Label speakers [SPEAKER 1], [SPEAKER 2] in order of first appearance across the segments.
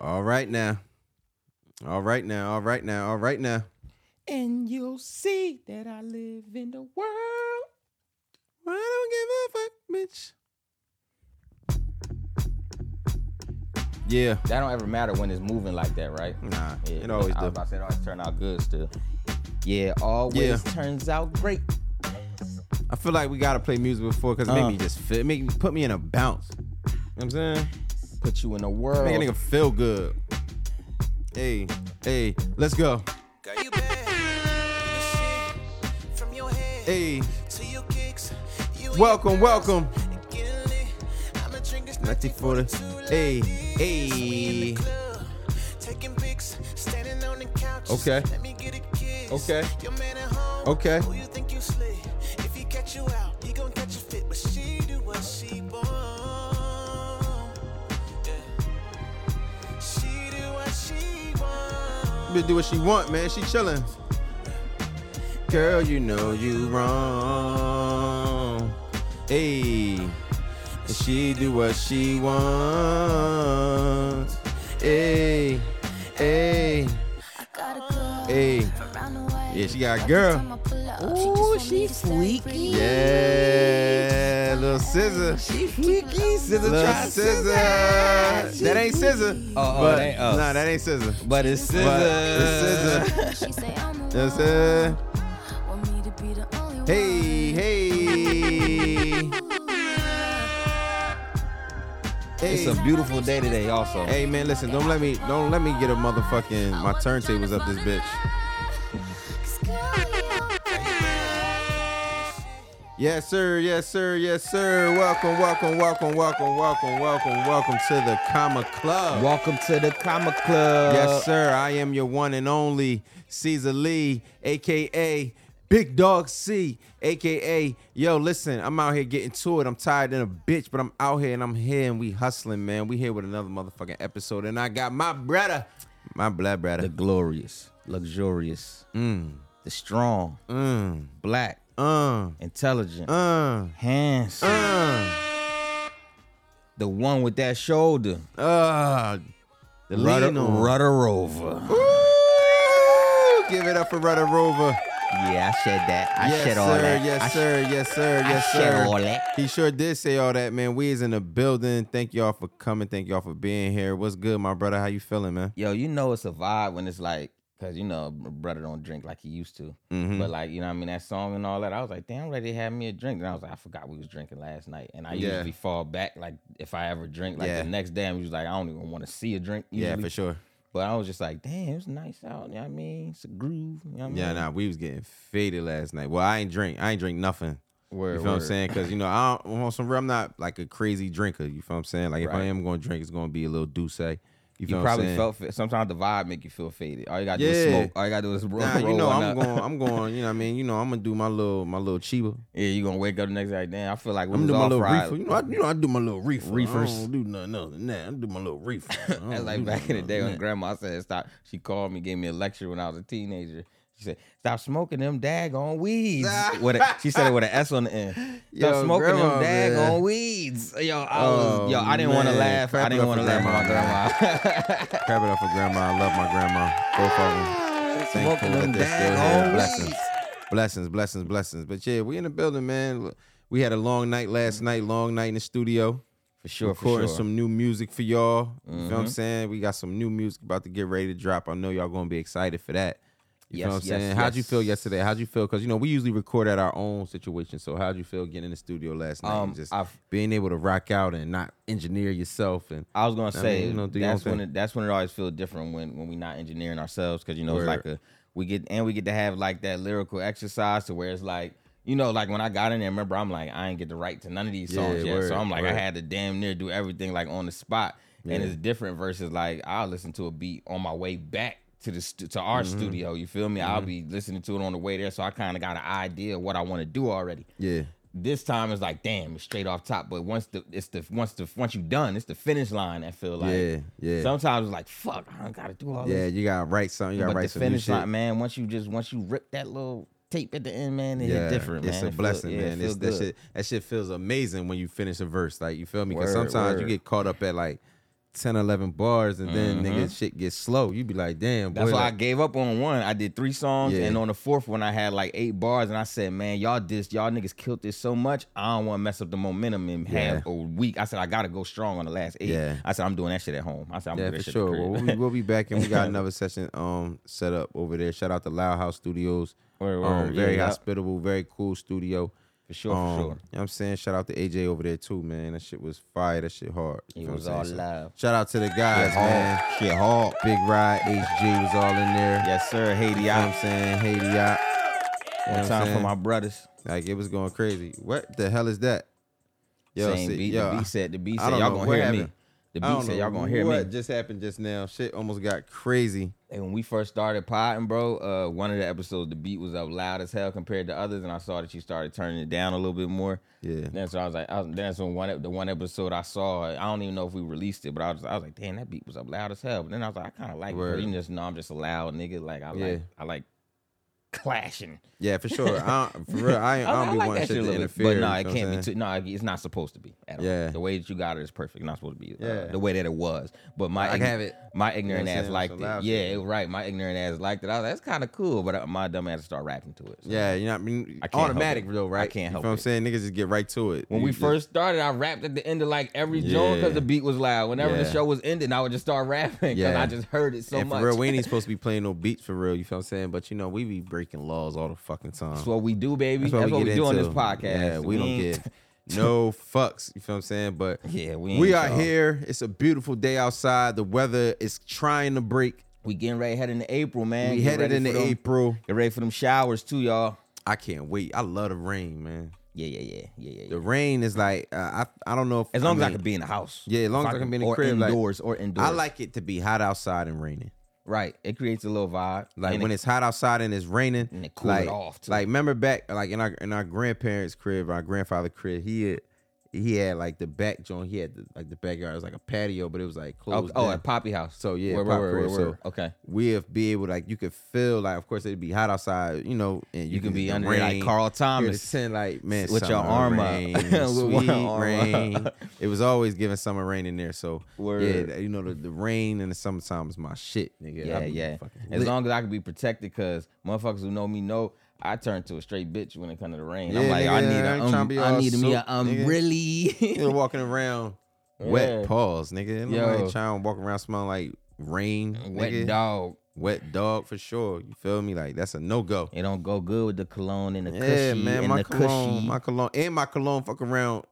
[SPEAKER 1] All right now. All right now. All right now. All right now.
[SPEAKER 2] And you'll see that I live in the world.
[SPEAKER 1] I don't give a fuck, bitch. Yeah.
[SPEAKER 2] That don't ever matter when it's moving like that, right?
[SPEAKER 1] Nah.
[SPEAKER 2] Yeah,
[SPEAKER 1] It always
[SPEAKER 2] I was
[SPEAKER 1] do.
[SPEAKER 2] about to say it always turn out good still. Yeah, always
[SPEAKER 1] Yeah.
[SPEAKER 2] turns out great.
[SPEAKER 1] I feel like we gotta play music before because it
[SPEAKER 2] Uh.
[SPEAKER 1] made me just feel it make put me in a bounce. You know what I'm saying?
[SPEAKER 2] Put you in the world.
[SPEAKER 1] Make a nigga feel good. Hey, hey, let's go.
[SPEAKER 3] Girl, you bad. This shit From your head
[SPEAKER 1] Hey,
[SPEAKER 3] to your kicks. You and
[SPEAKER 1] welcome,
[SPEAKER 3] your girls
[SPEAKER 1] welcome.
[SPEAKER 3] and getting lit. I'ma drink this
[SPEAKER 1] 1940. Hey, hey.
[SPEAKER 3] club. Taking pics, standing on the couch.
[SPEAKER 1] Okay.
[SPEAKER 3] Let me get a kiss.
[SPEAKER 1] Okay.
[SPEAKER 3] Your man at home.
[SPEAKER 1] Okay.
[SPEAKER 3] Who you think you slick? If he catch you out, he gon' catch a fit. But she do what she want. Yeah. She do what she want.
[SPEAKER 1] Bitch do what she want, man. She chillin'. Girl, you know you wrong. Hey, she do what she wants. Hey, hey,
[SPEAKER 4] Got a girl
[SPEAKER 1] hey.
[SPEAKER 4] from round the way.
[SPEAKER 1] Yeah, she got a
[SPEAKER 4] Every
[SPEAKER 1] girl.
[SPEAKER 4] time I pull up, she
[SPEAKER 2] Ooh,
[SPEAKER 4] just want
[SPEAKER 2] she
[SPEAKER 4] me to stay
[SPEAKER 2] freaky.
[SPEAKER 4] pretty.
[SPEAKER 1] Yeah, little scissor.
[SPEAKER 2] She freaky, scissor
[SPEAKER 1] Little
[SPEAKER 2] try
[SPEAKER 1] scissor.
[SPEAKER 2] scissor.
[SPEAKER 1] That ain't scissor.
[SPEAKER 2] oh,
[SPEAKER 1] but,
[SPEAKER 2] that ain't- oh.
[SPEAKER 1] Nah, that ain't scissor.
[SPEAKER 2] But it's scissor.
[SPEAKER 1] But it's scissor.
[SPEAKER 4] She say I'm the
[SPEAKER 1] That's
[SPEAKER 4] one.
[SPEAKER 1] it.
[SPEAKER 4] Want me to be the only
[SPEAKER 1] Hey, hey.
[SPEAKER 4] one.
[SPEAKER 2] It's a beautiful day today, also.
[SPEAKER 1] Hey man, listen, don't let me don't let me get a motherfucking my turntables up this bitch. Yes sir, yes sir, yes sir. Welcome, welcome, welcome, welcome, welcome, welcome, welcome to the Comma Club.
[SPEAKER 2] Welcome to the Comic Club.
[SPEAKER 1] Yes sir, I am your one and only Caesar Lee, aka Big Dog C, aka Yo. Listen, I'm out here getting to it. I'm tired than a bitch, but I'm out here and I'm here and we hustling, man. We here with another motherfucking episode, and I got my brother, my blood
[SPEAKER 2] The
[SPEAKER 1] brother.
[SPEAKER 2] glorious, luxurious, the strong,
[SPEAKER 1] Mm,
[SPEAKER 2] black,
[SPEAKER 1] mm,
[SPEAKER 2] intelligent,
[SPEAKER 1] mm.
[SPEAKER 2] handsome, Mm.
[SPEAKER 1] Uh,
[SPEAKER 2] the one with that shoulder.
[SPEAKER 1] uh, the
[SPEAKER 2] Rudder,
[SPEAKER 1] lean on.
[SPEAKER 2] rudder rover.
[SPEAKER 1] Ooh, give it up for Rudder Rover.
[SPEAKER 2] Yeah, I shed that. I
[SPEAKER 1] yes,
[SPEAKER 2] shed
[SPEAKER 1] sir.
[SPEAKER 2] all that.
[SPEAKER 1] Yes,
[SPEAKER 2] I sh-
[SPEAKER 1] sir. Yes, sir.
[SPEAKER 2] I
[SPEAKER 1] Yes,
[SPEAKER 2] shed
[SPEAKER 1] sir.
[SPEAKER 2] all that.
[SPEAKER 1] He sure did say all that, man. We is in the building. Thank y'all for coming. Thank y'all for being here. What's good, my brother? How you feeling, man?
[SPEAKER 2] Yo, you know it's a vibe when it's like, cause you know, my brother don't drink like he used to.
[SPEAKER 1] Mhm.
[SPEAKER 2] But like, you know, what I mean, that song and all that. I was like, damn, I'm ready to have me a drink. And I was like, I forgot we was drinking last night. And I
[SPEAKER 1] Yeah.
[SPEAKER 2] usually fall back, like if I ever drink, like
[SPEAKER 1] Yeah.
[SPEAKER 2] the next day, I'm usually like, I don't even want to see a drink.
[SPEAKER 1] Yeah,
[SPEAKER 2] usually.
[SPEAKER 1] for sure.
[SPEAKER 2] But I was just like, damn, it's nice out. You know what I mean? It's a groove. You know what I mean?
[SPEAKER 1] Yeah, nah, we was getting faded last night. Well, I ain't drink. I ain't drink nothing.
[SPEAKER 2] Word,
[SPEAKER 1] You feel what I'm
[SPEAKER 2] word.
[SPEAKER 1] saying? Because you know, I don't, I'm on some real. I'm not like a crazy drinker. You feel what I'm saying? Like if I
[SPEAKER 2] Right.
[SPEAKER 1] am going to drink, it's going to be a little douce. You,
[SPEAKER 2] You
[SPEAKER 1] feel what I'm
[SPEAKER 2] probably
[SPEAKER 1] saying?
[SPEAKER 2] felt fa- sometimes the vibe make you feel faded. All you gotta do is
[SPEAKER 1] Yeah.
[SPEAKER 2] smoke. All you gotta do is roll.
[SPEAKER 1] Nah, you
[SPEAKER 2] roll
[SPEAKER 1] know
[SPEAKER 2] one
[SPEAKER 1] I'm
[SPEAKER 2] up.
[SPEAKER 1] going. I'm going. You know, what I mean, you know, I'm gonna do my little, my little chiba.
[SPEAKER 2] Yeah, you gonna wake up the next day. like, Damn, I feel like we
[SPEAKER 1] I'm gonna
[SPEAKER 2] was
[SPEAKER 1] do my
[SPEAKER 2] all
[SPEAKER 1] little
[SPEAKER 2] fried.
[SPEAKER 1] reefer. You know, I, you know, I do my little reefer.
[SPEAKER 2] Reefers.
[SPEAKER 1] I don't do nothing else than that. I do my little reefer. I don't
[SPEAKER 2] That's
[SPEAKER 1] do
[SPEAKER 2] like back in the
[SPEAKER 1] nothing
[SPEAKER 2] day
[SPEAKER 1] else
[SPEAKER 2] when
[SPEAKER 1] than
[SPEAKER 2] grandma said stop. She called me, gave me a lecture when I was a teenager. She said, "Stop smoking them daggone weeds." with a, she said it with an S on the end. Stop
[SPEAKER 1] Yo,
[SPEAKER 2] smoking
[SPEAKER 1] grandma,
[SPEAKER 2] them
[SPEAKER 1] man.
[SPEAKER 2] daggone weeds. Yo, I was.
[SPEAKER 1] Oh,
[SPEAKER 2] yo, I didn't want to
[SPEAKER 1] man.
[SPEAKER 2] laugh.
[SPEAKER 1] Clap
[SPEAKER 2] I
[SPEAKER 1] it
[SPEAKER 2] didn't
[SPEAKER 1] up
[SPEAKER 2] want to
[SPEAKER 1] for
[SPEAKER 2] laugh
[SPEAKER 1] grandma,
[SPEAKER 2] at my grandma.
[SPEAKER 1] that. Clap it up for grandma. I love my grandma. Both of them.
[SPEAKER 2] Smoking
[SPEAKER 1] Thankful
[SPEAKER 2] them
[SPEAKER 1] that they're still
[SPEAKER 2] daggone
[SPEAKER 1] here. Blessings,
[SPEAKER 2] weeds.
[SPEAKER 1] blessings, blessings, blessings. But yeah, we in the building, man. Look, We had a long night last night. Long night in the studio.
[SPEAKER 2] For sure, for
[SPEAKER 1] recording
[SPEAKER 2] sure. Mm-hmm.
[SPEAKER 1] some new music for y'all. You know what I'm saying? We got some new music about to get ready to drop. I know y'all gonna be excited for that. You
[SPEAKER 2] Yes,
[SPEAKER 1] know what I'm
[SPEAKER 2] yes,
[SPEAKER 1] saying? How'd you feel
[SPEAKER 2] yes.
[SPEAKER 1] yesterday? How'd you feel? Because you know we usually record at our own situation. So how'd you feel getting in the studio last night?
[SPEAKER 2] Um,
[SPEAKER 1] and just
[SPEAKER 2] I've-
[SPEAKER 1] being able to rock out and not engineer yourself and
[SPEAKER 2] I was gonna
[SPEAKER 1] I
[SPEAKER 2] say
[SPEAKER 1] mean, you know, do your
[SPEAKER 2] that's
[SPEAKER 1] own
[SPEAKER 2] when
[SPEAKER 1] thing.
[SPEAKER 2] it, that's when it always feels different when when we not engineering ourselves because you know it's
[SPEAKER 1] Word.
[SPEAKER 2] like a we get and we get to have like that lyrical exercise to where it's like you know like when I got in there remember I'm like I ain't get the right to none of these songs
[SPEAKER 1] Yeah,
[SPEAKER 2] yet
[SPEAKER 1] word,
[SPEAKER 2] so I'm like I
[SPEAKER 1] word.
[SPEAKER 2] had to damn near do everything like on the spot and it's different versus like I'll listen to a beat on my way back. To the stu- to our
[SPEAKER 1] Mm-hmm.
[SPEAKER 2] studio, you feel me? I'll be listening to it on the way there, so I kind of got an idea of what I want to do already
[SPEAKER 1] yeah.
[SPEAKER 2] this time it's like damn it's straight off top but once the it's the once the once you done it's the finish line i feel like
[SPEAKER 1] Yeah, yeah.
[SPEAKER 2] sometimes it's like fuck i don't gotta do all
[SPEAKER 1] Yeah,
[SPEAKER 2] this
[SPEAKER 1] you gotta write something. You gotta
[SPEAKER 2] but
[SPEAKER 1] write
[SPEAKER 2] the
[SPEAKER 1] some new
[SPEAKER 2] finish
[SPEAKER 1] shit.
[SPEAKER 2] line man once you just once you rip that little tape at the end man it hit different
[SPEAKER 1] it's
[SPEAKER 2] man.
[SPEAKER 1] a
[SPEAKER 2] It feel-
[SPEAKER 1] blessing,
[SPEAKER 2] yeah, it
[SPEAKER 1] man. It's,
[SPEAKER 2] feel
[SPEAKER 1] that
[SPEAKER 2] good.
[SPEAKER 1] shit, that shit feels amazing when you finish a verse. Like you feel me? Because
[SPEAKER 2] Word,
[SPEAKER 1] sometimes you
[SPEAKER 2] word.
[SPEAKER 1] get caught up at like, 10, 11 bars, and then nigga shit gets slow. You be like, damn,
[SPEAKER 2] Mm-hmm. That's
[SPEAKER 1] boy,
[SPEAKER 2] why I
[SPEAKER 1] like-
[SPEAKER 2] gave up on one. I did three songs,
[SPEAKER 1] Yeah.
[SPEAKER 2] and on the fourth one, I had like eight bars, and I said, "Man, y'all dissed, y'all niggas killed this so much. I don't want to mess up the momentum in half
[SPEAKER 1] Yeah.
[SPEAKER 2] a week." I said, "I gotta go strong on the last eight.
[SPEAKER 1] Yeah.
[SPEAKER 2] I said, "I'm doing that shit at home." I said, "I'm
[SPEAKER 1] yeah,
[SPEAKER 2] doing that
[SPEAKER 1] for
[SPEAKER 2] shit
[SPEAKER 1] sure.
[SPEAKER 2] at the
[SPEAKER 1] Well,
[SPEAKER 2] crib."
[SPEAKER 1] we, we'll be back, and we got another session um set up over there. Shout out to Loud House Studios. um,
[SPEAKER 2] Word, word.
[SPEAKER 1] very
[SPEAKER 2] Yeah, yeah.
[SPEAKER 1] hospitable, very cool studio.
[SPEAKER 2] For sure, for
[SPEAKER 1] Um,
[SPEAKER 2] sure.
[SPEAKER 1] You know what I'm saying? Shout out to AJ over there too, man. That shit was fire. That shit hard. You
[SPEAKER 2] It
[SPEAKER 1] know what
[SPEAKER 2] was
[SPEAKER 1] I'm
[SPEAKER 2] all
[SPEAKER 1] saying? So,
[SPEAKER 2] love.
[SPEAKER 1] Shout out to the guys, man.
[SPEAKER 2] Shit hard.
[SPEAKER 1] Big Ride, HG was all in there.
[SPEAKER 2] Yes, sir. Haiti
[SPEAKER 1] You know what I'm
[SPEAKER 2] out.
[SPEAKER 1] saying? Haiti out. You know
[SPEAKER 2] One
[SPEAKER 1] what
[SPEAKER 2] time
[SPEAKER 1] I'm
[SPEAKER 2] for
[SPEAKER 1] saying?
[SPEAKER 2] my brothers.
[SPEAKER 1] Like it was going crazy. What the hell is that?
[SPEAKER 2] Same
[SPEAKER 1] see-
[SPEAKER 2] beat. the beat said. The beat
[SPEAKER 1] I
[SPEAKER 2] said.
[SPEAKER 1] don't
[SPEAKER 2] Y'all
[SPEAKER 1] know
[SPEAKER 2] gonna
[SPEAKER 1] what
[SPEAKER 2] hear me.
[SPEAKER 1] happened.
[SPEAKER 2] The
[SPEAKER 1] I
[SPEAKER 2] beat
[SPEAKER 1] don't
[SPEAKER 2] said.
[SPEAKER 1] know
[SPEAKER 2] Y'all gonna hear
[SPEAKER 1] what
[SPEAKER 2] me.
[SPEAKER 1] just happened just now. Shit almost got crazy.
[SPEAKER 2] And when we first started potting, bro, uh, one of the episodes, the beat was up loud as hell compared to others, and I saw that you started turning it down a little bit more.
[SPEAKER 1] Yeah.
[SPEAKER 2] Then so I was like, I was, that's when one ep- the one episode I saw. I don't even know if we released it, but I was, I was like, damn, that beat was up loud as hell. But then I was like, I kind of like, it, bro.
[SPEAKER 1] Word.
[SPEAKER 2] You just know I'm just a loud nigga. Like I
[SPEAKER 1] Yeah.
[SPEAKER 2] like, I like clashing.
[SPEAKER 1] Yeah, for sure. I don't, for real, I, ain't- I
[SPEAKER 2] I,
[SPEAKER 1] don't
[SPEAKER 2] Oh, I
[SPEAKER 1] be
[SPEAKER 2] like
[SPEAKER 1] wanting
[SPEAKER 2] that
[SPEAKER 1] shit
[SPEAKER 2] shit a
[SPEAKER 1] to
[SPEAKER 2] little bit,
[SPEAKER 1] interfere.
[SPEAKER 2] but nah,
[SPEAKER 1] you
[SPEAKER 2] it
[SPEAKER 1] know what
[SPEAKER 2] can't
[SPEAKER 1] I'm
[SPEAKER 2] be too.
[SPEAKER 1] saying?
[SPEAKER 2] Nah, it's not supposed to be. At all.
[SPEAKER 1] Yeah.
[SPEAKER 2] the way that you got it is perfect. It's not supposed to be. uh,
[SPEAKER 1] Yeah.
[SPEAKER 2] the way that it was. But my
[SPEAKER 1] I
[SPEAKER 2] ign-
[SPEAKER 1] have it.
[SPEAKER 2] My
[SPEAKER 1] You
[SPEAKER 2] ignorant
[SPEAKER 1] know what I'm
[SPEAKER 2] ass
[SPEAKER 1] saying?
[SPEAKER 2] liked
[SPEAKER 1] So
[SPEAKER 2] it.
[SPEAKER 1] loud
[SPEAKER 2] yeah,
[SPEAKER 1] shit.
[SPEAKER 2] it, right. My ignorant ass liked it. I was like, that's kind of cool. But uh, my dumb ass started rapping to it. So.
[SPEAKER 1] Yeah, you know what I mean?
[SPEAKER 2] I can't help
[SPEAKER 1] Automatic
[SPEAKER 2] it.
[SPEAKER 1] though,
[SPEAKER 2] I
[SPEAKER 1] right?
[SPEAKER 2] can't
[SPEAKER 1] you
[SPEAKER 2] help
[SPEAKER 1] know what I'm
[SPEAKER 2] it.
[SPEAKER 1] saying? Niggas just get right to it.
[SPEAKER 2] When
[SPEAKER 1] You
[SPEAKER 2] we
[SPEAKER 1] just-
[SPEAKER 2] first started, I rapped at the end of like every joint
[SPEAKER 1] Yeah.
[SPEAKER 2] because the beat was loud. Whenever
[SPEAKER 1] Yeah.
[SPEAKER 2] the show was ending, I would just start rapping because
[SPEAKER 1] Yeah.
[SPEAKER 2] I just heard it so
[SPEAKER 1] and for
[SPEAKER 2] much.
[SPEAKER 1] real, we ain't even supposed to be playing no beats for real. You feel what I'm saying? But you know, we be breaking laws all the fucking time.
[SPEAKER 2] that's what we do, baby.
[SPEAKER 1] That's
[SPEAKER 2] That's
[SPEAKER 1] what
[SPEAKER 2] what,
[SPEAKER 1] we
[SPEAKER 2] we,
[SPEAKER 1] get
[SPEAKER 2] do on this
[SPEAKER 1] into.
[SPEAKER 2] podcast.
[SPEAKER 1] Yeah, we don't
[SPEAKER 2] ain't-
[SPEAKER 1] get no fucks. You feel what I'm saying? But
[SPEAKER 2] Yeah, we
[SPEAKER 1] we,
[SPEAKER 2] ain't,
[SPEAKER 1] are
[SPEAKER 2] y'all.
[SPEAKER 1] here. It's a beautiful day outside. The weather is trying to break.
[SPEAKER 2] We getting ready heading to April, man.
[SPEAKER 1] We
[SPEAKER 2] Get
[SPEAKER 1] headed
[SPEAKER 2] ready
[SPEAKER 1] into
[SPEAKER 2] for them-
[SPEAKER 1] April.
[SPEAKER 2] Get ready for them showers too, y'all.
[SPEAKER 1] I can't wait. I love the rain, man.
[SPEAKER 2] Yeah, yeah, yeah, yeah, yeah. yeah.
[SPEAKER 1] The rain is like uh, I I don't know if
[SPEAKER 2] As long as I
[SPEAKER 1] mean,
[SPEAKER 2] can be in the house.
[SPEAKER 1] Yeah, as long
[SPEAKER 2] If
[SPEAKER 1] as I can be in the
[SPEAKER 2] or
[SPEAKER 1] crib, like-
[SPEAKER 2] indoors or indoors.
[SPEAKER 1] I like it to be hot outside and raining.
[SPEAKER 2] right. It creates a little vibe.
[SPEAKER 1] Like
[SPEAKER 2] And
[SPEAKER 1] when
[SPEAKER 2] it-
[SPEAKER 1] it's hot outside and it's raining,
[SPEAKER 2] And it cool it
[SPEAKER 1] like,
[SPEAKER 2] off, too.
[SPEAKER 1] Like remember back, like in our in our grandparents' crib, our grandfather crib, he had he had like the back joint. He had the, like the backyard. It was like a patio, but it was like
[SPEAKER 2] oh,
[SPEAKER 1] closed.
[SPEAKER 2] oh,
[SPEAKER 1] in.
[SPEAKER 2] at Poppy House.
[SPEAKER 1] So, yeah,
[SPEAKER 2] where,
[SPEAKER 1] Pop
[SPEAKER 2] where, where,
[SPEAKER 1] crib,
[SPEAKER 2] where,
[SPEAKER 1] so-
[SPEAKER 2] where? okay.
[SPEAKER 1] we'll be able like you could feel like of course it'd be hot outside, you know, and you,
[SPEAKER 2] You can
[SPEAKER 1] could
[SPEAKER 2] be
[SPEAKER 1] the
[SPEAKER 2] under there like
[SPEAKER 1] rain,
[SPEAKER 2] Carl
[SPEAKER 1] hear the
[SPEAKER 2] Thomas.
[SPEAKER 1] scent, like man
[SPEAKER 2] with your
[SPEAKER 1] summer
[SPEAKER 2] arm up.
[SPEAKER 1] rain,
[SPEAKER 2] With one
[SPEAKER 1] sweet
[SPEAKER 2] arm
[SPEAKER 1] rain.
[SPEAKER 2] up.
[SPEAKER 1] It was always giving summer rain in there, so yeah,
[SPEAKER 2] Word.
[SPEAKER 1] that- you know the, the rain in the summertime is my shit, nigga.
[SPEAKER 2] Yeah,
[SPEAKER 1] I be
[SPEAKER 2] yeah.
[SPEAKER 1] fucking
[SPEAKER 2] As
[SPEAKER 1] lit.
[SPEAKER 2] long as I can be protected, because motherfuckers who know me know I turn to a straight bitch when it comes to the rain. I'm
[SPEAKER 1] Yeah,
[SPEAKER 2] like, I
[SPEAKER 1] nigga,
[SPEAKER 2] need
[SPEAKER 1] I
[SPEAKER 2] a
[SPEAKER 1] ain't tryna
[SPEAKER 2] um,
[SPEAKER 1] be
[SPEAKER 2] I
[SPEAKER 1] all
[SPEAKER 2] need me a
[SPEAKER 1] soaked, nigga.
[SPEAKER 2] um, really.
[SPEAKER 1] You're walking around
[SPEAKER 2] Yeah.
[SPEAKER 1] wet paws, nigga. Ain't nobody
[SPEAKER 2] Yo.
[SPEAKER 1] trying to walk around smelling like rain,
[SPEAKER 2] Wet
[SPEAKER 1] nigga.
[SPEAKER 2] dog.
[SPEAKER 1] Wet dog for sure. You feel me? Like that's a no go.
[SPEAKER 2] It don't go good with the cologne and the
[SPEAKER 1] Yeah,
[SPEAKER 2] cushy
[SPEAKER 1] man.
[SPEAKER 2] and
[SPEAKER 1] My
[SPEAKER 2] the
[SPEAKER 1] cologne,
[SPEAKER 2] cushy.
[SPEAKER 1] my cologne, and my cologne. Fuck around,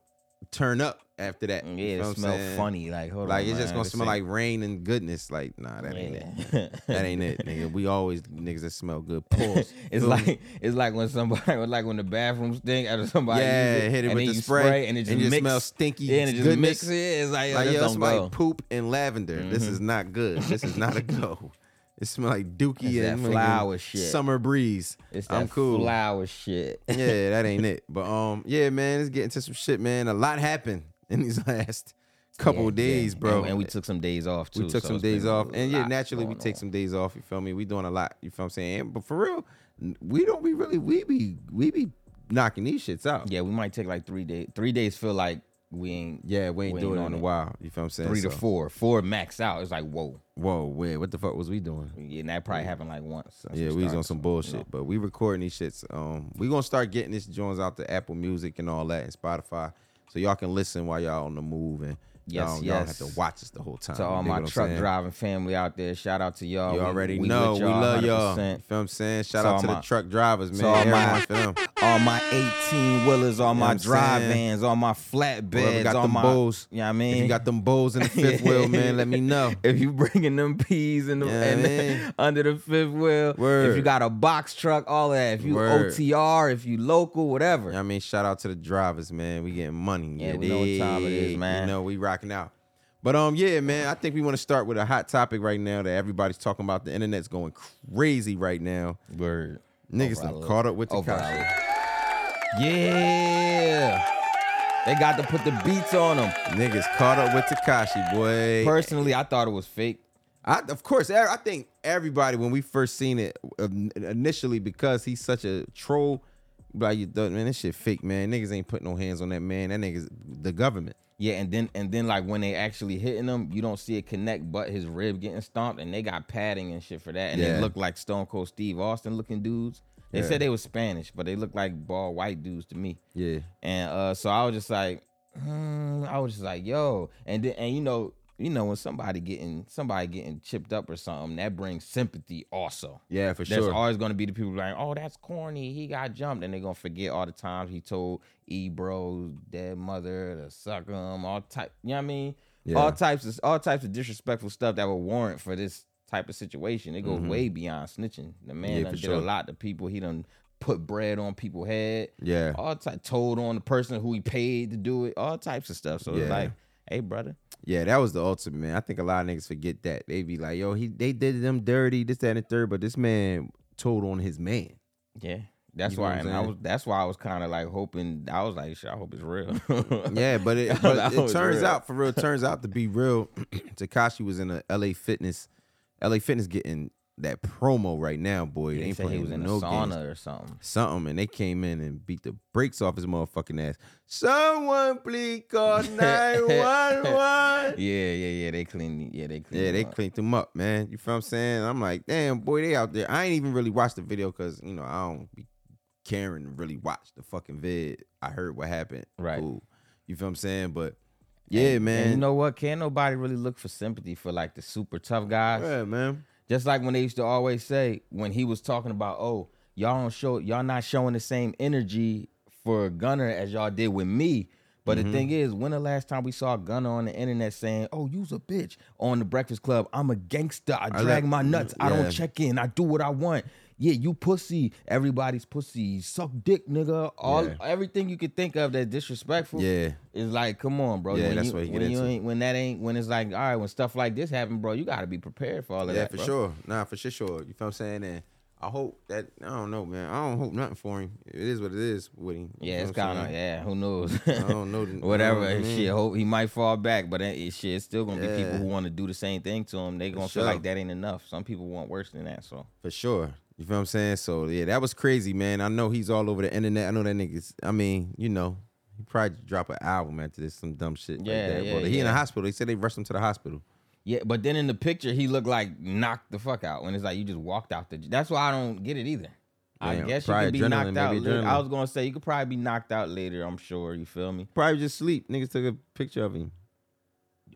[SPEAKER 1] turn up after that. You
[SPEAKER 2] Mm, yeah,
[SPEAKER 1] feel
[SPEAKER 2] it
[SPEAKER 1] what I'm
[SPEAKER 2] smell
[SPEAKER 1] saying?
[SPEAKER 2] funny. Like hold
[SPEAKER 1] Like
[SPEAKER 2] on,
[SPEAKER 1] it's just
[SPEAKER 2] man,
[SPEAKER 1] gonna
[SPEAKER 2] this
[SPEAKER 1] smell
[SPEAKER 2] ain't-
[SPEAKER 1] like rain and goodness. Like nah, that ain't it.
[SPEAKER 2] Yeah.
[SPEAKER 1] That ain't it, nigga. We always niggas that smell good. Pause.
[SPEAKER 2] It's like it's like when somebody like when the bathroom stink out of somebody.
[SPEAKER 1] Yeah,
[SPEAKER 2] uses it,
[SPEAKER 1] hit it
[SPEAKER 2] and
[SPEAKER 1] with
[SPEAKER 2] then
[SPEAKER 1] the
[SPEAKER 2] you
[SPEAKER 1] spray,
[SPEAKER 2] and
[SPEAKER 1] and
[SPEAKER 2] it just
[SPEAKER 1] you
[SPEAKER 2] mix,
[SPEAKER 1] smell stinky
[SPEAKER 2] Yeah, and it just
[SPEAKER 1] goodness.
[SPEAKER 2] mix it. It's like, Mm-hmm.
[SPEAKER 1] like
[SPEAKER 2] yo,
[SPEAKER 1] yo,
[SPEAKER 2] this
[SPEAKER 1] somebody
[SPEAKER 2] don't go.
[SPEAKER 1] poop and lavender. This is not good. This is not a go. It smell like dookie
[SPEAKER 2] It's that
[SPEAKER 1] and fucking
[SPEAKER 2] flower shit.
[SPEAKER 1] Summer breeze.
[SPEAKER 2] It's that
[SPEAKER 1] I'm cool.
[SPEAKER 2] flower shit.
[SPEAKER 1] yeah, that ain't it. But um, yeah, man, it's getting to some shit, man. A lot happened in these last couple
[SPEAKER 2] Yeah,
[SPEAKER 1] of days,
[SPEAKER 2] yeah.
[SPEAKER 1] bro.
[SPEAKER 2] And, and we took some days off too.
[SPEAKER 1] We took
[SPEAKER 2] so
[SPEAKER 1] some
[SPEAKER 2] it's been
[SPEAKER 1] days
[SPEAKER 2] a
[SPEAKER 1] off, and yeah,
[SPEAKER 2] lot
[SPEAKER 1] naturally we
[SPEAKER 2] going
[SPEAKER 1] take
[SPEAKER 2] on.
[SPEAKER 1] some days off. You feel me? We doing a lot. You feel what I'm saying? But for real, n- we don't be really we be we be knocking these shits out.
[SPEAKER 2] Yeah, we might take like three days. Three days feel like we ain't.
[SPEAKER 1] yeah, we ain't
[SPEAKER 2] we
[SPEAKER 1] doing
[SPEAKER 2] ain't
[SPEAKER 1] it in
[SPEAKER 2] on
[SPEAKER 1] a
[SPEAKER 2] it.
[SPEAKER 1] while. You feel what I'm saying?
[SPEAKER 2] Three to
[SPEAKER 1] So,
[SPEAKER 2] four, four max out. It's like whoa,
[SPEAKER 1] Whoa, wait, what the fuck was we doing?
[SPEAKER 2] and that probably happened like once. since
[SPEAKER 1] Yeah, we was on
[SPEAKER 2] started,
[SPEAKER 1] some
[SPEAKER 2] so,
[SPEAKER 1] bullshit,
[SPEAKER 2] you know.
[SPEAKER 1] but we recording these shits. Um, we gonna start getting these joints out to Apple Music and all that and Spotify, so y'all can listen while y'all on the move and
[SPEAKER 2] Yes,
[SPEAKER 1] y'all, y'all don't have
[SPEAKER 2] yes.
[SPEAKER 1] to watch us the whole time.
[SPEAKER 2] To all
[SPEAKER 1] You dig
[SPEAKER 2] my
[SPEAKER 1] what I'm
[SPEAKER 2] truck
[SPEAKER 1] saying?
[SPEAKER 2] driving family out there, shout out to y'all.
[SPEAKER 1] you
[SPEAKER 2] We-
[SPEAKER 1] already
[SPEAKER 2] we with
[SPEAKER 1] know we love y'all. You
[SPEAKER 2] 100%.
[SPEAKER 1] feel what I'm saying? Shout
[SPEAKER 2] To
[SPEAKER 1] out
[SPEAKER 2] all
[SPEAKER 1] to the
[SPEAKER 2] my-
[SPEAKER 1] truck drivers, man.
[SPEAKER 2] all
[SPEAKER 1] Everyone
[SPEAKER 2] my-
[SPEAKER 1] feel them.
[SPEAKER 2] All my 18 wheelers, all
[SPEAKER 1] what
[SPEAKER 2] my
[SPEAKER 1] I'm
[SPEAKER 2] drive
[SPEAKER 1] saying?
[SPEAKER 2] vans, all my flatbeds,
[SPEAKER 1] got
[SPEAKER 2] all
[SPEAKER 1] them
[SPEAKER 2] my
[SPEAKER 1] bulls.
[SPEAKER 2] You know what I mean?
[SPEAKER 1] If you got them bulls in the fifth wheel, man, let me know.
[SPEAKER 2] If you bringing them peas in the,
[SPEAKER 1] Yeah,
[SPEAKER 2] and
[SPEAKER 1] man.
[SPEAKER 2] under the fifth wheel,
[SPEAKER 1] Word.
[SPEAKER 2] if you got a box truck, all that, if you
[SPEAKER 1] Word.
[SPEAKER 2] OTR, if you local, whatever.
[SPEAKER 1] You know what I mean, shout out to the drivers, man. We getting money.
[SPEAKER 2] Yeah, we know what time it is, man.
[SPEAKER 1] You know, we rocking out. But um, yeah, man, I think we want to start with a hot topic right now that everybody's talking about. The internet's going crazy right now.
[SPEAKER 2] Word.
[SPEAKER 1] Niggas
[SPEAKER 2] Over
[SPEAKER 1] done
[SPEAKER 2] our
[SPEAKER 1] caught up with the
[SPEAKER 2] over our
[SPEAKER 1] Kanye.
[SPEAKER 2] lip. Yeah. They got to put the beats on them.
[SPEAKER 1] Niggas caught up with Takashi, boy.
[SPEAKER 2] Personally, I thought it was fake.
[SPEAKER 1] I, of course, e- I uh, think everybody when we first seen it um, initially because he's such a troll. Like you thought, man, this shit fake, man. Niggas ain't putting no hands on that man. That nigga's the government.
[SPEAKER 2] Yeah, and then and then like when they actually hitting him, you don't see it connect, but his rib getting stomped, and they got padding and shit for that, and
[SPEAKER 1] Yeah.
[SPEAKER 2] they look like Stone Cold Steve Austin looking dudes. They
[SPEAKER 1] Yeah.
[SPEAKER 2] said they were Spanish, but they look like bald white dudes to me.
[SPEAKER 1] Yeah.
[SPEAKER 2] And uh, so I was just like, hmm, I was just like, yo, and then and you know, you know, when somebody getting somebody getting chipped up or something, that brings sympathy also.
[SPEAKER 1] Yeah, for
[SPEAKER 2] There's
[SPEAKER 1] sure.
[SPEAKER 2] always going to be the people like, oh, that's corny. He got jumped, and they're going to forget all the times he told Ebro's dead mother to suck him. All type, you know what I mean?
[SPEAKER 1] Yeah.
[SPEAKER 2] All types of all types of disrespectful stuff that would warrant for this type of situation. It goes way beyond snitching. The man
[SPEAKER 1] Mm-hmm. Yeah,
[SPEAKER 2] done
[SPEAKER 1] for
[SPEAKER 2] did
[SPEAKER 1] sure.
[SPEAKER 2] a lot to people. He done put bread on people's head.
[SPEAKER 1] Yeah.
[SPEAKER 2] all type told on the person who he paid to do it. All types of stuff. So
[SPEAKER 1] Yeah.
[SPEAKER 2] it's like, hey, brother,
[SPEAKER 1] Yeah, that was the ultimate, man. I think a lot of niggas forget that. They be like, yo, he they did them dirty, this, that, and the third, but this man told on his man.
[SPEAKER 2] yeah. That's
[SPEAKER 1] You know
[SPEAKER 2] why,
[SPEAKER 1] what I'm
[SPEAKER 2] and I
[SPEAKER 1] saying?
[SPEAKER 2] was. That's why I was kind of like hoping. I was like, "Shit, I hope it's real."
[SPEAKER 1] Yeah, but it,
[SPEAKER 2] That
[SPEAKER 1] but it
[SPEAKER 2] was
[SPEAKER 1] turns
[SPEAKER 2] real.
[SPEAKER 1] out for real, it turns out to be real. Takashi was in a LA Fitness, LA Fitness getting that promo right now, boy. They
[SPEAKER 2] They
[SPEAKER 1] ain't
[SPEAKER 2] said
[SPEAKER 1] playing
[SPEAKER 2] he was in a
[SPEAKER 1] no
[SPEAKER 2] sauna
[SPEAKER 1] games.
[SPEAKER 2] or something.
[SPEAKER 1] Something and they came in and beat the brakes off his motherfucking ass. Someone please call nine one one.
[SPEAKER 2] Yeah, yeah, yeah. They clean. Yeah, they clean.
[SPEAKER 1] Yeah, they
[SPEAKER 2] clean.
[SPEAKER 1] cleaned them up, man. You feel what I'm saying? I'm like, damn, boy, they out there. I ain't even really watched the video because, you know, I don't be caring to really watch the fucking vid. I heard what happened.
[SPEAKER 2] Right.
[SPEAKER 1] Cool. You feel what I'm saying? But yeah, man.
[SPEAKER 2] you know what? Can't nobody really look for sympathy for like the super tough guys.
[SPEAKER 1] yeah, man.
[SPEAKER 2] Just like when they used to always say when he was talking about, oh, y'all don't show, y'all not showing the same energy for Gunner as y'all did with me. But
[SPEAKER 1] Mm-hmm.
[SPEAKER 2] the thing is, when the last time we saw Gunner on the internet saying, "Oh, you's a bitch" on the Breakfast Club, I'm a gangster. I
[SPEAKER 1] let-
[SPEAKER 2] drag my nuts. I
[SPEAKER 1] yeah.
[SPEAKER 2] don't check in. I do what I want. Yeah, you pussy. Everybody's pussy. Suck dick, nigga. All
[SPEAKER 1] Yeah.
[SPEAKER 2] everything you could think of that's disrespectful.
[SPEAKER 1] Yeah.
[SPEAKER 2] It's like, come on, bro.
[SPEAKER 1] Yeah,
[SPEAKER 2] when
[SPEAKER 1] that's
[SPEAKER 2] you,
[SPEAKER 1] what he get
[SPEAKER 2] when you
[SPEAKER 1] into.
[SPEAKER 2] ain't, when that ain't when it's like, all right, when stuff like this happen, bro, you gotta be prepared for all of
[SPEAKER 1] yeah,
[SPEAKER 2] that.
[SPEAKER 1] for
[SPEAKER 2] bro.
[SPEAKER 1] sure. Nah, for sure, sure. You feel what I'm saying? And I hope that I don't know, man. I don't hope nothing for him. It is what it is with him. You
[SPEAKER 2] Yeah,
[SPEAKER 1] feel
[SPEAKER 2] it's
[SPEAKER 1] what I'm
[SPEAKER 2] kind of
[SPEAKER 1] saying?
[SPEAKER 2] yeah. Who knows?
[SPEAKER 1] I don't know. the-
[SPEAKER 2] Whatever.
[SPEAKER 1] I don't know what I
[SPEAKER 2] shit,
[SPEAKER 1] mean.
[SPEAKER 2] hope he might fall back, but it, it- shit, it's still gonna be people
[SPEAKER 1] Yeah.
[SPEAKER 2] who want to do the same thing to him. They gonna
[SPEAKER 1] sure.
[SPEAKER 2] feel like that ain't enough. Some people want worse than that. So
[SPEAKER 1] For sure. You feel what I'm saying? So yeah, that was crazy, man. I know he's all over the internet. I know that niggas. I mean, you know, he probably drop an album after this, some dumb shit
[SPEAKER 2] Yeah,
[SPEAKER 1] like that.
[SPEAKER 2] yeah,
[SPEAKER 1] bro. He in the
[SPEAKER 2] yeah.
[SPEAKER 1] hospital. They said they rushed him to the hospital.
[SPEAKER 2] yeah, but then in the picture, he looked like knocked the fuck out. When it's like you just walked out the. That's why I don't get it either. I
[SPEAKER 1] Damn,
[SPEAKER 2] guess you
[SPEAKER 1] probably
[SPEAKER 2] could be
[SPEAKER 1] adrenaline,
[SPEAKER 2] knocked
[SPEAKER 1] maybe
[SPEAKER 2] out. Later. I
[SPEAKER 1] adrenaline.
[SPEAKER 2] was gonna say you could probably be knocked out later. I'm sure. You feel me?
[SPEAKER 1] Probably just sleep. Niggas took a picture of him.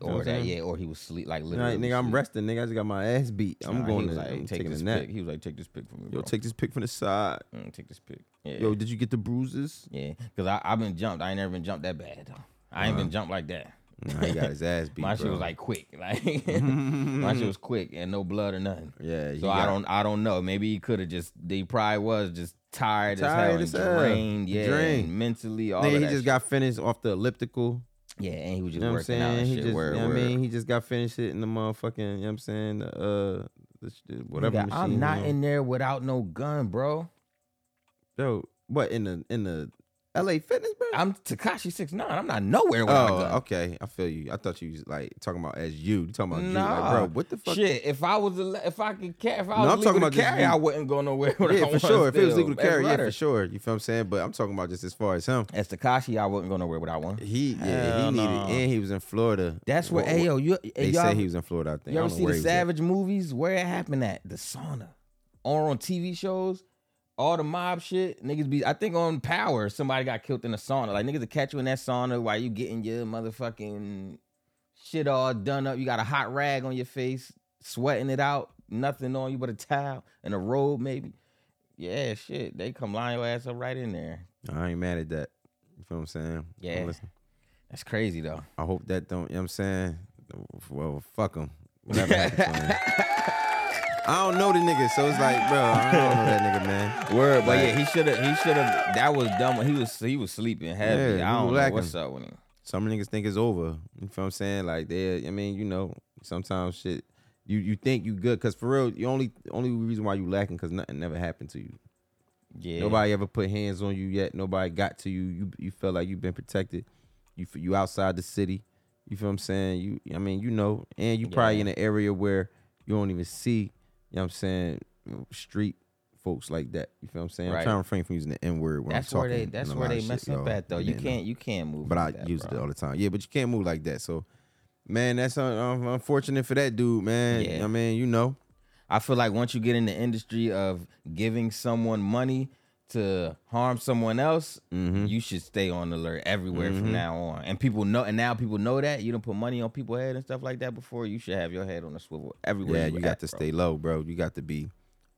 [SPEAKER 1] know what
[SPEAKER 2] Or
[SPEAKER 1] I'm
[SPEAKER 2] that?
[SPEAKER 1] saying?
[SPEAKER 2] Yeah. Or he was sleep like
[SPEAKER 1] You
[SPEAKER 2] literally.
[SPEAKER 1] know, like, nigga, I'm
[SPEAKER 2] sleep.
[SPEAKER 1] resting. Nigga, I just got my ass beat. I'm
[SPEAKER 2] Nah, he
[SPEAKER 1] going
[SPEAKER 2] was
[SPEAKER 1] to
[SPEAKER 2] like,
[SPEAKER 1] I'm
[SPEAKER 2] take
[SPEAKER 1] taking
[SPEAKER 2] this
[SPEAKER 1] a nap.
[SPEAKER 2] pic. He was like, take this pic from me.
[SPEAKER 1] Yo,
[SPEAKER 2] Bro.
[SPEAKER 1] take this pic from the side.
[SPEAKER 2] Mm, take this pic. Yeah.
[SPEAKER 1] Yo, did you get the bruises?
[SPEAKER 2] Yeah, cause I I've been jumped. I ain't never been jumped that bad. Though. I ain't been jumped like that.
[SPEAKER 1] Uh-huh. Nah, he got his ass beat.
[SPEAKER 2] my
[SPEAKER 1] bro.
[SPEAKER 2] shit was like quick, like my shit was quick and no blood or nothing.
[SPEAKER 1] yeah. he
[SPEAKER 2] So I
[SPEAKER 1] got
[SPEAKER 2] don't I don't know. Maybe he could have just they probably was just tired,
[SPEAKER 1] Tired as
[SPEAKER 2] as hell,
[SPEAKER 1] hell.
[SPEAKER 2] and drained, yeah,
[SPEAKER 1] Drained.
[SPEAKER 2] and mentally all
[SPEAKER 1] Nigga,
[SPEAKER 2] of
[SPEAKER 1] he
[SPEAKER 2] that.
[SPEAKER 1] just
[SPEAKER 2] shit.
[SPEAKER 1] got finished off the elliptical.
[SPEAKER 2] yeah, and he was
[SPEAKER 1] You
[SPEAKER 2] just
[SPEAKER 1] know what I'm
[SPEAKER 2] working out
[SPEAKER 1] saying?
[SPEAKER 2] and
[SPEAKER 1] He
[SPEAKER 2] shit.
[SPEAKER 1] just,
[SPEAKER 2] where,
[SPEAKER 1] you know
[SPEAKER 2] where,
[SPEAKER 1] what I mean? He just got finished hitting the motherfucking, you know what I'm saying? The, uh, the, sh- the whatever.
[SPEAKER 2] Nigga, I'm
[SPEAKER 1] machine,
[SPEAKER 2] not
[SPEAKER 1] you know.
[SPEAKER 2] in there without no gun, bro.
[SPEAKER 1] Yo, what in the in the L.A. Fitness, bro?
[SPEAKER 2] I'm Takashi six nine. I'm not nowhere without a gun.
[SPEAKER 1] oh, okay. I feel you. I thought you was like talking about as you. You talking about you, like,
[SPEAKER 2] Nah.
[SPEAKER 1] bro? What the fuck?
[SPEAKER 2] Shit, if I was al- if I could carry, if
[SPEAKER 1] No,
[SPEAKER 2] I was
[SPEAKER 1] I'm
[SPEAKER 2] legal
[SPEAKER 1] talking
[SPEAKER 2] to
[SPEAKER 1] about just
[SPEAKER 2] carry,
[SPEAKER 1] you.
[SPEAKER 2] I wouldn't go nowhere. When
[SPEAKER 1] Yeah,
[SPEAKER 2] I
[SPEAKER 1] for
[SPEAKER 2] was
[SPEAKER 1] sure. If it was
[SPEAKER 2] still.
[SPEAKER 1] legal to
[SPEAKER 2] As
[SPEAKER 1] carry, yeah,
[SPEAKER 2] Rutter.
[SPEAKER 1] for sure. You feel what I'm saying? But I'm talking about just as far as him.
[SPEAKER 2] As Takashi, I wouldn't go nowhere without one.
[SPEAKER 1] He yeah,
[SPEAKER 2] Hell
[SPEAKER 1] he needed,
[SPEAKER 2] no.
[SPEAKER 1] and he was in Florida.
[SPEAKER 2] That's where,
[SPEAKER 1] Wh-
[SPEAKER 2] hey
[SPEAKER 1] wh-
[SPEAKER 2] yo, you
[SPEAKER 1] They
[SPEAKER 2] y'all,
[SPEAKER 1] say he was in Florida. I think.
[SPEAKER 2] you
[SPEAKER 1] I
[SPEAKER 2] ever
[SPEAKER 1] don't know
[SPEAKER 2] see
[SPEAKER 1] where
[SPEAKER 2] the
[SPEAKER 1] he was at.
[SPEAKER 2] Savage movies? Where it happened at? The sauna, or on TV shows, all the mob shit. Niggas be, I think on Power, somebody got killed in a sauna. Like niggas will catch you in that sauna while you getting your motherfucking shit all done up. You got a hot rag on your face, sweating it out, nothing on you but a towel and a robe maybe. Yeah, shit, they come line your ass up right in there.
[SPEAKER 1] I ain't mad at that. You feel what I'm saying? I'm
[SPEAKER 2] Yeah.
[SPEAKER 1] listening.
[SPEAKER 2] That's crazy though.
[SPEAKER 1] I hope that don't. You know what I'm saying? Well, fuck him. Whatever happens to him. I don't know the nigga, so it's like, bro, I don't know that nigga, man.
[SPEAKER 2] Word, but
[SPEAKER 1] Like-
[SPEAKER 2] yeah, he should have. He should have. That was dumb. He was he was sleeping
[SPEAKER 1] Yeah,
[SPEAKER 2] heavy.
[SPEAKER 1] he
[SPEAKER 2] I
[SPEAKER 1] was
[SPEAKER 2] don't know
[SPEAKER 1] lacking.
[SPEAKER 2] what's up with him.
[SPEAKER 1] Some niggas think it's over. You feel what I'm saying? Like they, I mean, you know, sometimes shit. You you think you good, cause for real, you only only reason why you lacking, cause nothing never happened to you.
[SPEAKER 2] Yeah,
[SPEAKER 1] Nobody ever put hands on you yet. Nobody got to you. You you feel like you've been protected. You f- you outside the city. You feel what I'm saying? You I mean, you know, and you probably
[SPEAKER 2] Yeah.
[SPEAKER 1] in an area where you don't even see, you know what I'm saying, street folks like that. You feel what I'm saying? I'm
[SPEAKER 2] Right.
[SPEAKER 1] trying to refrain from using the N word when
[SPEAKER 2] That's
[SPEAKER 1] I'm
[SPEAKER 2] where
[SPEAKER 1] talking.
[SPEAKER 2] they.
[SPEAKER 1] and
[SPEAKER 2] That's
[SPEAKER 1] a
[SPEAKER 2] where
[SPEAKER 1] lot
[SPEAKER 2] they
[SPEAKER 1] of shit,
[SPEAKER 2] mess up
[SPEAKER 1] y'all.
[SPEAKER 2] at though.
[SPEAKER 1] You
[SPEAKER 2] You
[SPEAKER 1] didn't know.
[SPEAKER 2] can't. You can't move.
[SPEAKER 1] But I
[SPEAKER 2] like that,
[SPEAKER 1] use it
[SPEAKER 2] bro.
[SPEAKER 1] all the time. Yeah, but you can't move like that. So, man, that's un- un- unfortunate for that dude, man.
[SPEAKER 2] Yeah.
[SPEAKER 1] I mean, you know,
[SPEAKER 2] I feel like once you get in the industry of giving someone money to harm someone else,
[SPEAKER 1] Mm-hmm.
[SPEAKER 2] you should stay on alert everywhere from now on. And people know, and now people know that you don't put money on people's head and stuff like that. Before you should have your head on a swivel everywhere.
[SPEAKER 1] yeah, you got
[SPEAKER 2] at,
[SPEAKER 1] to
[SPEAKER 2] bro.
[SPEAKER 1] stay low, bro. You got to be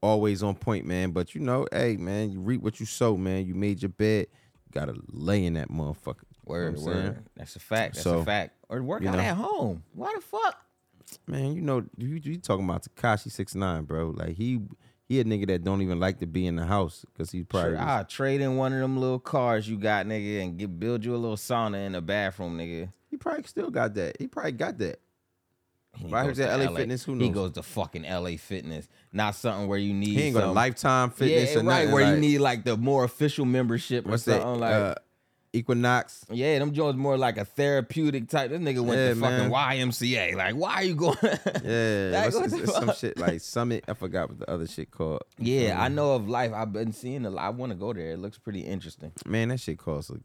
[SPEAKER 1] always on point, man. But you know, hey, man, you reap what you sow, man. You made your bed, you gotta lay in that motherfucker. You know
[SPEAKER 2] Word,
[SPEAKER 1] what I'm saying?
[SPEAKER 2] word. That's a fact. That's
[SPEAKER 1] So,
[SPEAKER 2] a fact. Or work
[SPEAKER 1] you
[SPEAKER 2] out
[SPEAKER 1] know.
[SPEAKER 2] at home. Why the fuck?
[SPEAKER 1] man, you know, you, you talking about Takashi six nine, bro? Like he he a nigga that don't even like to be in the house because he probably
[SPEAKER 2] Sure,
[SPEAKER 1] was-
[SPEAKER 2] I'll trade in one of them little cars you got, nigga, and get build you a little sauna in the bathroom, nigga.
[SPEAKER 1] he probably still got that. He probably got that.
[SPEAKER 2] And he
[SPEAKER 1] But I heard
[SPEAKER 2] goes
[SPEAKER 1] that
[SPEAKER 2] to
[SPEAKER 1] LA Fitness, who
[SPEAKER 2] He
[SPEAKER 1] knows?
[SPEAKER 2] goes to fucking LA Fitness, not something where you need.
[SPEAKER 1] He ain't got a
[SPEAKER 2] some-
[SPEAKER 1] lifetime fitness or
[SPEAKER 2] yeah, right,
[SPEAKER 1] nothing,
[SPEAKER 2] where
[SPEAKER 1] like-
[SPEAKER 2] you need like the more official membership or
[SPEAKER 1] What's that?
[SPEAKER 2] something like.
[SPEAKER 1] uh, Equinox.
[SPEAKER 2] yeah, them joints more like a therapeutic type. This nigga went
[SPEAKER 1] Yeah,
[SPEAKER 2] to
[SPEAKER 1] man.
[SPEAKER 2] fucking YMCA. Like, why are you going?
[SPEAKER 1] Yeah,
[SPEAKER 2] Like,
[SPEAKER 1] what's-
[SPEAKER 2] what
[SPEAKER 1] it's,
[SPEAKER 2] the
[SPEAKER 1] it's some
[SPEAKER 2] fuck?
[SPEAKER 1] shit like Summit. I forgot what the other shit called.
[SPEAKER 2] Yeah, I know of life. I've been seeing a lot. I want to go there. It looks pretty interesting.
[SPEAKER 1] Man, that shit costs an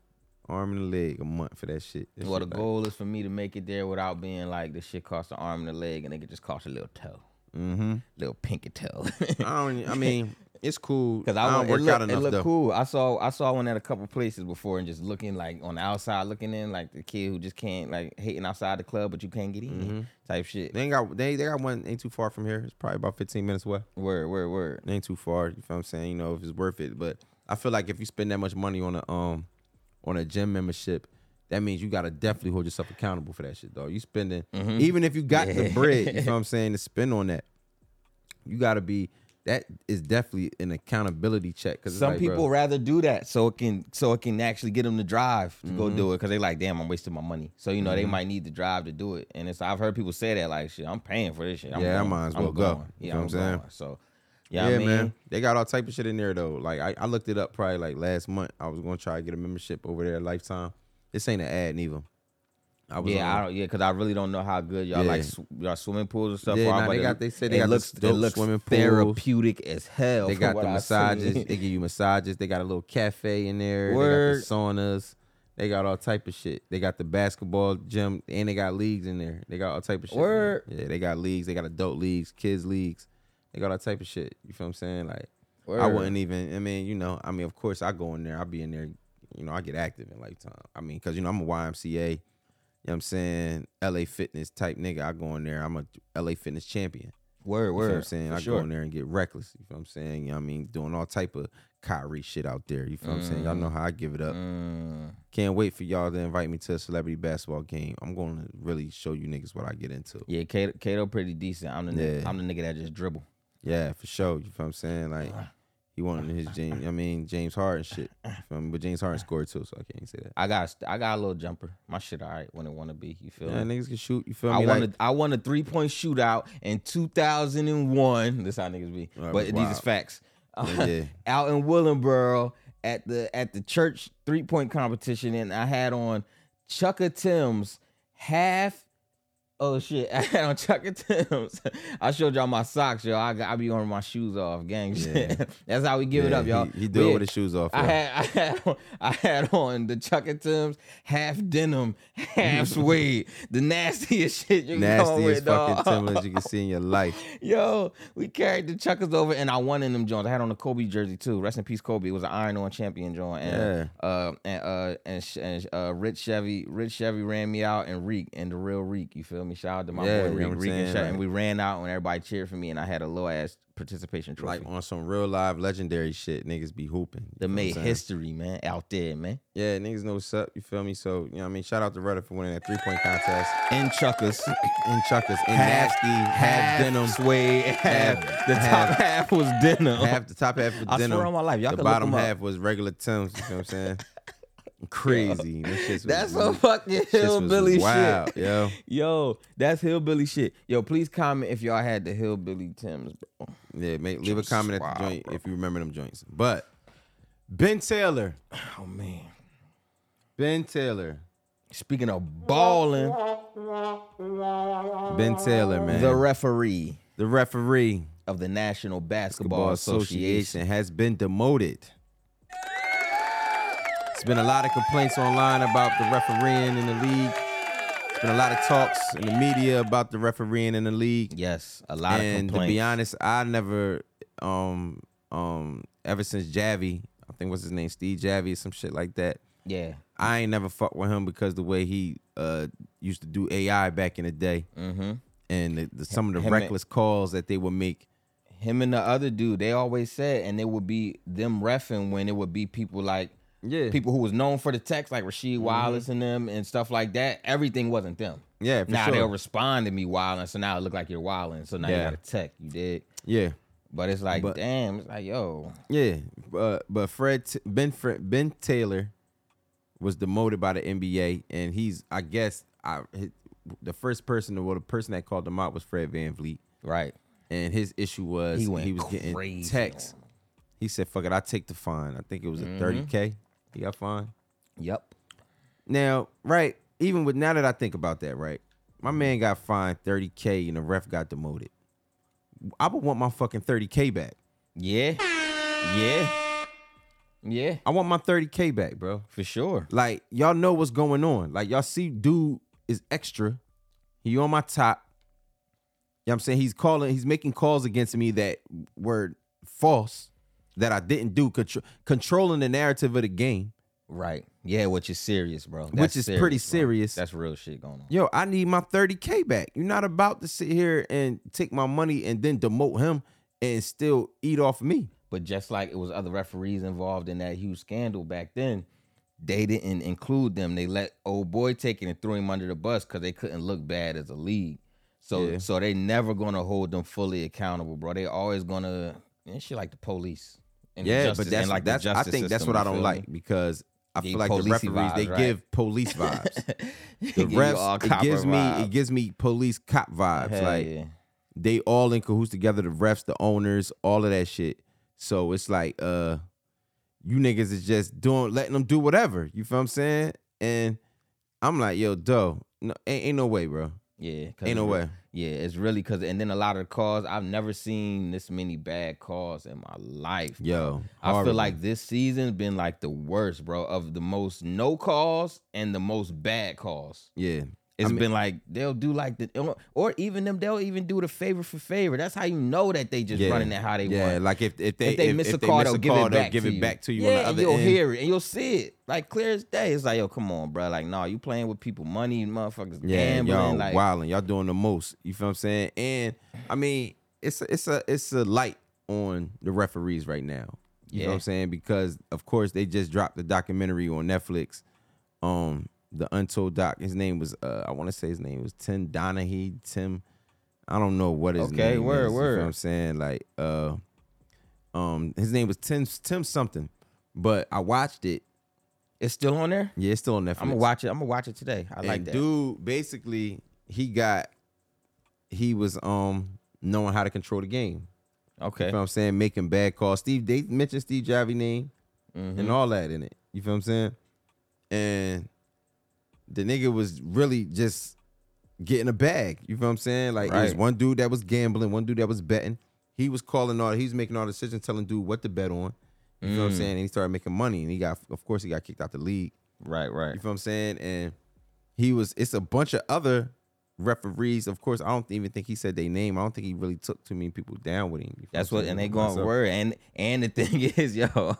[SPEAKER 1] arm and a leg a month for that shit. That
[SPEAKER 2] Well, the
[SPEAKER 1] shit like-
[SPEAKER 2] goal is for me to make it there without being like this shit costs an arm and a leg, and it could just cost a little toe, mm-hmm. little pinky toe.
[SPEAKER 1] I don't. e, I mean, it's cool.
[SPEAKER 2] Cause
[SPEAKER 1] I
[SPEAKER 2] I,
[SPEAKER 1] don't
[SPEAKER 2] went-
[SPEAKER 1] work
[SPEAKER 2] it look,
[SPEAKER 1] out enough
[SPEAKER 2] It
[SPEAKER 1] though.
[SPEAKER 2] looked cool. I saw I saw one at a couple places before, and just looking like on the outside, looking in, like the kid who just can't like hating outside the club, but you can't get in,
[SPEAKER 1] Mm-hmm.
[SPEAKER 2] type shit.
[SPEAKER 1] They ain't got. They they got one. Ain't too far from here. It's probably about fifteen minutes away.
[SPEAKER 2] Word, word, word.
[SPEAKER 1] It ain't too far. You feel what I'm saying? You know, if it's worth it. But I feel like if you spend that much money on a um on a gym membership, that means you gotta definitely hold yourself accountable for that shit, though. You spending
[SPEAKER 2] Mm-hmm.
[SPEAKER 1] even if you got the bread, you know what I'm saying, to spend on that, you gotta be that is definitely an accountability check. Cause it's
[SPEAKER 2] Some
[SPEAKER 1] like, bro,
[SPEAKER 2] people rather do that so it can so it can actually get them to drive to go
[SPEAKER 1] Mm-hmm.
[SPEAKER 2] do it because they like, damn, I'm wasting my money. So you know they might need the drive to do it, and it's I've heard people say that like, shit, I'm paying for this shit. I'm
[SPEAKER 1] Yeah, I
[SPEAKER 2] going.
[SPEAKER 1] might as well
[SPEAKER 2] I'm
[SPEAKER 1] go.
[SPEAKER 2] going.
[SPEAKER 1] You
[SPEAKER 2] Yeah,
[SPEAKER 1] know
[SPEAKER 2] I'm
[SPEAKER 1] what I'm saying?
[SPEAKER 2] going. So
[SPEAKER 1] yeah,
[SPEAKER 2] yeah, I mean,
[SPEAKER 1] man, they got all type of shit in there though. Like I, I looked it up probably like last month. I was gonna try to get a membership over there, lifetime. This ain't an ad neither. I was
[SPEAKER 2] Yeah,
[SPEAKER 1] on-
[SPEAKER 2] I don't, yeah, because I really don't know how good y'all
[SPEAKER 1] Yeah.
[SPEAKER 2] like sw- y'all swimming pools and stuff.
[SPEAKER 1] Yeah,
[SPEAKER 2] are,
[SPEAKER 1] nah, they
[SPEAKER 2] it-
[SPEAKER 1] got- they said they
[SPEAKER 2] it
[SPEAKER 1] got
[SPEAKER 2] looks
[SPEAKER 1] this
[SPEAKER 2] it
[SPEAKER 1] dope
[SPEAKER 2] looks
[SPEAKER 1] swimming pool.
[SPEAKER 2] therapeutic as hell.
[SPEAKER 1] They
[SPEAKER 2] from
[SPEAKER 1] got
[SPEAKER 2] what
[SPEAKER 1] the
[SPEAKER 2] I
[SPEAKER 1] massages.
[SPEAKER 2] seen.
[SPEAKER 1] They give you massages. They got a little cafe in there.
[SPEAKER 2] Word.
[SPEAKER 1] They got the saunas. They got all type of shit. They got the basketball gym and they got leagues in there. They got all type of shit. man.
[SPEAKER 2] Word.
[SPEAKER 1] Yeah, they got leagues. They got adult leagues, kids leagues. They got all type of shit. You feel what I'm saying? Like I
[SPEAKER 2] Word.
[SPEAKER 1] wouldn't even. I mean, you know, I mean, of course I go in there. I be in there. You know, I get active in lifetime. I mean, cause you know I'm a YMCA. You know what I'm saying? LA Fitness type nigga. I go in there. I'm a LA Fitness champion.
[SPEAKER 2] word,
[SPEAKER 1] You feel
[SPEAKER 2] word.
[SPEAKER 1] what I'm saying?
[SPEAKER 2] for
[SPEAKER 1] I
[SPEAKER 2] sure.
[SPEAKER 1] go in there and get reckless. You feel what I'm saying? You know what I mean, doing all type of Kyrie shit out there. You feel what I'm saying?
[SPEAKER 2] Mm-hmm.
[SPEAKER 1] Y'all know how I give it up.
[SPEAKER 2] Mm,
[SPEAKER 1] Can't wait for y'all to invite me to a celebrity basketball game. I'm going to really show you niggas what I get into.
[SPEAKER 2] yeah, Kato, Kato pretty decent. I'm the nigga,
[SPEAKER 1] Yeah.
[SPEAKER 2] I'm the nigga that just dribble.
[SPEAKER 1] Yeah, for sure. You feel what I'm saying? Like he wanted his James. I mean James Harden shit. You feel me? But James Harden scored too, so I can't say that.
[SPEAKER 2] I got st- I got a little jumper. My shit all right when it want to be. You feel
[SPEAKER 1] Yeah,
[SPEAKER 2] me?
[SPEAKER 1] niggas can shoot. You feel
[SPEAKER 2] I
[SPEAKER 1] me?
[SPEAKER 2] won
[SPEAKER 1] Like,
[SPEAKER 2] a, I won a three point shootout in 2001. This how niggas be,
[SPEAKER 1] That
[SPEAKER 2] but
[SPEAKER 1] was
[SPEAKER 2] these
[SPEAKER 1] wild.
[SPEAKER 2] is facts.
[SPEAKER 1] Yeah, yeah.
[SPEAKER 2] Out in Willenboro at the at the church three point competition, and I had on Chucka Tim's half. Oh shit! I had on Chucka Tim's. I showed y'all my socks, y'all. I, got- I be on my shoes off, gang. shit. That's how we give it
[SPEAKER 1] yeah,
[SPEAKER 2] up, y'all.
[SPEAKER 1] He, he do
[SPEAKER 2] But
[SPEAKER 1] it
[SPEAKER 2] yeah.
[SPEAKER 1] with his shoes off.
[SPEAKER 2] I
[SPEAKER 1] yo.
[SPEAKER 2] had I had on, I had on the Chuck and Tim's half denim, half suede, the nastiest shit you can come
[SPEAKER 1] Nastiest
[SPEAKER 2] with,
[SPEAKER 1] fucking
[SPEAKER 2] dog.
[SPEAKER 1] Timberlands you can see in your life.
[SPEAKER 2] Yo, we carried the Chuckers over, and I won in them Jones. I had on a Kobe jersey too. Rest in peace, Kobe. It was an Iron On champion John, and uh, and uh, and, sh- and uh, Rich Chevy, Rich Chevy ran me out, and Reek, and the real Reek. You feel me? Shout out to my
[SPEAKER 1] Yeah, you
[SPEAKER 2] boy
[SPEAKER 1] know
[SPEAKER 2] Reek,
[SPEAKER 1] what I'm
[SPEAKER 2] Reek and,
[SPEAKER 1] saying,
[SPEAKER 2] Chevy.
[SPEAKER 1] like-
[SPEAKER 2] and we ran out, and everybody cheered for me, and I had a low ass participation trophy.
[SPEAKER 1] Like on some real live legendary shit, niggas be hooping. You
[SPEAKER 2] that
[SPEAKER 1] feel what I'm
[SPEAKER 2] made
[SPEAKER 1] saying?
[SPEAKER 2] history, man, out there, man.
[SPEAKER 1] Yeah, niggas know what's up. You feel me? So, you know what I mean? Shout out to Rudder for winning that three point contest.
[SPEAKER 2] And Chuckers.
[SPEAKER 1] In Chuckers, in nasty, half, denim,
[SPEAKER 2] suede, half, the
[SPEAKER 1] half-
[SPEAKER 2] top half was denim.
[SPEAKER 1] half the top half was
[SPEAKER 2] I swear
[SPEAKER 1] denim.
[SPEAKER 2] on my life, y'all
[SPEAKER 1] the
[SPEAKER 2] can look
[SPEAKER 1] bottom
[SPEAKER 2] 'em up.
[SPEAKER 1] half was regular Tim's. You feel what I'm saying? Crazy. Them shits was-
[SPEAKER 2] that's
[SPEAKER 1] them
[SPEAKER 2] some fucking
[SPEAKER 1] shits was
[SPEAKER 2] hillbilly
[SPEAKER 1] wild,
[SPEAKER 2] shit.
[SPEAKER 1] Yo,
[SPEAKER 2] Yo, that's hillbilly shit. Yo, please comment if y'all had the hillbilly Tim's, bro.
[SPEAKER 1] yeah. Make, leave a
[SPEAKER 2] Shits
[SPEAKER 1] comment at
[SPEAKER 2] wild,
[SPEAKER 1] the joint
[SPEAKER 2] bro.
[SPEAKER 1] if you remember them joints. But Ben Taylor,
[SPEAKER 2] Oh man.
[SPEAKER 1] Ben Taylor,
[SPEAKER 2] Speaking of balling,
[SPEAKER 1] Ben Taylor, man,
[SPEAKER 2] the referee.
[SPEAKER 1] the referee.
[SPEAKER 2] of the National Basketball,
[SPEAKER 1] Basketball
[SPEAKER 2] Association.
[SPEAKER 1] Association has been demoted. It's been a lot of complaints online about the refereeing in the league. It's been a lot of talks in the media about the refereeing in the league.
[SPEAKER 2] Yes, a lot
[SPEAKER 1] and
[SPEAKER 2] of
[SPEAKER 1] to
[SPEAKER 2] complaints.
[SPEAKER 1] be honest, I never um um ever since Javi, I think what's his name, Steve Javi or some shit like that.
[SPEAKER 2] yeah,
[SPEAKER 1] I ain't never fucked with him because the way he uh used to do AI back in the day
[SPEAKER 2] mm-hmm.
[SPEAKER 1] and the, the, some of the
[SPEAKER 2] Him and-
[SPEAKER 1] reckless calls that they would make.
[SPEAKER 2] him and the other dude, they always said, and it would be them refing when it would be people like
[SPEAKER 1] Yeah. Mm-hmm.
[SPEAKER 2] people who was known for the text, like Rasheed Wallace and them and stuff like that. Everything wasn't them.
[SPEAKER 1] Yeah, for
[SPEAKER 2] now
[SPEAKER 1] sure.
[SPEAKER 2] they'll respond to me wilding, so now it look like you're wilding. So now you
[SPEAKER 1] Yeah.
[SPEAKER 2] got a tech, you did.
[SPEAKER 1] yeah.
[SPEAKER 2] But it's like,
[SPEAKER 1] But-
[SPEAKER 2] damn, it's like, yo,
[SPEAKER 1] Yeah, but but Fred T- Ben Fred, Ben Taylor was demoted by the NBA, and he's I guess I hi- the first person well the person that called him out was Fred Van Vliet,
[SPEAKER 2] right,
[SPEAKER 1] and his issue was
[SPEAKER 2] He
[SPEAKER 1] he,
[SPEAKER 2] went
[SPEAKER 1] was getting
[SPEAKER 2] crazy
[SPEAKER 1] texts. He said, "Fuck it, I take the fine." I think it was a
[SPEAKER 2] Mm-hmm.
[SPEAKER 1] 30 k. He got fined.
[SPEAKER 2] yep,
[SPEAKER 1] Now, right, even with now that I think about that, right, my man got fined thirty k, and the ref got demoted. I would want my fucking thirty k back.
[SPEAKER 2] yeah, yeah, yeah,
[SPEAKER 1] I want my thirty k back, bro.
[SPEAKER 2] for sure.
[SPEAKER 1] Like y'all know what's going on. Like y'all see, dude is extra. He on my top. You know what I'm saying? He's calling, he's making calls against me that were false, that I didn't do, contro- controlling the narrative of the game.
[SPEAKER 2] Right, yeah, which is serious, bro.
[SPEAKER 1] Which is pretty
[SPEAKER 2] bro.
[SPEAKER 1] serious.
[SPEAKER 2] That's real shit going on.
[SPEAKER 1] Yo, I need my 30K back. You're not about to sit here and take my money and then demote him and still eat off me.
[SPEAKER 2] But just like it was other referees involved in that huge scandal back then, they didn't include them. They let old boy take it and threw him under the bus because they couldn't look bad as a league. So
[SPEAKER 1] Yeah.
[SPEAKER 2] so they never gonna hold them fully accountable, bro. They always gonna and shit like the police. And the
[SPEAKER 1] yeah,
[SPEAKER 2] justice-
[SPEAKER 1] but that's
[SPEAKER 2] and
[SPEAKER 1] like
[SPEAKER 2] the
[SPEAKER 1] that's I
[SPEAKER 2] justice
[SPEAKER 1] think that's
[SPEAKER 2] system,
[SPEAKER 1] what I
[SPEAKER 2] you
[SPEAKER 1] don't
[SPEAKER 2] feel
[SPEAKER 1] like because I
[SPEAKER 2] They
[SPEAKER 1] feel like the
[SPEAKER 2] policey
[SPEAKER 1] referees they
[SPEAKER 2] vibes, right?
[SPEAKER 1] give police vibes.
[SPEAKER 2] me?
[SPEAKER 1] the
[SPEAKER 2] Give you all
[SPEAKER 1] refs, it
[SPEAKER 2] copper
[SPEAKER 1] gives me
[SPEAKER 2] vibes.
[SPEAKER 1] it gives me police cop vibes.
[SPEAKER 2] Hell
[SPEAKER 1] like
[SPEAKER 2] yeah.
[SPEAKER 1] they all in cahoots together, the refs, the owners, all of that shit. So it's like uh you niggas is just doing letting them do whatever. You feel what I'm saying? And I'm like, yo, duh. No, ain't, ain't no way, bro.
[SPEAKER 2] Yeah, 'cause
[SPEAKER 1] Ain't no
[SPEAKER 2] it's re-
[SPEAKER 1] way.
[SPEAKER 2] Yeah, it's really because, and then a lot of the calls. I've never seen this many bad calls in my life. bro.
[SPEAKER 1] Yo,
[SPEAKER 2] I
[SPEAKER 1] horrible.
[SPEAKER 2] feel like this season been like the worst, bro, of the most no calls and the most bad calls.
[SPEAKER 1] Yeah.
[SPEAKER 2] It's
[SPEAKER 1] mean-
[SPEAKER 2] been like they'll do like the or, or even them they'll even do the favor for favor. That's how you know that they just
[SPEAKER 1] yeah.
[SPEAKER 2] running it how they
[SPEAKER 1] yeah,
[SPEAKER 2] want.
[SPEAKER 1] like if if they
[SPEAKER 2] if they miss a call, they'll give it back.
[SPEAKER 1] give
[SPEAKER 2] to
[SPEAKER 1] it
[SPEAKER 2] you.
[SPEAKER 1] back to you
[SPEAKER 2] Yeah,
[SPEAKER 1] on the
[SPEAKER 2] and
[SPEAKER 1] other
[SPEAKER 2] you'll
[SPEAKER 1] end.
[SPEAKER 2] hear it and you'll see it like clear as day. It's like yo, come on, bro. Like, nah, you playing with people money, motherfuckers
[SPEAKER 1] Yeah,
[SPEAKER 2] gambling.
[SPEAKER 1] y'all
[SPEAKER 2] like,
[SPEAKER 1] wilding. Y'all doing the most. You feel what I'm saying? And I mean, it's a, it's a it's a light on the referees right now. You know what
[SPEAKER 2] Yeah.
[SPEAKER 1] I'm saying? Because of course they just dropped the documentary on Netflix. Um, the Untold Doc. His name was uh, I want to say his name was Tim Donahue. Tim, I don't know what his
[SPEAKER 2] Okay,
[SPEAKER 1] name is.
[SPEAKER 2] word,
[SPEAKER 1] You feel
[SPEAKER 2] word.
[SPEAKER 1] what I'm saying? Like uh, um, his name was Tim Tim something. But I watched it.
[SPEAKER 2] it's still on there.
[SPEAKER 1] Yeah, it's still on Netflix.
[SPEAKER 2] I'm gonna watch it. I'm gonna watch it today. I like
[SPEAKER 1] and
[SPEAKER 2] that.
[SPEAKER 1] dude basically he got he was um knowing how to control the game.
[SPEAKER 2] okay.
[SPEAKER 1] You know what I'm saying? Making bad calls. Steve they mentioned Steve Javi name
[SPEAKER 2] Mm-hmm.
[SPEAKER 1] and all that in it. You feel what I'm saying? And the nigga was really just getting a bag. You feel what I'm saying? Like it was
[SPEAKER 2] Right.
[SPEAKER 1] one dude that was gambling, one dude that was betting. He was calling all he was making all the decisions, telling dude what to bet on. You know what
[SPEAKER 2] Mm.
[SPEAKER 1] I'm saying? And he started making money and he got of course he got kicked out the league.
[SPEAKER 2] Right, right.
[SPEAKER 1] You feel what I'm saying? And he was it's a bunch of other referees. Of course, I don't even think he said their name. I don't think he really took too many people down with him. You feel
[SPEAKER 2] That's
[SPEAKER 1] I'm
[SPEAKER 2] what,
[SPEAKER 1] saying?
[SPEAKER 2] and they going to
[SPEAKER 1] So-
[SPEAKER 2] worry. And and the thing is, yo,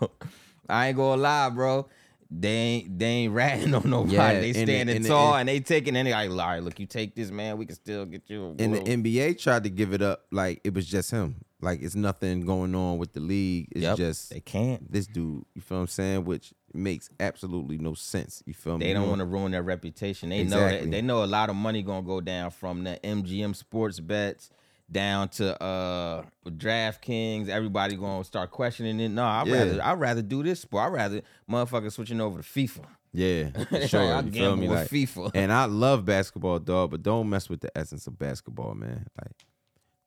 [SPEAKER 2] I ain't gonna lie, bro. They ain't they ain't ratting on nobody.
[SPEAKER 1] Yeah,
[SPEAKER 2] they
[SPEAKER 1] and the-
[SPEAKER 2] standing
[SPEAKER 1] and the-
[SPEAKER 2] tall
[SPEAKER 1] and-
[SPEAKER 2] and they taking and they like, all right, look, you take this, man. We can still get you. A
[SPEAKER 1] And the
[SPEAKER 2] world."
[SPEAKER 1] NBA tried to give it up like it was just him. Like it's nothing going on with the league. It's
[SPEAKER 2] Yep,
[SPEAKER 1] just
[SPEAKER 2] they can't.
[SPEAKER 1] this dude. You feel what I'm saying? Which makes absolutely no sense. You feel me?
[SPEAKER 2] They don't
[SPEAKER 1] You
[SPEAKER 2] want to ruin their reputation. They know
[SPEAKER 1] Mm-hmm. Exactly.
[SPEAKER 2] that, they know a lot of money gonna go down from the MGM sports bets down to uh DraftKings. Everybody gonna start questioning it. No, I would
[SPEAKER 1] Yeah.
[SPEAKER 2] rather I would rather do this sport. I would rather motherfuckers switching over to FIFA.
[SPEAKER 1] Yeah, for
[SPEAKER 2] Like,
[SPEAKER 1] sure.
[SPEAKER 2] I
[SPEAKER 1] you feel
[SPEAKER 2] gamble
[SPEAKER 1] me?
[SPEAKER 2] with
[SPEAKER 1] Like,
[SPEAKER 2] FIFA.
[SPEAKER 1] and I love basketball, dog, but don't mess with the essence of basketball, man. Like,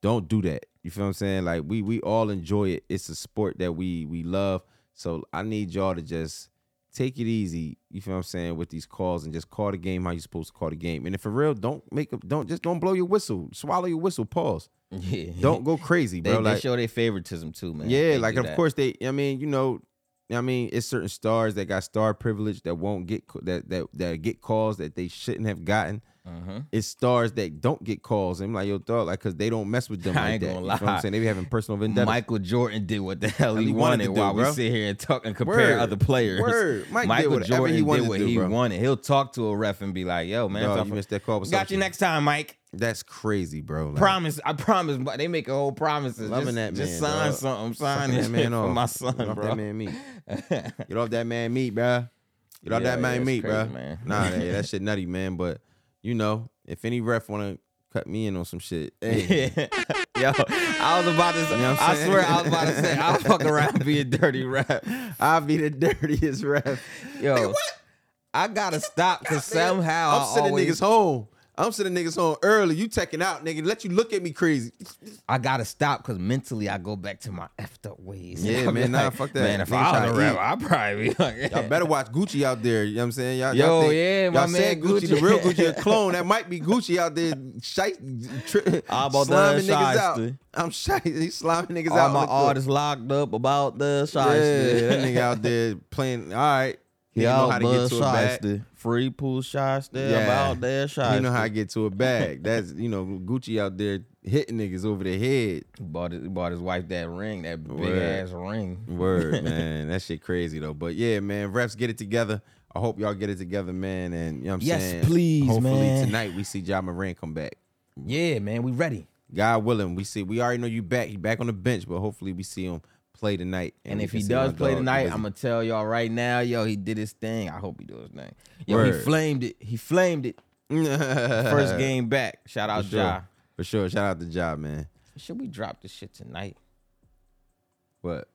[SPEAKER 1] don't do that. You feel what I'm saying? Like, we we all enjoy it. It's a sport that we we love. So I need y'all to just take it easy. You feel what I'm saying with these calls and just call the game how you're supposed to call the game. And if for real, don't make a, don't just don't blow your whistle. Swallow your whistle. Pause.
[SPEAKER 2] Yeah.
[SPEAKER 1] Don't go crazy,
[SPEAKER 2] They,
[SPEAKER 1] bro.
[SPEAKER 2] they
[SPEAKER 1] like,
[SPEAKER 2] show their favoritism too, man.
[SPEAKER 1] yeah,
[SPEAKER 2] They
[SPEAKER 1] like
[SPEAKER 2] do
[SPEAKER 1] of
[SPEAKER 2] that.
[SPEAKER 1] course they. I mean, you know, I mean, it's certain stars that got star privilege that won't get c- that that that get calls that they shouldn't have gotten.
[SPEAKER 2] Mhm.
[SPEAKER 1] It's stars that don't get calls. I'm like, yo, dog, like, cause they don't mess with them
[SPEAKER 2] I
[SPEAKER 1] like
[SPEAKER 2] ain't
[SPEAKER 1] that.
[SPEAKER 2] gonna
[SPEAKER 1] You feel what
[SPEAKER 2] lie.
[SPEAKER 1] I'm saying they be having personal vendetta.
[SPEAKER 2] Michael Jordan did what the hell
[SPEAKER 1] He
[SPEAKER 2] he
[SPEAKER 1] wanted
[SPEAKER 2] wanted,
[SPEAKER 1] to do,
[SPEAKER 2] while
[SPEAKER 1] bro.
[SPEAKER 2] we sit here and talk and compare
[SPEAKER 1] Word.
[SPEAKER 2] other players.
[SPEAKER 1] Word. Mike did
[SPEAKER 2] Michael
[SPEAKER 1] whatever
[SPEAKER 2] Jordan
[SPEAKER 1] he wanted
[SPEAKER 2] did
[SPEAKER 1] to
[SPEAKER 2] what
[SPEAKER 1] do,
[SPEAKER 2] he
[SPEAKER 1] bro.
[SPEAKER 2] wanted. He'll talk to a ref and be like, "Yo, man,
[SPEAKER 1] Dog,
[SPEAKER 2] it's
[SPEAKER 1] you
[SPEAKER 2] off-
[SPEAKER 1] missed that call. with
[SPEAKER 2] got you
[SPEAKER 1] something.
[SPEAKER 2] next time, Mike."
[SPEAKER 1] That's crazy, bro. Like,
[SPEAKER 2] Promise, I promise. but They make a whole promises.
[SPEAKER 1] Loving
[SPEAKER 2] just,
[SPEAKER 1] that man,
[SPEAKER 2] Just sign
[SPEAKER 1] dog.
[SPEAKER 2] something.
[SPEAKER 1] suck
[SPEAKER 2] Sign this
[SPEAKER 1] that
[SPEAKER 2] man for
[SPEAKER 1] off.
[SPEAKER 2] my
[SPEAKER 1] Get
[SPEAKER 2] son,
[SPEAKER 1] off
[SPEAKER 2] bro.
[SPEAKER 1] that man meat. Get off that man meat, bro. Get off that
[SPEAKER 2] Yeah, yeah,
[SPEAKER 1] man
[SPEAKER 2] it's
[SPEAKER 1] meat,
[SPEAKER 2] crazy,
[SPEAKER 1] bro.
[SPEAKER 2] man.
[SPEAKER 1] Nah, that, that shit nutty, man. But you know, if any ref wanna cut me in on some shit, hey,
[SPEAKER 2] Yo, I was about to.
[SPEAKER 1] You know what I'm
[SPEAKER 2] I
[SPEAKER 1] saying?
[SPEAKER 2] swear, I was about to say I'll fuck around and be a dirty rap.
[SPEAKER 1] I'll be the dirtiest ref.
[SPEAKER 2] Yo, I gotta stop because somehow
[SPEAKER 1] I'm
[SPEAKER 2] I
[SPEAKER 1] sending
[SPEAKER 2] always
[SPEAKER 1] niggas home. I'm sending niggas home early. You checking out, nigga. Let you look at me crazy.
[SPEAKER 2] I gotta stop because mentally I go back to my effed up ways.
[SPEAKER 1] Yeah,
[SPEAKER 2] I'll be
[SPEAKER 1] man, nah, fuck that.
[SPEAKER 2] Man, if
[SPEAKER 1] Niggas
[SPEAKER 2] I
[SPEAKER 1] tryna
[SPEAKER 2] was a
[SPEAKER 1] eat.
[SPEAKER 2] rapper, I'd probably be like,
[SPEAKER 1] Y'all better watch Gucci out there. You know what I'm saying? Y'all,
[SPEAKER 2] Yo,
[SPEAKER 1] y'all think,
[SPEAKER 2] yeah, my
[SPEAKER 1] y'all said
[SPEAKER 2] man
[SPEAKER 1] Gucci, the
[SPEAKER 2] Gucci.
[SPEAKER 1] real Gucci, a clone. That might be Gucci out there, shite, tri-
[SPEAKER 2] All about
[SPEAKER 1] slamming
[SPEAKER 2] that
[SPEAKER 1] niggas out.
[SPEAKER 2] shyster.
[SPEAKER 1] I'm shite. He's slamming niggas
[SPEAKER 2] all
[SPEAKER 1] out.
[SPEAKER 2] my
[SPEAKER 1] on the court.
[SPEAKER 2] artists locked up about the
[SPEAKER 1] Yeah,
[SPEAKER 2] shyster.
[SPEAKER 1] that nigga out there playing. All right, he know
[SPEAKER 2] Y'all
[SPEAKER 1] how to get
[SPEAKER 2] buzz
[SPEAKER 1] to a bag.
[SPEAKER 2] shyster. Free pool shyster.
[SPEAKER 1] Yeah.
[SPEAKER 2] About that shyster.
[SPEAKER 1] He know how to get to a bag. That's you know Gucci out there hitting niggas over the head.
[SPEAKER 2] He bought his, bought his wife that ring, that big
[SPEAKER 1] Word. Mm.
[SPEAKER 2] ass ring.
[SPEAKER 1] Word, man. That shit crazy though. But yeah, man, refs get it together. I hope y'all get it together, man. And you know what I'm
[SPEAKER 2] Yes,
[SPEAKER 1] saying?
[SPEAKER 2] please,
[SPEAKER 1] Hopefully
[SPEAKER 2] man.
[SPEAKER 1] tonight we see John Moran come back.
[SPEAKER 2] Yeah, man, we ready.
[SPEAKER 1] God willing, we see. We already know you back. He back on the bench, but hopefully we see him play tonight.
[SPEAKER 2] And
[SPEAKER 1] we
[SPEAKER 2] if
[SPEAKER 1] can
[SPEAKER 2] he
[SPEAKER 1] see my
[SPEAKER 2] does play
[SPEAKER 1] dog
[SPEAKER 2] tonight,
[SPEAKER 1] busy.
[SPEAKER 2] I'm gonna tell y'all right now, yo, he did his thing. I hope he do his thing. Yo, he
[SPEAKER 1] Word.
[SPEAKER 2] flamed it. He flamed it. First game back. Shout
[SPEAKER 1] for
[SPEAKER 2] out,
[SPEAKER 1] sure.
[SPEAKER 2] Ja.
[SPEAKER 1] For sure. Shout out to Ja, man.
[SPEAKER 2] Should we drop this shit tonight?
[SPEAKER 1] But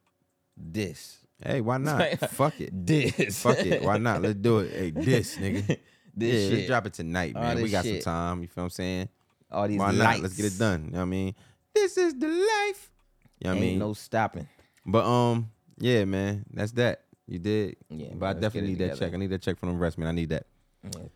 [SPEAKER 2] This.
[SPEAKER 1] hey, why not? Fuck it.
[SPEAKER 2] This.
[SPEAKER 1] Fuck it. Why not? Let's do it. Hey, this nigga.
[SPEAKER 2] this
[SPEAKER 1] yeah,
[SPEAKER 2] shit.
[SPEAKER 1] let's drop it tonight,
[SPEAKER 2] All
[SPEAKER 1] man. We
[SPEAKER 2] this
[SPEAKER 1] got
[SPEAKER 2] shit.
[SPEAKER 1] some time. You feel what I'm saying?
[SPEAKER 2] All these
[SPEAKER 1] Why
[SPEAKER 2] lights.
[SPEAKER 1] not? Let's get it done. You know what I mean? This is the life. You know what I
[SPEAKER 2] Ain't
[SPEAKER 1] mean?
[SPEAKER 2] no stopping.
[SPEAKER 1] But um, yeah, man. That's that. You did.
[SPEAKER 2] Yeah, man,
[SPEAKER 1] But I
[SPEAKER 2] let's get it
[SPEAKER 1] definitely need that
[SPEAKER 2] together.
[SPEAKER 1] check. I need that check from the rest, man. I need that.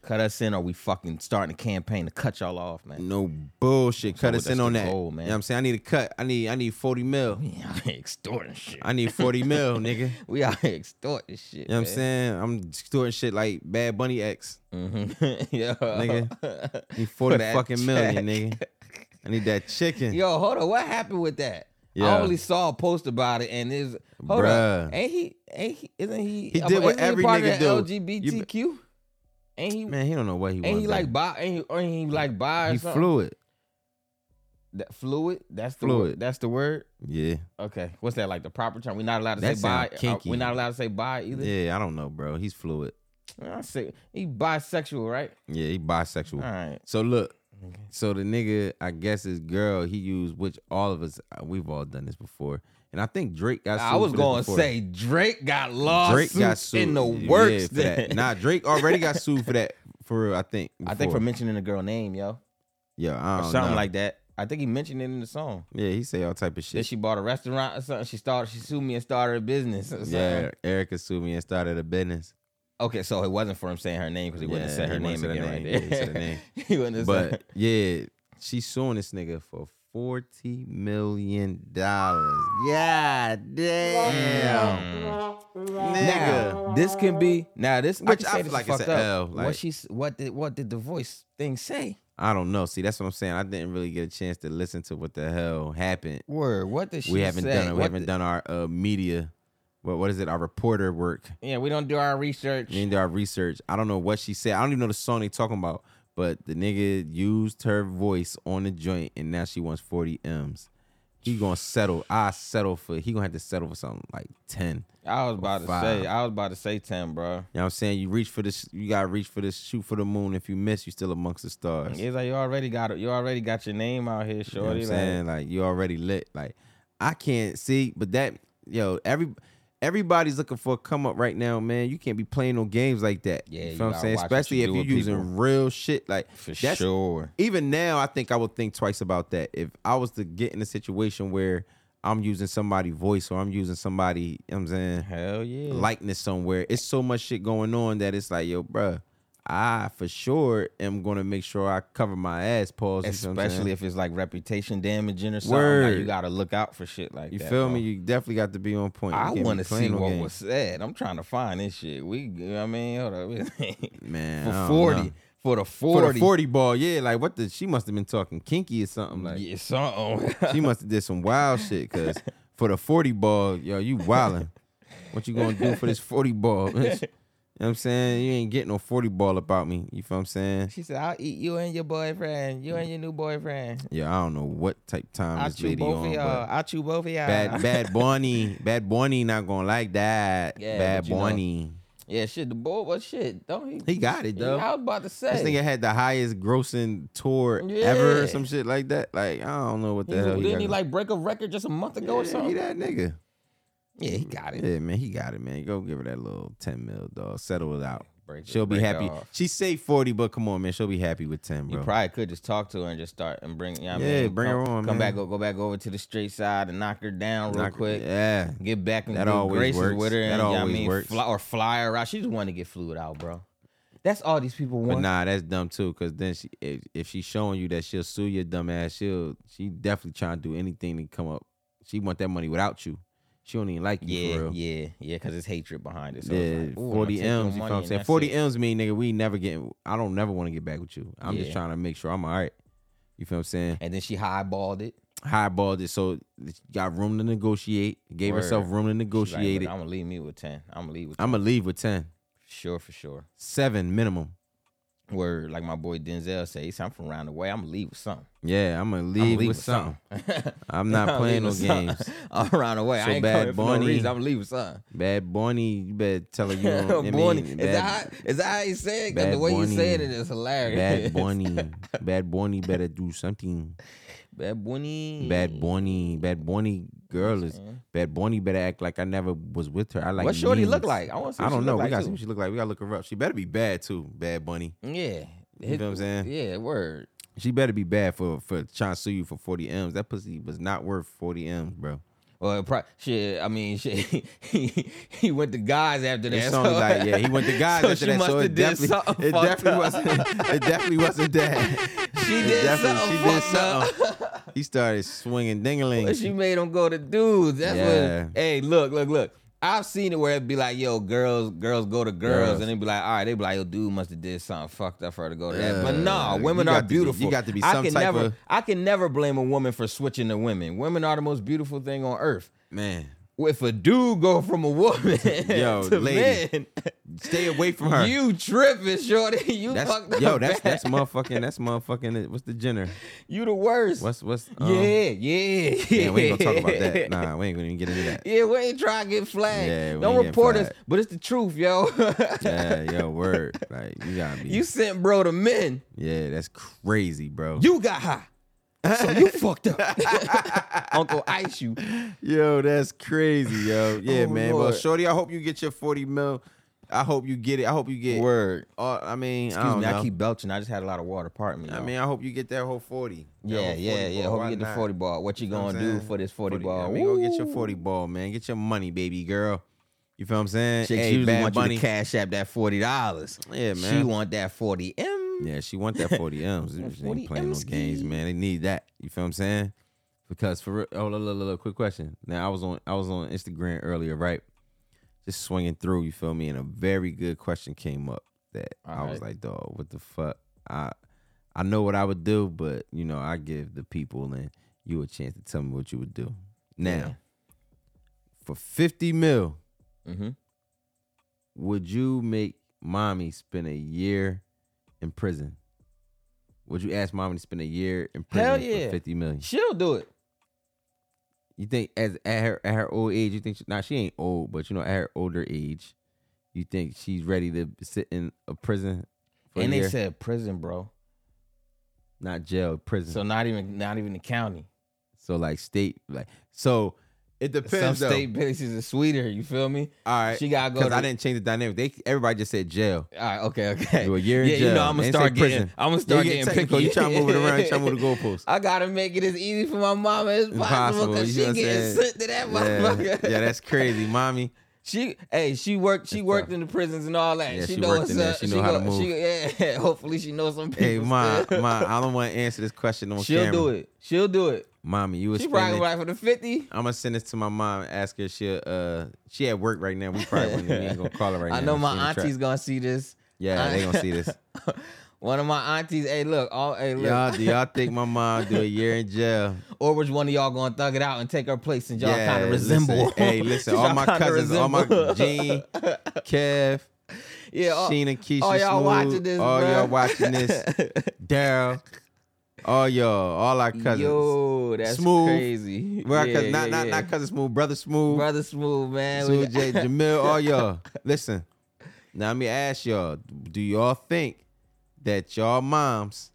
[SPEAKER 2] Cut us in, or we fucking starting a campaign to cut y'all off, man.
[SPEAKER 1] No bullshit. Cut
[SPEAKER 2] So
[SPEAKER 1] us
[SPEAKER 2] that's
[SPEAKER 1] in on
[SPEAKER 2] the
[SPEAKER 1] that.
[SPEAKER 2] goal, man.
[SPEAKER 1] You know what I'm saying? I need a cut. I need I need 40 mil.
[SPEAKER 2] We out here extorting shit.
[SPEAKER 1] I need 40 mil, nigga. You
[SPEAKER 2] We out here extorting shit.
[SPEAKER 1] know what I'm saying? I'm doing shit like Bad Bunny X.
[SPEAKER 2] I'm saying? yeah.
[SPEAKER 1] Nigga, I need
[SPEAKER 2] Mm-hmm. For
[SPEAKER 1] 40
[SPEAKER 2] that
[SPEAKER 1] fucking million,
[SPEAKER 2] check.
[SPEAKER 1] nigga. I need that chicken.
[SPEAKER 2] Yo, hold on. What happened with that?
[SPEAKER 1] Yeah.
[SPEAKER 2] I only saw a post about it, and is hold
[SPEAKER 1] Bruh.
[SPEAKER 2] up. Ain't he? Ain't he? Isn't he?
[SPEAKER 1] He
[SPEAKER 2] uh,
[SPEAKER 1] did what
[SPEAKER 2] isn't he
[SPEAKER 1] every
[SPEAKER 2] part
[SPEAKER 1] nigga
[SPEAKER 2] of
[SPEAKER 1] do. You
[SPEAKER 2] the LGBTQ. Ain't he?
[SPEAKER 1] Man, he don't know what he
[SPEAKER 2] ain't
[SPEAKER 1] wants.
[SPEAKER 2] he like bi? Ain't he, ain't he like bi? Or
[SPEAKER 1] he
[SPEAKER 2] something?
[SPEAKER 1] flew it.
[SPEAKER 2] That fluid. That's the
[SPEAKER 1] Fluid.
[SPEAKER 2] Word. That's the word.
[SPEAKER 1] Yeah.
[SPEAKER 2] Okay, what's that like? The proper term? We're not allowed to
[SPEAKER 1] That
[SPEAKER 2] say bi.
[SPEAKER 1] sound
[SPEAKER 2] uh,
[SPEAKER 1] kinky.
[SPEAKER 2] We're not allowed to say bi either.
[SPEAKER 1] Yeah, I don't know, bro. He's fluid.
[SPEAKER 2] I say he bisexual, right?
[SPEAKER 1] Yeah, he bisexual.
[SPEAKER 2] All right.
[SPEAKER 1] So look, so the nigga, I guess his girl, he used which all of us uh, we've all done this before, and I think Drake got.
[SPEAKER 2] I
[SPEAKER 1] sued
[SPEAKER 2] was
[SPEAKER 1] for this
[SPEAKER 2] gonna
[SPEAKER 1] before.
[SPEAKER 2] say Drake got lost.
[SPEAKER 1] Drake got sued
[SPEAKER 2] in the
[SPEAKER 1] yeah,
[SPEAKER 2] works.
[SPEAKER 1] for that.
[SPEAKER 2] then.
[SPEAKER 1] Nah, Drake already got sued for that. For real, I think.
[SPEAKER 2] I think for
[SPEAKER 1] before. Oh,
[SPEAKER 2] mentioning a girl name, yo,
[SPEAKER 1] yeah, I
[SPEAKER 2] or
[SPEAKER 1] don't
[SPEAKER 2] something
[SPEAKER 1] know.
[SPEAKER 2] like that. I think he mentioned it in the song.
[SPEAKER 1] yeah, he say all type of
[SPEAKER 2] Then
[SPEAKER 1] shit.
[SPEAKER 2] she bought a restaurant or something. She started. She sued me and started a business. or something.
[SPEAKER 1] yeah, Erica sued me and started a business.
[SPEAKER 2] Okay, so it wasn't for him saying her name because he wouldn't
[SPEAKER 1] Yeah,
[SPEAKER 2] have said
[SPEAKER 1] he
[SPEAKER 2] her
[SPEAKER 1] wouldn't
[SPEAKER 2] name
[SPEAKER 1] said
[SPEAKER 2] again
[SPEAKER 1] her
[SPEAKER 2] right
[SPEAKER 1] name.
[SPEAKER 2] there.
[SPEAKER 1] Yeah, he said her name.
[SPEAKER 2] he wouldn't have said.
[SPEAKER 1] But yeah, she's suing this nigga for forty million dollars. Yeah, damn, nigga.
[SPEAKER 2] Now, this can be now this
[SPEAKER 1] Which
[SPEAKER 2] can
[SPEAKER 1] I
[SPEAKER 2] say
[SPEAKER 1] feel
[SPEAKER 2] this is
[SPEAKER 1] like it's
[SPEAKER 2] fucked
[SPEAKER 1] a
[SPEAKER 2] up.
[SPEAKER 1] L, like-
[SPEAKER 2] what she s- what did what did the voice thing say?
[SPEAKER 1] I don't know. See, that's what I'm saying. I didn't really get a chance to listen to what the hell happened.
[SPEAKER 2] Word, what did she
[SPEAKER 1] we haven't
[SPEAKER 2] say?
[SPEAKER 1] done it. We
[SPEAKER 2] What
[SPEAKER 1] haven't
[SPEAKER 2] the-
[SPEAKER 1] done our uh, media. What what is it? Our reporter work.
[SPEAKER 2] Yeah, we don't do our research.
[SPEAKER 1] We didn't do our research. I don't know what she said. I don't even know the song they talking about. But the nigga used her voice on the joint, and now she wants 40 m's. He gonna settle. I settle for. He gonna have to settle for something like 10.
[SPEAKER 2] I was about to
[SPEAKER 1] Five.
[SPEAKER 2] say, I was about to say ten, bro.
[SPEAKER 1] You know what I'm saying? You reach for this. You gotta reach for this. Shoot for the moon. If you miss, you still amongst the stars.
[SPEAKER 2] It's like you already got it. You already got your name out
[SPEAKER 1] You
[SPEAKER 2] here,
[SPEAKER 1] know what
[SPEAKER 2] shorty.
[SPEAKER 1] I'm
[SPEAKER 2] like-
[SPEAKER 1] saying? Like you already lit. Like I can't see, but that yo, every everybody's looking for a come up right now, man. You can't be playing no games like that.
[SPEAKER 2] Yeah,
[SPEAKER 1] you feel
[SPEAKER 2] you
[SPEAKER 1] what I'm
[SPEAKER 2] gotta
[SPEAKER 1] saying?
[SPEAKER 2] watch what
[SPEAKER 1] Especially
[SPEAKER 2] you
[SPEAKER 1] if
[SPEAKER 2] do
[SPEAKER 1] you're
[SPEAKER 2] with
[SPEAKER 1] using
[SPEAKER 2] people.
[SPEAKER 1] real shit. Like
[SPEAKER 2] for
[SPEAKER 1] that's-
[SPEAKER 2] sure.
[SPEAKER 1] Even now, I think I would think twice about that. If I was to get in a situation where I'm using somebody' voice or I'm using somebody, you know what I'm saying,
[SPEAKER 2] Hell yeah.
[SPEAKER 1] likeness somewhere. It's so much shit going on that it's like, yo, bruh, I for sure am gonna make sure I cover my ass, pause.
[SPEAKER 2] Especially if it's like reputation damaging or something. like,
[SPEAKER 1] Word.
[SPEAKER 2] you gotta look out for shit like
[SPEAKER 1] you
[SPEAKER 2] that.
[SPEAKER 1] feel
[SPEAKER 2] bro.
[SPEAKER 1] me, you definitely got to be on point. You
[SPEAKER 2] I
[SPEAKER 1] can't be
[SPEAKER 2] want to see
[SPEAKER 1] playing no
[SPEAKER 2] what
[SPEAKER 1] games.
[SPEAKER 2] was said. I'm trying to find this shit. We, you know what I mean, hold up.
[SPEAKER 1] Man, I
[SPEAKER 2] for
[SPEAKER 1] don't know.
[SPEAKER 2] forty, for the
[SPEAKER 1] For
[SPEAKER 2] forty,
[SPEAKER 1] the 40 ball, yeah, like what the she must have been talking kinky or something like
[SPEAKER 2] yeah, something.
[SPEAKER 1] she must have did some wild shit because for the 40 ball, yo, you wildin'. What you gonna do for this 40 ball? bitch? You know what I'm saying? You ain't getting no 40 ball about me. You feel what I'm saying?
[SPEAKER 2] She said, "I'll eat you and your boyfriend, you and your new boyfriend.
[SPEAKER 1] Yeah, I don't know what type time
[SPEAKER 2] I'll
[SPEAKER 1] this
[SPEAKER 2] chew
[SPEAKER 1] lady
[SPEAKER 2] both
[SPEAKER 1] on.
[SPEAKER 2] of y'all.
[SPEAKER 1] but
[SPEAKER 2] I'll chew both of y'all."
[SPEAKER 1] Bad bad Bonnie. Bad Bonnie not gonna like that.
[SPEAKER 2] Yeah,
[SPEAKER 1] bad
[SPEAKER 2] but you know-
[SPEAKER 1] Bonnie.
[SPEAKER 2] yeah, shit. The boy, what shit? Don't he?
[SPEAKER 1] He got it though.
[SPEAKER 2] I was about to
[SPEAKER 1] This
[SPEAKER 2] say.
[SPEAKER 1] nigga had the highest grossing tour ever
[SPEAKER 2] Yeah.
[SPEAKER 1] or some shit like that. Like, I don't know what
[SPEAKER 2] He
[SPEAKER 1] the
[SPEAKER 2] was-
[SPEAKER 1] hell he
[SPEAKER 2] didn't
[SPEAKER 1] got
[SPEAKER 2] he
[SPEAKER 1] going-
[SPEAKER 2] like break a record just a month ago or
[SPEAKER 1] Yeah,
[SPEAKER 2] something?
[SPEAKER 1] He that nigga.
[SPEAKER 2] yeah, he got it.
[SPEAKER 1] Mm-hmm. Yeah, man, he got it, man. Go give her that little 10 mil, dog. Settle it out.
[SPEAKER 2] Break it-
[SPEAKER 1] she'll be
[SPEAKER 2] break it
[SPEAKER 1] happy.
[SPEAKER 2] off.
[SPEAKER 1] She say 40, but come on, man. She'll be happy with 10,
[SPEAKER 2] You
[SPEAKER 1] bro.
[SPEAKER 2] probably could just talk to her and just start and bring. You know what I
[SPEAKER 1] Yeah,
[SPEAKER 2] mean?
[SPEAKER 1] bring her
[SPEAKER 2] Come-
[SPEAKER 1] on,
[SPEAKER 2] Come
[SPEAKER 1] man.
[SPEAKER 2] back, go, go back over to the straight side and knock her down real
[SPEAKER 1] Knock-
[SPEAKER 2] quick.
[SPEAKER 1] Yeah.
[SPEAKER 2] Get back in
[SPEAKER 1] That
[SPEAKER 2] good
[SPEAKER 1] always
[SPEAKER 2] graces
[SPEAKER 1] works.
[SPEAKER 2] with her.
[SPEAKER 1] That
[SPEAKER 2] And, you know what
[SPEAKER 1] always
[SPEAKER 2] I mean?
[SPEAKER 1] works.
[SPEAKER 2] Fly, or fly her out. She just wanted to get fluid out, bro. That's all these people
[SPEAKER 1] But
[SPEAKER 2] want.
[SPEAKER 1] nah, that's dumb too, because then she, if, if she's showing you that she'll sue your dumb ass, she'll, she definitely trying to do anything to come up. She want that money without you. She don't even like you
[SPEAKER 2] yeah,
[SPEAKER 1] for real.
[SPEAKER 2] yeah, yeah, because it's hatred behind it. So
[SPEAKER 1] yeah,
[SPEAKER 2] it's like, ooh, I'ma
[SPEAKER 1] 40
[SPEAKER 2] take your
[SPEAKER 1] M's, you know
[SPEAKER 2] money
[SPEAKER 1] what I'm
[SPEAKER 2] and
[SPEAKER 1] saying?
[SPEAKER 2] that's
[SPEAKER 1] 40
[SPEAKER 2] it.
[SPEAKER 1] M's mean, nigga, we never getting, I don't never want to get back with you. I'm just
[SPEAKER 2] Yeah.
[SPEAKER 1] trying to make sure I'm all right. You feel what I'm saying?
[SPEAKER 2] And then she highballed it.
[SPEAKER 1] highballed it, so she got room to negotiate. Gave
[SPEAKER 2] Word.
[SPEAKER 1] herself room to negotiate
[SPEAKER 2] I'm
[SPEAKER 1] it.
[SPEAKER 2] gonna leave me with ten. I'm gonna leave with
[SPEAKER 1] I'm gonna leave with 10,
[SPEAKER 2] sure for sure.
[SPEAKER 1] seven minimum.
[SPEAKER 2] Where like my boy Denzel say, he said, I'm from around the way. I'm gonna leave with something.
[SPEAKER 1] Yeah, I'm gonna leave,
[SPEAKER 2] I'ma
[SPEAKER 1] with, something. I'm not
[SPEAKER 2] I'ma
[SPEAKER 1] playing
[SPEAKER 2] leave
[SPEAKER 1] no
[SPEAKER 2] with something.
[SPEAKER 1] games.
[SPEAKER 2] I'm around the way.
[SPEAKER 1] So
[SPEAKER 2] I ain't
[SPEAKER 1] Bad
[SPEAKER 2] coming for no
[SPEAKER 1] Bunny-
[SPEAKER 2] reason. I'm gonna leave with something.
[SPEAKER 1] Bad Bonnie, you better tell her you don't. I
[SPEAKER 2] Bunny.
[SPEAKER 1] mean,
[SPEAKER 2] is,
[SPEAKER 1] bad,
[SPEAKER 2] that how, is that how you say it? 'Cause
[SPEAKER 1] Bad
[SPEAKER 2] the way
[SPEAKER 1] Bunny.
[SPEAKER 2] you said it is hilarious.
[SPEAKER 1] bad Bonnie, bad Bonnie better do something.
[SPEAKER 2] Bad Bunny.
[SPEAKER 1] Bad Bonnie, bad Bonnie girl is bad Bonnie better act like I never was with her. I like
[SPEAKER 2] What shorty look
[SPEAKER 1] memes.
[SPEAKER 2] like? I wanna see
[SPEAKER 1] I
[SPEAKER 2] what she
[SPEAKER 1] don't
[SPEAKER 2] look
[SPEAKER 1] know. we
[SPEAKER 2] like,
[SPEAKER 1] gotta
[SPEAKER 2] too.
[SPEAKER 1] see what she look like. We gotta look her up. She better be bad too. Bad Bunny.
[SPEAKER 2] Yeah.
[SPEAKER 1] You feel what I'm saying?
[SPEAKER 2] Yeah, word.
[SPEAKER 1] She better be bad for for trying to sue you for forty m's. That pussy was not worth forty m's, bro.
[SPEAKER 2] Well, pro- shit. I mean, shit. He, he went to guys after that.
[SPEAKER 1] It's only
[SPEAKER 2] so-
[SPEAKER 1] like yeah, he went to guys
[SPEAKER 2] so
[SPEAKER 1] after
[SPEAKER 2] she
[SPEAKER 1] that,
[SPEAKER 2] must
[SPEAKER 1] so
[SPEAKER 2] have
[SPEAKER 1] it
[SPEAKER 2] did
[SPEAKER 1] definitely
[SPEAKER 2] something
[SPEAKER 1] it
[SPEAKER 2] fucked
[SPEAKER 1] definitely
[SPEAKER 2] up.
[SPEAKER 1] wasn't it definitely wasn't that.
[SPEAKER 2] She
[SPEAKER 1] It
[SPEAKER 2] did
[SPEAKER 1] definitely-
[SPEAKER 2] something.
[SPEAKER 1] she did
[SPEAKER 2] fucked up.
[SPEAKER 1] something. He started swinging
[SPEAKER 2] But
[SPEAKER 1] dingaling.
[SPEAKER 2] she made them go to dudes. That's
[SPEAKER 1] Yeah.
[SPEAKER 2] what. Hey, look, look, look. I've seen it where it'd be like, yo, girls, girls go to girls,
[SPEAKER 1] Girls.
[SPEAKER 2] and they'd be like, all right, they'd be like, yo, dude must have did something fucked up for her to go to that. But
[SPEAKER 1] Yeah.
[SPEAKER 2] nah,
[SPEAKER 1] You
[SPEAKER 2] women
[SPEAKER 1] got
[SPEAKER 2] are
[SPEAKER 1] to be- you
[SPEAKER 2] beautiful.
[SPEAKER 1] got to be
[SPEAKER 2] I
[SPEAKER 1] some
[SPEAKER 2] can
[SPEAKER 1] type
[SPEAKER 2] never,
[SPEAKER 1] of-
[SPEAKER 2] I can never blame a woman for switching to women. Women are the most beautiful thing on earth.
[SPEAKER 1] Man,
[SPEAKER 2] If a dude go from a woman
[SPEAKER 1] Yo,
[SPEAKER 2] to
[SPEAKER 1] lady, stay away from her.
[SPEAKER 2] men, you tripping, shorty. You fucked
[SPEAKER 1] that's
[SPEAKER 2] up.
[SPEAKER 1] yo, that's
[SPEAKER 2] bad.
[SPEAKER 1] that's motherfucking that's motherfucking what's the Jenner?
[SPEAKER 2] you the worst.
[SPEAKER 1] What's what's um,
[SPEAKER 2] yeah, yeah,
[SPEAKER 1] Yeah, we ain't gonna talk about that. Nah, we ain't gonna even get into that.
[SPEAKER 2] Yeah, we ain't trying to get flagged.
[SPEAKER 1] Yeah, we ain't
[SPEAKER 2] Don't
[SPEAKER 1] getting
[SPEAKER 2] report us,
[SPEAKER 1] flagged.
[SPEAKER 2] but it's the truth, yo.
[SPEAKER 1] Yeah, yo, word. Like you gotta be
[SPEAKER 2] you sent bro to men.
[SPEAKER 1] Yeah, that's crazy, bro.
[SPEAKER 2] You got high. So you fucked up. Uncle Ice you.
[SPEAKER 1] Yo, that's crazy, yo. Yeah,
[SPEAKER 2] Oh,
[SPEAKER 1] man. Well,
[SPEAKER 2] Lord.
[SPEAKER 1] Shorty, I hope you get your 40 mil. I hope you get it. I hope you get
[SPEAKER 2] Word.
[SPEAKER 1] Uh, I mean, I
[SPEAKER 2] Excuse
[SPEAKER 1] don't
[SPEAKER 2] me,
[SPEAKER 1] know.
[SPEAKER 2] I keep belching. I just had a lot of water. Pardon me.
[SPEAKER 1] I
[SPEAKER 2] y'all.
[SPEAKER 1] mean, I hope you get that whole 40. That
[SPEAKER 2] yeah,
[SPEAKER 1] whole 40
[SPEAKER 2] yeah, yeah.
[SPEAKER 1] ball.
[SPEAKER 2] Hope
[SPEAKER 1] Why
[SPEAKER 2] you get the
[SPEAKER 1] not?
[SPEAKER 2] 40 ball. What you
[SPEAKER 1] You know what
[SPEAKER 2] gonna
[SPEAKER 1] I'm
[SPEAKER 2] do
[SPEAKER 1] saying?
[SPEAKER 2] for this 40, ball?
[SPEAKER 1] I mean, go get your
[SPEAKER 2] Ooh.
[SPEAKER 1] 40 ball, man. Get your money, baby girl. You feel what I'm saying?
[SPEAKER 2] Chicks
[SPEAKER 1] Hey,
[SPEAKER 2] usually
[SPEAKER 1] Bad
[SPEAKER 2] want
[SPEAKER 1] Bunny.
[SPEAKER 2] you to cash app that forty dollars.
[SPEAKER 1] Yeah,
[SPEAKER 2] She
[SPEAKER 1] man.
[SPEAKER 2] want that forty m.
[SPEAKER 1] Yeah, she want that 40 M's. They ain't
[SPEAKER 2] 40
[SPEAKER 1] playing no
[SPEAKER 2] M's
[SPEAKER 1] games,
[SPEAKER 2] key.
[SPEAKER 1] man. They need that. You feel what I'm saying? Because for real, oh, look, look, look, look, quick question. Now I was on I was on Instagram earlier, right? Just swinging through, you feel me? And a very good question came up that I was
[SPEAKER 2] Alright.
[SPEAKER 1] like, dog, what the fuck? I I know what I would do, but you know, I give the people and you a chance to tell me what you would do. Now,
[SPEAKER 2] Yeah.
[SPEAKER 1] for 50 mil,
[SPEAKER 2] Mm-hmm.
[SPEAKER 1] would you make mommy spend a year in prison? Would you ask mommy to spend a year in prison
[SPEAKER 2] Hell yeah.
[SPEAKER 1] for fifty million?
[SPEAKER 2] She'll do it.
[SPEAKER 1] You think as at her at her old age, you think she, now she ain't old, but you know at her older age, you think she's ready to sit in a prison for
[SPEAKER 2] and
[SPEAKER 1] a year?
[SPEAKER 2] they said prison, bro.
[SPEAKER 1] not jail, prison.
[SPEAKER 2] So
[SPEAKER 1] So,
[SPEAKER 2] not even not even the county.
[SPEAKER 1] like state, like so It
[SPEAKER 2] Some
[SPEAKER 1] depends though.
[SPEAKER 2] state places is sweeter. You feel me?
[SPEAKER 1] All right,
[SPEAKER 2] She gotta go.
[SPEAKER 1] because
[SPEAKER 2] to-
[SPEAKER 1] I didn't change the dynamic. They everybody just said jail.
[SPEAKER 2] All right, okay, okay.
[SPEAKER 1] You a year in
[SPEAKER 2] yeah,
[SPEAKER 1] jail.
[SPEAKER 2] you know I'm
[SPEAKER 1] They ain't
[SPEAKER 2] gonna
[SPEAKER 1] say
[SPEAKER 2] start getting.
[SPEAKER 1] prison.
[SPEAKER 2] I'm gonna start
[SPEAKER 1] You
[SPEAKER 2] getting
[SPEAKER 1] technical.
[SPEAKER 2] picky.
[SPEAKER 1] You try to move it around. You try to move the goalposts.
[SPEAKER 2] I gotta make it as easy for my mama as possible
[SPEAKER 1] Impossible, you
[SPEAKER 2] because
[SPEAKER 1] know what
[SPEAKER 2] she
[SPEAKER 1] I'm
[SPEAKER 2] getting
[SPEAKER 1] saying?
[SPEAKER 2] sent to that
[SPEAKER 1] Yeah,
[SPEAKER 2] motherfucker.
[SPEAKER 1] yeah, that's crazy, mommy.
[SPEAKER 2] She, hey, she worked. She
[SPEAKER 1] That's
[SPEAKER 2] worked
[SPEAKER 1] tough.
[SPEAKER 2] in the prisons and all that.
[SPEAKER 1] Yeah,
[SPEAKER 2] she,
[SPEAKER 1] she
[SPEAKER 2] knows.
[SPEAKER 1] worked in there.
[SPEAKER 2] uh,
[SPEAKER 1] She know how to
[SPEAKER 2] go-
[SPEAKER 1] move.
[SPEAKER 2] She, yeah, hopefully she knows some people.
[SPEAKER 1] Hey, ma,
[SPEAKER 2] still.
[SPEAKER 1] ma, I don't want to answer this question on
[SPEAKER 2] she'll
[SPEAKER 1] camera.
[SPEAKER 2] do it. She'll do it.
[SPEAKER 1] mommy. You was
[SPEAKER 2] She probably
[SPEAKER 1] spending-
[SPEAKER 2] right for the fifty.
[SPEAKER 1] I'm gonna send this to my mom. and Ask her. if She uh, she at work right now. We probably wouldn't- we ain't gonna call her right now.
[SPEAKER 2] I know
[SPEAKER 1] She in
[SPEAKER 2] my
[SPEAKER 1] the trap.
[SPEAKER 2] auntie's gonna see this.
[SPEAKER 1] Yeah, they gonna see this.
[SPEAKER 2] One of my aunties, hey, look, all, hey, look.
[SPEAKER 1] Y'all, do y'all think my mom do a year in jail?
[SPEAKER 2] or which one of y'all gonna thug it out and take her place and y'all
[SPEAKER 1] Yeah,
[SPEAKER 2] kind of resemble?
[SPEAKER 1] listen, hey, listen,
[SPEAKER 2] Y'all
[SPEAKER 1] all my
[SPEAKER 2] kinda
[SPEAKER 1] cousins, all my
[SPEAKER 2] resemble.
[SPEAKER 1] Gene, Kev,
[SPEAKER 2] yeah, all,
[SPEAKER 1] Sheena, Keisha,
[SPEAKER 2] all y'all
[SPEAKER 1] Smooth,
[SPEAKER 2] watching this,
[SPEAKER 1] all
[SPEAKER 2] bruh.
[SPEAKER 1] y'all watching this, Daryl, all y'all, all our cousins.
[SPEAKER 2] Yo, that's
[SPEAKER 1] Smooth.
[SPEAKER 2] crazy.
[SPEAKER 1] We're our
[SPEAKER 2] Yeah,
[SPEAKER 1] cousins, not
[SPEAKER 2] yeah,
[SPEAKER 1] not
[SPEAKER 2] yeah.
[SPEAKER 1] not cousin Smooth, brother Smooth,
[SPEAKER 2] brother smooth man. We
[SPEAKER 1] Smooth J,
[SPEAKER 2] got-
[SPEAKER 1] Jamil, all y'all. Listen, now let me ask y'all: Do y'all think that y'all moms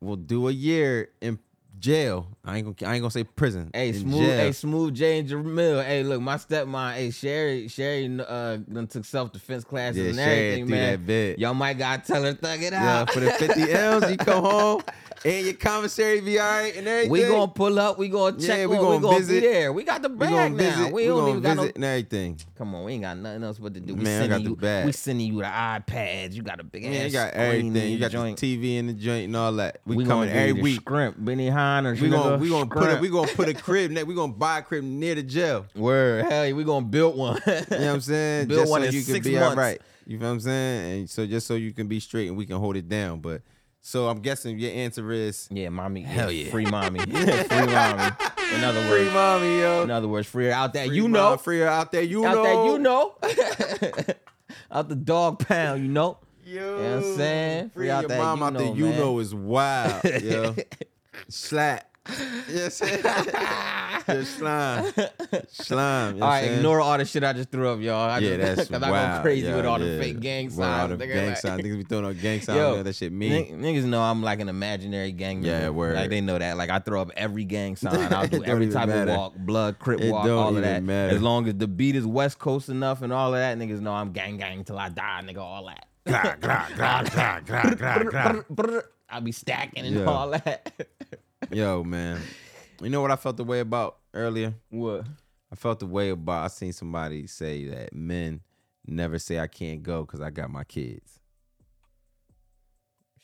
[SPEAKER 1] will do a year in jail? I ain't gonna I ain't gonna say prison.
[SPEAKER 2] Hey,
[SPEAKER 1] in
[SPEAKER 2] smooth,
[SPEAKER 1] jail.
[SPEAKER 2] hey, smooth J and Jamil. Hey, look, my stepmom, hey, Sherry, Sherry uh done took self defense classes
[SPEAKER 1] yeah,
[SPEAKER 2] and
[SPEAKER 1] share it
[SPEAKER 2] everything,
[SPEAKER 1] through
[SPEAKER 2] man.
[SPEAKER 1] that bit.
[SPEAKER 2] Y'all might gotta tell her thug it
[SPEAKER 1] Yeah,
[SPEAKER 2] out.
[SPEAKER 1] for the 50 L's, you come home and your commissary be all right and everything.
[SPEAKER 2] we gonna pull up, we gonna check
[SPEAKER 1] Yeah,
[SPEAKER 2] on,
[SPEAKER 1] we
[SPEAKER 2] we
[SPEAKER 1] gonna
[SPEAKER 2] gonna,
[SPEAKER 1] visit.
[SPEAKER 2] be there. We got the
[SPEAKER 1] we
[SPEAKER 2] bag
[SPEAKER 1] gonna
[SPEAKER 2] now.
[SPEAKER 1] visit,
[SPEAKER 2] We, don't
[SPEAKER 1] gonna
[SPEAKER 2] even
[SPEAKER 1] visit
[SPEAKER 2] got no
[SPEAKER 1] and everything.
[SPEAKER 2] Come on, we ain't got nothing else but to do. We
[SPEAKER 1] Man, I got
[SPEAKER 2] sending
[SPEAKER 1] the
[SPEAKER 2] you,
[SPEAKER 1] bag.
[SPEAKER 2] we sending you the iPads. You got a big
[SPEAKER 1] Yeah,
[SPEAKER 2] ass
[SPEAKER 1] you got
[SPEAKER 2] screen in
[SPEAKER 1] everything. You
[SPEAKER 2] your
[SPEAKER 1] got
[SPEAKER 2] joint.
[SPEAKER 1] the TV in the joint and all that. We,
[SPEAKER 2] We
[SPEAKER 1] coming
[SPEAKER 2] gonna
[SPEAKER 1] every
[SPEAKER 2] do
[SPEAKER 1] week.
[SPEAKER 2] Scrimp, Benny Hiner.
[SPEAKER 1] We gonna we gonna
[SPEAKER 2] going
[SPEAKER 1] put a, we gonna put a crib. ne- We gonna buy a crib near the jail.
[SPEAKER 2] word. Hell, we gonna build one.
[SPEAKER 1] You know what I'm saying?
[SPEAKER 2] Build
[SPEAKER 1] just
[SPEAKER 2] one
[SPEAKER 1] so
[SPEAKER 2] in
[SPEAKER 1] you can
[SPEAKER 2] six
[SPEAKER 1] be all
[SPEAKER 2] months.
[SPEAKER 1] right. You feel what I'm saying? And so just so you can be straight and we can hold it down. But so I'm guessing your answer is
[SPEAKER 2] yeah, mommy.
[SPEAKER 1] Hell yeah.
[SPEAKER 2] free mommy. free mommy. In other
[SPEAKER 1] free
[SPEAKER 2] words,
[SPEAKER 1] mommy, yo.
[SPEAKER 2] in other words, free her out there.
[SPEAKER 1] Free
[SPEAKER 2] you
[SPEAKER 1] mom,
[SPEAKER 2] know,
[SPEAKER 1] free her out there. You
[SPEAKER 2] out
[SPEAKER 1] know,
[SPEAKER 2] there. You know, out the dog pound. You know.
[SPEAKER 1] Yo,
[SPEAKER 2] You know what I'm saying?
[SPEAKER 1] Free
[SPEAKER 2] Free out
[SPEAKER 1] your
[SPEAKER 2] that
[SPEAKER 1] mom
[SPEAKER 2] you
[SPEAKER 1] out there,
[SPEAKER 2] know,
[SPEAKER 1] you
[SPEAKER 2] man.
[SPEAKER 1] know is wild. Yo. Slap. Yes. Your slime. Slime. you know what
[SPEAKER 2] all right,
[SPEAKER 1] I'm saying?
[SPEAKER 2] ignore all the shit I just threw up, y'all. I
[SPEAKER 1] Yeah,
[SPEAKER 2] just,
[SPEAKER 1] that's
[SPEAKER 2] Cause
[SPEAKER 1] wild.
[SPEAKER 2] I go crazy
[SPEAKER 1] yo,
[SPEAKER 2] with all
[SPEAKER 1] yeah.
[SPEAKER 2] the fake gang
[SPEAKER 1] With All
[SPEAKER 2] signs.
[SPEAKER 1] the
[SPEAKER 2] nigga,
[SPEAKER 1] gang
[SPEAKER 2] like-
[SPEAKER 1] signs. Niggas be throwing out gang signs.
[SPEAKER 2] Yo,
[SPEAKER 1] yo, that shit mean.
[SPEAKER 2] Nig- Niggas know I'm like an imaginary gang member.
[SPEAKER 1] Yeah, word.
[SPEAKER 2] Like they know that. Like I throw up every gang sign. I'll
[SPEAKER 1] It
[SPEAKER 2] do
[SPEAKER 1] don't
[SPEAKER 2] every
[SPEAKER 1] even
[SPEAKER 2] type
[SPEAKER 1] matter.
[SPEAKER 2] of walk, blood, crip
[SPEAKER 1] It
[SPEAKER 2] walk,
[SPEAKER 1] don't
[SPEAKER 2] all of
[SPEAKER 1] even
[SPEAKER 2] that.
[SPEAKER 1] matter.
[SPEAKER 2] As long as the beat is West Coast enough and all of that, niggas know I'm gang gang till I die, nigga. All that. I'll be stacking and
[SPEAKER 1] Yeah.
[SPEAKER 2] all that.
[SPEAKER 1] Yo, man. You know what I felt the way about earlier?
[SPEAKER 2] what?
[SPEAKER 1] I felt the way about I seen somebody say that men never say I can't go because I got my kids.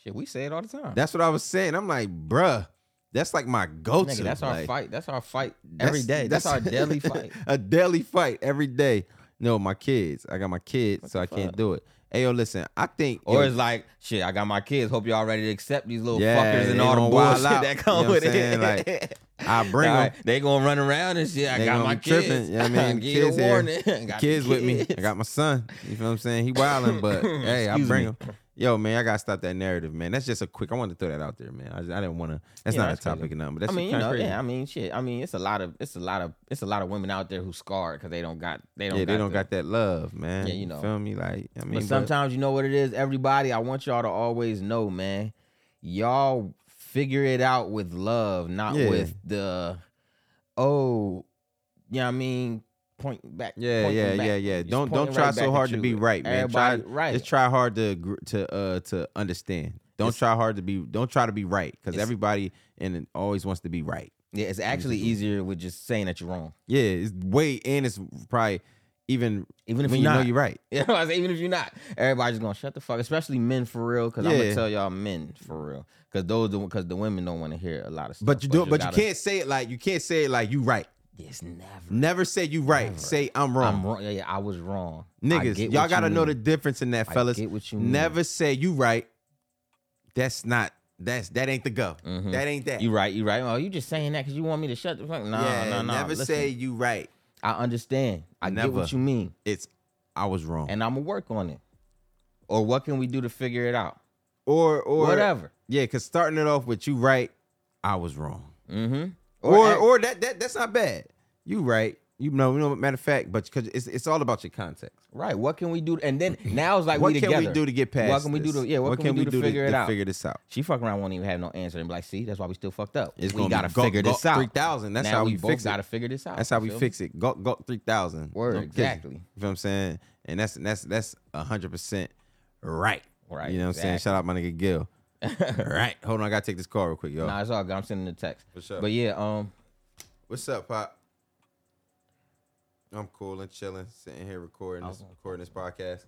[SPEAKER 2] Shit, we say it all the time.
[SPEAKER 1] That's what I was saying. I'm like, bruh, that's like my go-to.
[SPEAKER 2] nigga, that's our
[SPEAKER 1] like,
[SPEAKER 2] fight. That's our fight every day. That's, our daily fight.
[SPEAKER 1] a daily fight every day. No, my kids. I got my kids, so
[SPEAKER 2] the
[SPEAKER 1] I can't
[SPEAKER 2] fuck?
[SPEAKER 1] do it. Hey, yo, listen. I think
[SPEAKER 2] Or
[SPEAKER 1] yo,
[SPEAKER 2] it's like, shit, I got my kids. Hope y'all ready to accept these little
[SPEAKER 1] Yeah,
[SPEAKER 2] fuckers
[SPEAKER 1] they
[SPEAKER 2] and all
[SPEAKER 1] gonna
[SPEAKER 2] the
[SPEAKER 1] wild
[SPEAKER 2] bullshit
[SPEAKER 1] out.
[SPEAKER 2] that come
[SPEAKER 1] You know what
[SPEAKER 2] with
[SPEAKER 1] I'm saying?
[SPEAKER 2] it.
[SPEAKER 1] Like, I bring them.
[SPEAKER 2] Alright, they gonna run around and shit. I
[SPEAKER 1] They
[SPEAKER 2] got
[SPEAKER 1] gonna
[SPEAKER 2] my
[SPEAKER 1] be
[SPEAKER 2] kids.
[SPEAKER 1] tripping. You know what I mean,
[SPEAKER 2] Give
[SPEAKER 1] kids
[SPEAKER 2] you a
[SPEAKER 1] here.
[SPEAKER 2] warning. Got the
[SPEAKER 1] kids, with me. I
[SPEAKER 2] kids.
[SPEAKER 1] got my son. You feel what I'm saying? He wilding, but hey, I
[SPEAKER 2] Excuse
[SPEAKER 1] bring
[SPEAKER 2] me.
[SPEAKER 1] him. Yo, man, I gotta stop that narrative, man. That's just a quick. I wanted to throw that out there, man. I, just- I didn't want to. That's
[SPEAKER 2] Yeah,
[SPEAKER 1] not
[SPEAKER 2] that's
[SPEAKER 1] a topic
[SPEAKER 2] crazy.
[SPEAKER 1] or nothing, but that's
[SPEAKER 2] I mean, you
[SPEAKER 1] kind
[SPEAKER 2] know,
[SPEAKER 1] of crazy.
[SPEAKER 2] yeah. I mean, shit. I mean, it's a lot of, it's a lot of, it's a lot of women out there who scarred because they don't got, they don't,
[SPEAKER 1] yeah,
[SPEAKER 2] got
[SPEAKER 1] they don't
[SPEAKER 2] the-
[SPEAKER 1] got that love, man.
[SPEAKER 2] Yeah, you know.
[SPEAKER 1] feel me? Like, I mean,
[SPEAKER 2] but sometimes you know what it is. Everybody, I want y'all to always know, man. Y'all figure it out with love, not
[SPEAKER 1] Yeah.
[SPEAKER 2] with the oh, you know what I mean. Point back.
[SPEAKER 1] yeah,
[SPEAKER 2] pointing
[SPEAKER 1] yeah,
[SPEAKER 2] back.
[SPEAKER 1] yeah, yeah.
[SPEAKER 2] Just
[SPEAKER 1] Don't don't
[SPEAKER 2] pointing
[SPEAKER 1] try
[SPEAKER 2] right
[SPEAKER 1] so
[SPEAKER 2] back at
[SPEAKER 1] hard to
[SPEAKER 2] you.
[SPEAKER 1] be right, man. Try,
[SPEAKER 2] Everybody, right.
[SPEAKER 1] Just try hard to agr- to uh to understand. Don't
[SPEAKER 2] It's-
[SPEAKER 1] try hard to be. Don't try to be right, because
[SPEAKER 2] It's-
[SPEAKER 1] everybody and it always wants to be right.
[SPEAKER 2] yeah, it's actually
[SPEAKER 1] Mm-hmm.
[SPEAKER 2] easier with just saying that you're wrong.
[SPEAKER 1] Yeah, it's way and it's probably even
[SPEAKER 2] Even if
[SPEAKER 1] when
[SPEAKER 2] you're
[SPEAKER 1] you know
[SPEAKER 2] not.
[SPEAKER 1] you're right.
[SPEAKER 2] You know what I'm saying? Even if you're not, everybody's gonna shut the fuck. Especially men for real, because I'm
[SPEAKER 1] Yeah.
[SPEAKER 2] gonna tell y'all men for real, because those because the women don't want to hear a lot of stuff.
[SPEAKER 1] But you do, but you
[SPEAKER 2] gotta-
[SPEAKER 1] can't say it like you can't say it like you right.
[SPEAKER 2] It's never.
[SPEAKER 1] Never say you right. Say I'm wrong.
[SPEAKER 2] I'm wrong. Yeah, yeah, I was wrong. I
[SPEAKER 1] Niggas,
[SPEAKER 2] get
[SPEAKER 1] y'all
[SPEAKER 2] what
[SPEAKER 1] gotta
[SPEAKER 2] you
[SPEAKER 1] know the
[SPEAKER 2] mean.
[SPEAKER 1] difference in that,
[SPEAKER 2] I
[SPEAKER 1] fellas.
[SPEAKER 2] get what you mean.
[SPEAKER 1] Never say you right. That's not. That's that ain't the go.
[SPEAKER 2] Mhm.
[SPEAKER 1] That ain't that.
[SPEAKER 2] You right. You right. Oh, you just saying that because you want me to shut the fuck. No,
[SPEAKER 1] yeah,
[SPEAKER 2] no, no.
[SPEAKER 1] Never
[SPEAKER 2] listen,
[SPEAKER 1] say you right.
[SPEAKER 2] I understand. I get
[SPEAKER 1] Never.
[SPEAKER 2] what you mean,
[SPEAKER 1] It's I was wrong.
[SPEAKER 2] and I'm gonna work on it. Or what can we do to figure it out?
[SPEAKER 1] or or
[SPEAKER 2] Whatever.
[SPEAKER 1] Yeah, cause starting it off with you right, I was wrong.
[SPEAKER 2] Mm-hmm.
[SPEAKER 1] Or or, that, that that's not bad. You right. You know, you know. Matter of fact, but because it's it's all about your context.
[SPEAKER 2] Right. What can we do? And then now it's like
[SPEAKER 1] what
[SPEAKER 2] we
[SPEAKER 1] can
[SPEAKER 2] together.
[SPEAKER 1] we do to get past?
[SPEAKER 2] What can we do
[SPEAKER 1] this?
[SPEAKER 2] to yeah? What, can, we do to figure it out?
[SPEAKER 1] Figure this out.
[SPEAKER 2] She fuck around won't even have no answer and be like, see, that's why we still fucked up.
[SPEAKER 1] It's
[SPEAKER 2] we
[SPEAKER 1] gonna be
[SPEAKER 2] gotta
[SPEAKER 1] gulp,
[SPEAKER 2] figure
[SPEAKER 1] gulp
[SPEAKER 2] this out.
[SPEAKER 1] 3000. That's
[SPEAKER 2] Now
[SPEAKER 1] how
[SPEAKER 2] we,
[SPEAKER 1] we
[SPEAKER 2] both
[SPEAKER 1] fix it.
[SPEAKER 2] gotta figure this out.
[SPEAKER 1] That's how we
[SPEAKER 2] feel me?
[SPEAKER 1] fix it. Gulp, gulp three thousand.
[SPEAKER 2] Word,
[SPEAKER 1] No kidding.
[SPEAKER 2] exactly.
[SPEAKER 1] You feel what I'm saying? And that's and that's that's hundred percent right.
[SPEAKER 2] Right,
[SPEAKER 1] You know what I'm saying?
[SPEAKER 2] exactly.
[SPEAKER 1] Shout out my nigga Gil. right. Hold on, I gotta take this call real quick, yo.
[SPEAKER 2] Nah, it's all good. I'm sending the text.
[SPEAKER 1] For sure.
[SPEAKER 2] But yeah, um,
[SPEAKER 1] What's up, Pop? I'm cool and chilling, sitting here recording this recording this podcast.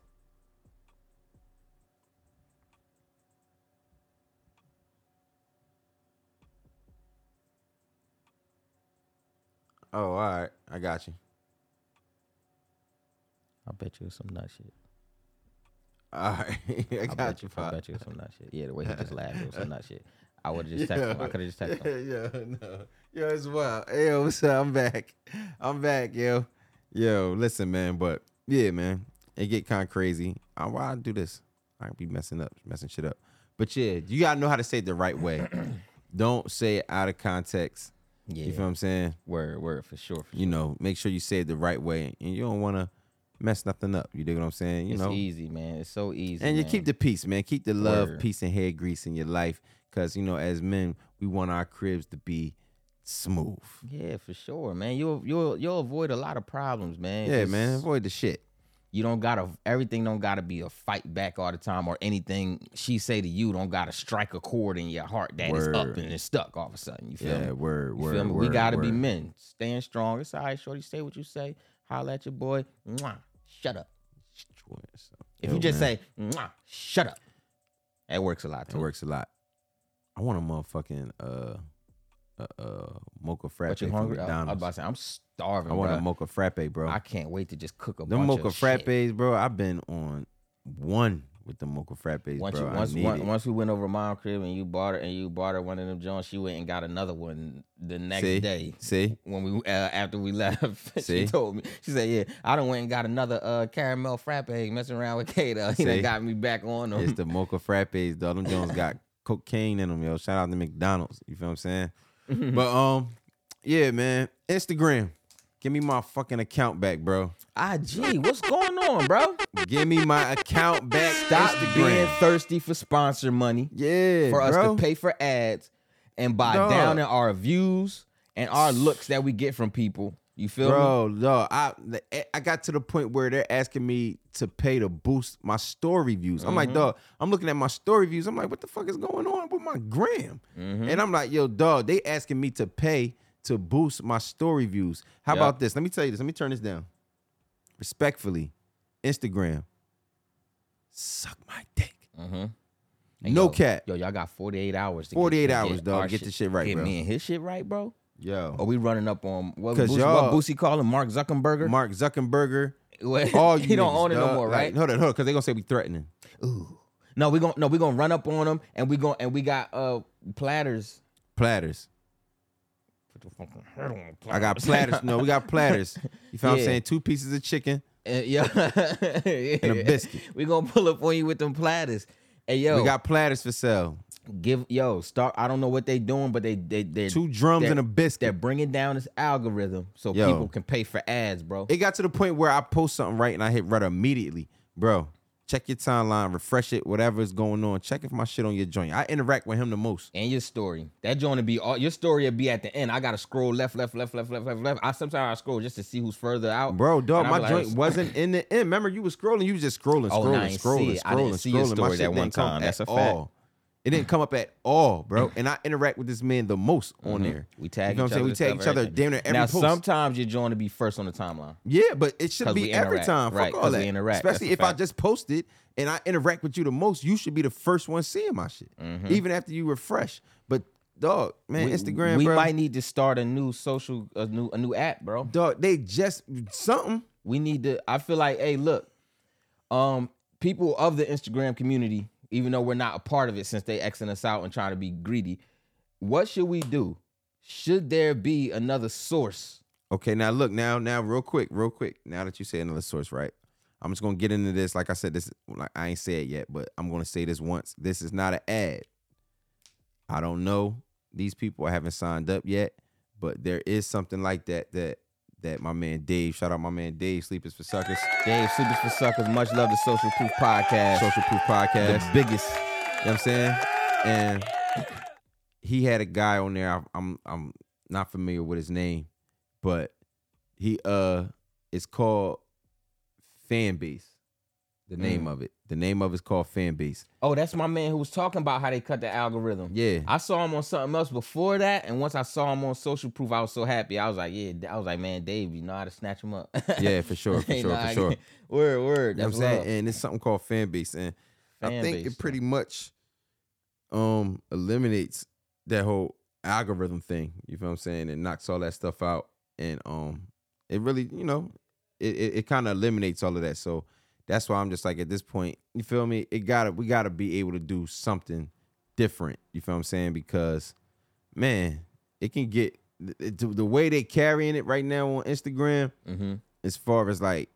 [SPEAKER 1] Oh, all right. I got you.
[SPEAKER 2] I bet you it's some nut shit.
[SPEAKER 1] All right. I,
[SPEAKER 2] I
[SPEAKER 1] got
[SPEAKER 2] bet
[SPEAKER 1] you,
[SPEAKER 2] you. I
[SPEAKER 1] Pop.
[SPEAKER 2] bet you it's some nut shit. Yeah, the way he just laughed, it was some nut shit. I would have just texted him. I could have just texted him.
[SPEAKER 1] Yeah, yeah, no. Yo, it's wild. Yo, what's up? I'm back. I'm back, yo. Yo, listen, man, but yeah, man. It get kind of crazy. I why I do this. I be messing up, messing shit up. But yeah, you gotta know how to say it the right way. Don't say it out of context.
[SPEAKER 2] Yeah.
[SPEAKER 1] You feel what I'm saying?
[SPEAKER 2] Word, word for sure. For sure.
[SPEAKER 1] You know, make sure you say it the right way and you don't wanna mess nothing up. You dig what I'm saying? You
[SPEAKER 2] it's
[SPEAKER 1] know.
[SPEAKER 2] easy, man. It's so easy.
[SPEAKER 1] And you
[SPEAKER 2] man.
[SPEAKER 1] keep the peace, man. Keep the love,
[SPEAKER 2] Word.
[SPEAKER 1] peace, and hair grease in your life. Cause you know, as men, we want our cribs to be smooth.
[SPEAKER 2] Yeah, for sure, man. You'll you'll you'll avoid a lot of problems, man.
[SPEAKER 1] Yeah,
[SPEAKER 2] Just-
[SPEAKER 1] man. Avoid the shit.
[SPEAKER 2] You don't gotta everything don't gotta be a fight back all the time or anything she say to you don't gotta strike a chord in your heart that is up
[SPEAKER 1] Word.
[SPEAKER 2] and it's stuck all of a sudden. You feel
[SPEAKER 1] Yeah,
[SPEAKER 2] me?
[SPEAKER 1] word,
[SPEAKER 2] You
[SPEAKER 1] word,
[SPEAKER 2] feel me? we
[SPEAKER 1] word,
[SPEAKER 2] gotta be
[SPEAKER 1] word.
[SPEAKER 2] men. Stand strong. It's all right, shorty. Say what you say. Holla at your boy. Mwah. Shut up. If
[SPEAKER 1] Oh,
[SPEAKER 2] you just say, Mwah, shut up. That works a lot
[SPEAKER 1] it
[SPEAKER 2] too.
[SPEAKER 1] works a lot. I want a motherfucking uh uh, uh mocha frappe
[SPEAKER 2] But you
[SPEAKER 1] from
[SPEAKER 2] hungry? I, am
[SPEAKER 1] McDonald's.
[SPEAKER 2] about to say, I'm starving.
[SPEAKER 1] I want
[SPEAKER 2] bruh.
[SPEAKER 1] a mocha frappe, bro.
[SPEAKER 2] I can't wait to just cook a
[SPEAKER 1] them
[SPEAKER 2] bunch
[SPEAKER 1] mocha
[SPEAKER 2] of shit.
[SPEAKER 1] frappes, bro. I've been on one with the mocha frappes,
[SPEAKER 2] Once,
[SPEAKER 1] bro.
[SPEAKER 2] you, once,
[SPEAKER 1] I need
[SPEAKER 2] once,
[SPEAKER 1] it.
[SPEAKER 2] once we went over to mom crib and you bought her and you bought her one of them Jones, she went and got another one the next
[SPEAKER 1] see,
[SPEAKER 2] day
[SPEAKER 1] see,
[SPEAKER 2] when we uh, after we left.
[SPEAKER 1] See?
[SPEAKER 2] she told me she said, "Yeah, I done went and got another uh, caramel frappe messing around with Kato. He
[SPEAKER 1] See?
[SPEAKER 2] done got me back on them.
[SPEAKER 1] it's the mocha frappes, dog. Them Jones got cocaine in them, yo. Shout out to McDonald's. You feel what I'm saying? but um, yeah, man. Instagram, give me my fucking account back, bro.
[SPEAKER 2] IG, what's going on, bro?
[SPEAKER 1] Give me my account back.
[SPEAKER 2] Stop being
[SPEAKER 1] Instagram.
[SPEAKER 2] thirsty for sponsor money
[SPEAKER 1] Yeah,
[SPEAKER 2] for us
[SPEAKER 1] bro.
[SPEAKER 2] to pay for ads and buy
[SPEAKER 1] Dog.
[SPEAKER 2] down in our views and our looks that we get from people. You feel me?
[SPEAKER 1] Bro, no, I the- I got to the point where they're asking me to pay to boost my story views. I'm
[SPEAKER 2] Mm-hmm.
[SPEAKER 1] like, dog, I'm looking at my story views. I'm like, what the fuck is going on with my gram?
[SPEAKER 2] Mm-hmm.
[SPEAKER 1] And I'm like, yo, dog, they asking me to pay to boost my story views. How
[SPEAKER 2] Yep.
[SPEAKER 1] about this? Let me tell you this. Let me turn this down. Respectfully, Instagram, suck my dick.
[SPEAKER 2] And
[SPEAKER 1] No
[SPEAKER 2] yo,
[SPEAKER 1] cap.
[SPEAKER 2] Yo, y'all got 48 hours. To
[SPEAKER 1] 48
[SPEAKER 2] get, to
[SPEAKER 1] hours,
[SPEAKER 2] get
[SPEAKER 1] dog.
[SPEAKER 2] our
[SPEAKER 1] Get this shit right,
[SPEAKER 2] get
[SPEAKER 1] bro.
[SPEAKER 2] me and his shit right, bro.
[SPEAKER 1] Yo,
[SPEAKER 2] Are we running up on what,
[SPEAKER 1] 'Cause
[SPEAKER 2] Boosie,
[SPEAKER 1] y'all-
[SPEAKER 2] what Boosie call him? Mark Zuckerberg?
[SPEAKER 1] Mark Zuckerberg,
[SPEAKER 2] What-
[SPEAKER 1] all you
[SPEAKER 2] he don't
[SPEAKER 1] niggas,
[SPEAKER 2] own it no
[SPEAKER 1] dog.
[SPEAKER 2] more,
[SPEAKER 1] Like,
[SPEAKER 2] right?
[SPEAKER 1] hold on, hold on, because they're going to say we threatening.
[SPEAKER 2] no, we going no, we gonna run up on him, and we going and we got uh platters.
[SPEAKER 1] Platters.
[SPEAKER 2] Put the fucking head on the
[SPEAKER 1] I got platters. No, we got platters. You feel what I'm
[SPEAKER 2] Yeah.
[SPEAKER 1] saying? Two pieces of chicken.
[SPEAKER 2] Uh, yeah, and
[SPEAKER 1] a biscuit.
[SPEAKER 2] We gonna pull up on you with them platters. Hey yo,
[SPEAKER 1] We got platters for sale.
[SPEAKER 2] give yo start. I don't know what they doing, but they they they
[SPEAKER 1] Two drums and a
[SPEAKER 2] They're
[SPEAKER 1] biscuit.
[SPEAKER 2] bringing down this algorithm so
[SPEAKER 1] Yo.
[SPEAKER 2] people can pay for ads, bro.
[SPEAKER 1] It got to the point where I post something right and I hit red immediately. Bro, check your timeline, refresh it, whatever is going on. Check if my shit on your joint. I interact with him the most.
[SPEAKER 2] and your story. That joint will be all your story will be at the end. I gotta scroll left, left, left, left, left, left, left. I sometimes I scroll just to see who's further out.
[SPEAKER 1] Bro, dog,
[SPEAKER 2] And I
[SPEAKER 1] my
[SPEAKER 2] be like,
[SPEAKER 1] joint wasn't in the end. Remember, you was scrolling, you was just scrolling,
[SPEAKER 2] Oh, nah,
[SPEAKER 1] scrolling,
[SPEAKER 2] I ain't see
[SPEAKER 1] scrolling,
[SPEAKER 2] it. I didn't
[SPEAKER 1] scrolling,
[SPEAKER 2] see your
[SPEAKER 1] scrolling.
[SPEAKER 2] story
[SPEAKER 1] my shit
[SPEAKER 2] that one
[SPEAKER 1] didn't come
[SPEAKER 2] time. That's
[SPEAKER 1] at
[SPEAKER 2] a fact.
[SPEAKER 1] all. It didn't come up at all, bro. And I interact with this man the most on there.
[SPEAKER 2] Mm-hmm. We tag
[SPEAKER 1] you know
[SPEAKER 2] each
[SPEAKER 1] what I'm
[SPEAKER 2] other.
[SPEAKER 1] saying? We
[SPEAKER 2] and
[SPEAKER 1] tag
[SPEAKER 2] stuff,
[SPEAKER 1] each other
[SPEAKER 2] everything.
[SPEAKER 1] damn near every
[SPEAKER 2] now,
[SPEAKER 1] post.
[SPEAKER 2] sometimes your joint will be first on the timeline.
[SPEAKER 1] Yeah, but it should
[SPEAKER 2] 'Cause
[SPEAKER 1] be
[SPEAKER 2] we
[SPEAKER 1] every
[SPEAKER 2] interact,
[SPEAKER 1] time.
[SPEAKER 2] right,
[SPEAKER 1] Fuck all
[SPEAKER 2] 'cause we
[SPEAKER 1] that.
[SPEAKER 2] interact. That's
[SPEAKER 1] Especially
[SPEAKER 2] a
[SPEAKER 1] if I
[SPEAKER 2] fact.
[SPEAKER 1] just post it and I interact with you the most, you should be the first one seeing my shit, even after you refresh. But dog, man,
[SPEAKER 2] Mm-hmm. We-
[SPEAKER 1] Instagram,
[SPEAKER 2] We
[SPEAKER 1] bro,
[SPEAKER 2] might need to start a new social, a new, a new app, bro.
[SPEAKER 1] dog, they just something.
[SPEAKER 2] We need to. I feel like, hey, look, um, people of the Instagram community, even though we're not a part of it, since they xing us out and trying to be greedy, what should we do? Should there be another source?
[SPEAKER 1] Okay, now look, now, now, real quick, real quick. Now that you say another source, right? I'm just gonna get into this. Like I said, this like I ain't said it yet, but I'm gonna say this once. This is not an ad. I don't know these people. I haven't signed up yet, but there is something like that that that. My man Dave. Shout out my man Dave, Sleepers for Suckers.
[SPEAKER 2] Dave Sleepers for Suckers. Much love to Social Proof Podcast.
[SPEAKER 1] Social Proof
[SPEAKER 2] the
[SPEAKER 1] Podcast.
[SPEAKER 2] biggest.
[SPEAKER 1] You know what I'm saying? And he had a guy on there. I, I'm I'm not familiar with his name, but he uh it's called Fan Base. The name
[SPEAKER 2] Mm.
[SPEAKER 1] of it. The name of it's called Fan Base.
[SPEAKER 2] Oh, that's my man who was talking about how they cut the algorithm.
[SPEAKER 1] Yeah.
[SPEAKER 2] I saw him on something else before that, and once I saw him on Social Proof, I was so happy. I was like, yeah, I was like, man, Dave, you know how to snatch him up.
[SPEAKER 1] Yeah, for sure, for
[SPEAKER 2] He
[SPEAKER 1] sure,
[SPEAKER 2] know
[SPEAKER 1] for
[SPEAKER 2] how to
[SPEAKER 1] sure.
[SPEAKER 2] get- Word, word.
[SPEAKER 1] You know
[SPEAKER 2] That's
[SPEAKER 1] what I'm saying?
[SPEAKER 2] love.
[SPEAKER 1] And it's something called fan base. And I
[SPEAKER 2] Fan
[SPEAKER 1] think
[SPEAKER 2] base,
[SPEAKER 1] it pretty much um eliminates that whole algorithm thing. You feel what I'm saying? It knocks all that stuff out. And um it really, you know, it it, it kind of eliminates all of that. So that's why I'm just like at this point, you feel me? It gotta we gotta be able to do something different. You feel what I'm saying? Because man, it can get the, the the way they carrying it right now on Instagram
[SPEAKER 2] Mhm.
[SPEAKER 1] as far as like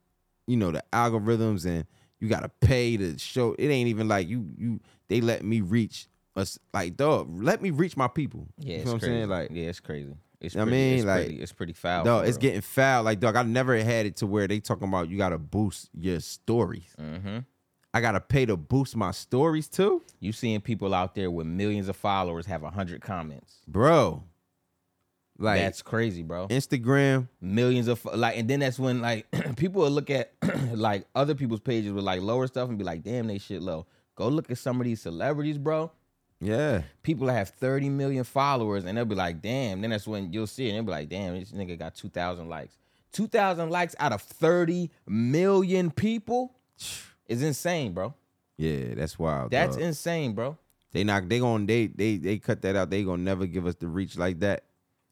[SPEAKER 1] you know the algorithms and you gotta pay to show it ain't even like you you they let me reach us like dog let me reach my people
[SPEAKER 2] Yeah,
[SPEAKER 1] you
[SPEAKER 2] it's
[SPEAKER 1] know what i'm
[SPEAKER 2] crazy.
[SPEAKER 1] saying like
[SPEAKER 2] yeah, it's crazy. It's
[SPEAKER 1] You know what I
[SPEAKER 2] pretty,
[SPEAKER 1] mean?
[SPEAKER 2] it's
[SPEAKER 1] Like,
[SPEAKER 2] pretty, it's pretty foul.
[SPEAKER 1] dog it's getting foul like dog i never had it to where they talking about you gotta boost your stories
[SPEAKER 2] Mm-hmm.
[SPEAKER 1] i gotta pay to boost my stories too
[SPEAKER 2] You seeing people out there with millions of followers have hundred comments?
[SPEAKER 1] bro like
[SPEAKER 2] that's crazy, bro.
[SPEAKER 1] instagram
[SPEAKER 2] millions of like and then that's when like people will look at like other people's pages with like lower stuff and be like damn they shit low go look at some of these celebrities bro
[SPEAKER 1] yeah
[SPEAKER 2] people that have 30 million followers and they'll be like damn then that's when you'll see it and they'll be like damn this nigga got 2000 likes 2000 likes out of 30 million people is insane bro
[SPEAKER 1] yeah that's wild
[SPEAKER 2] that's
[SPEAKER 1] dog.
[SPEAKER 2] insane bro
[SPEAKER 1] they not they gonna they they they cut that out they gonna never give us the reach like that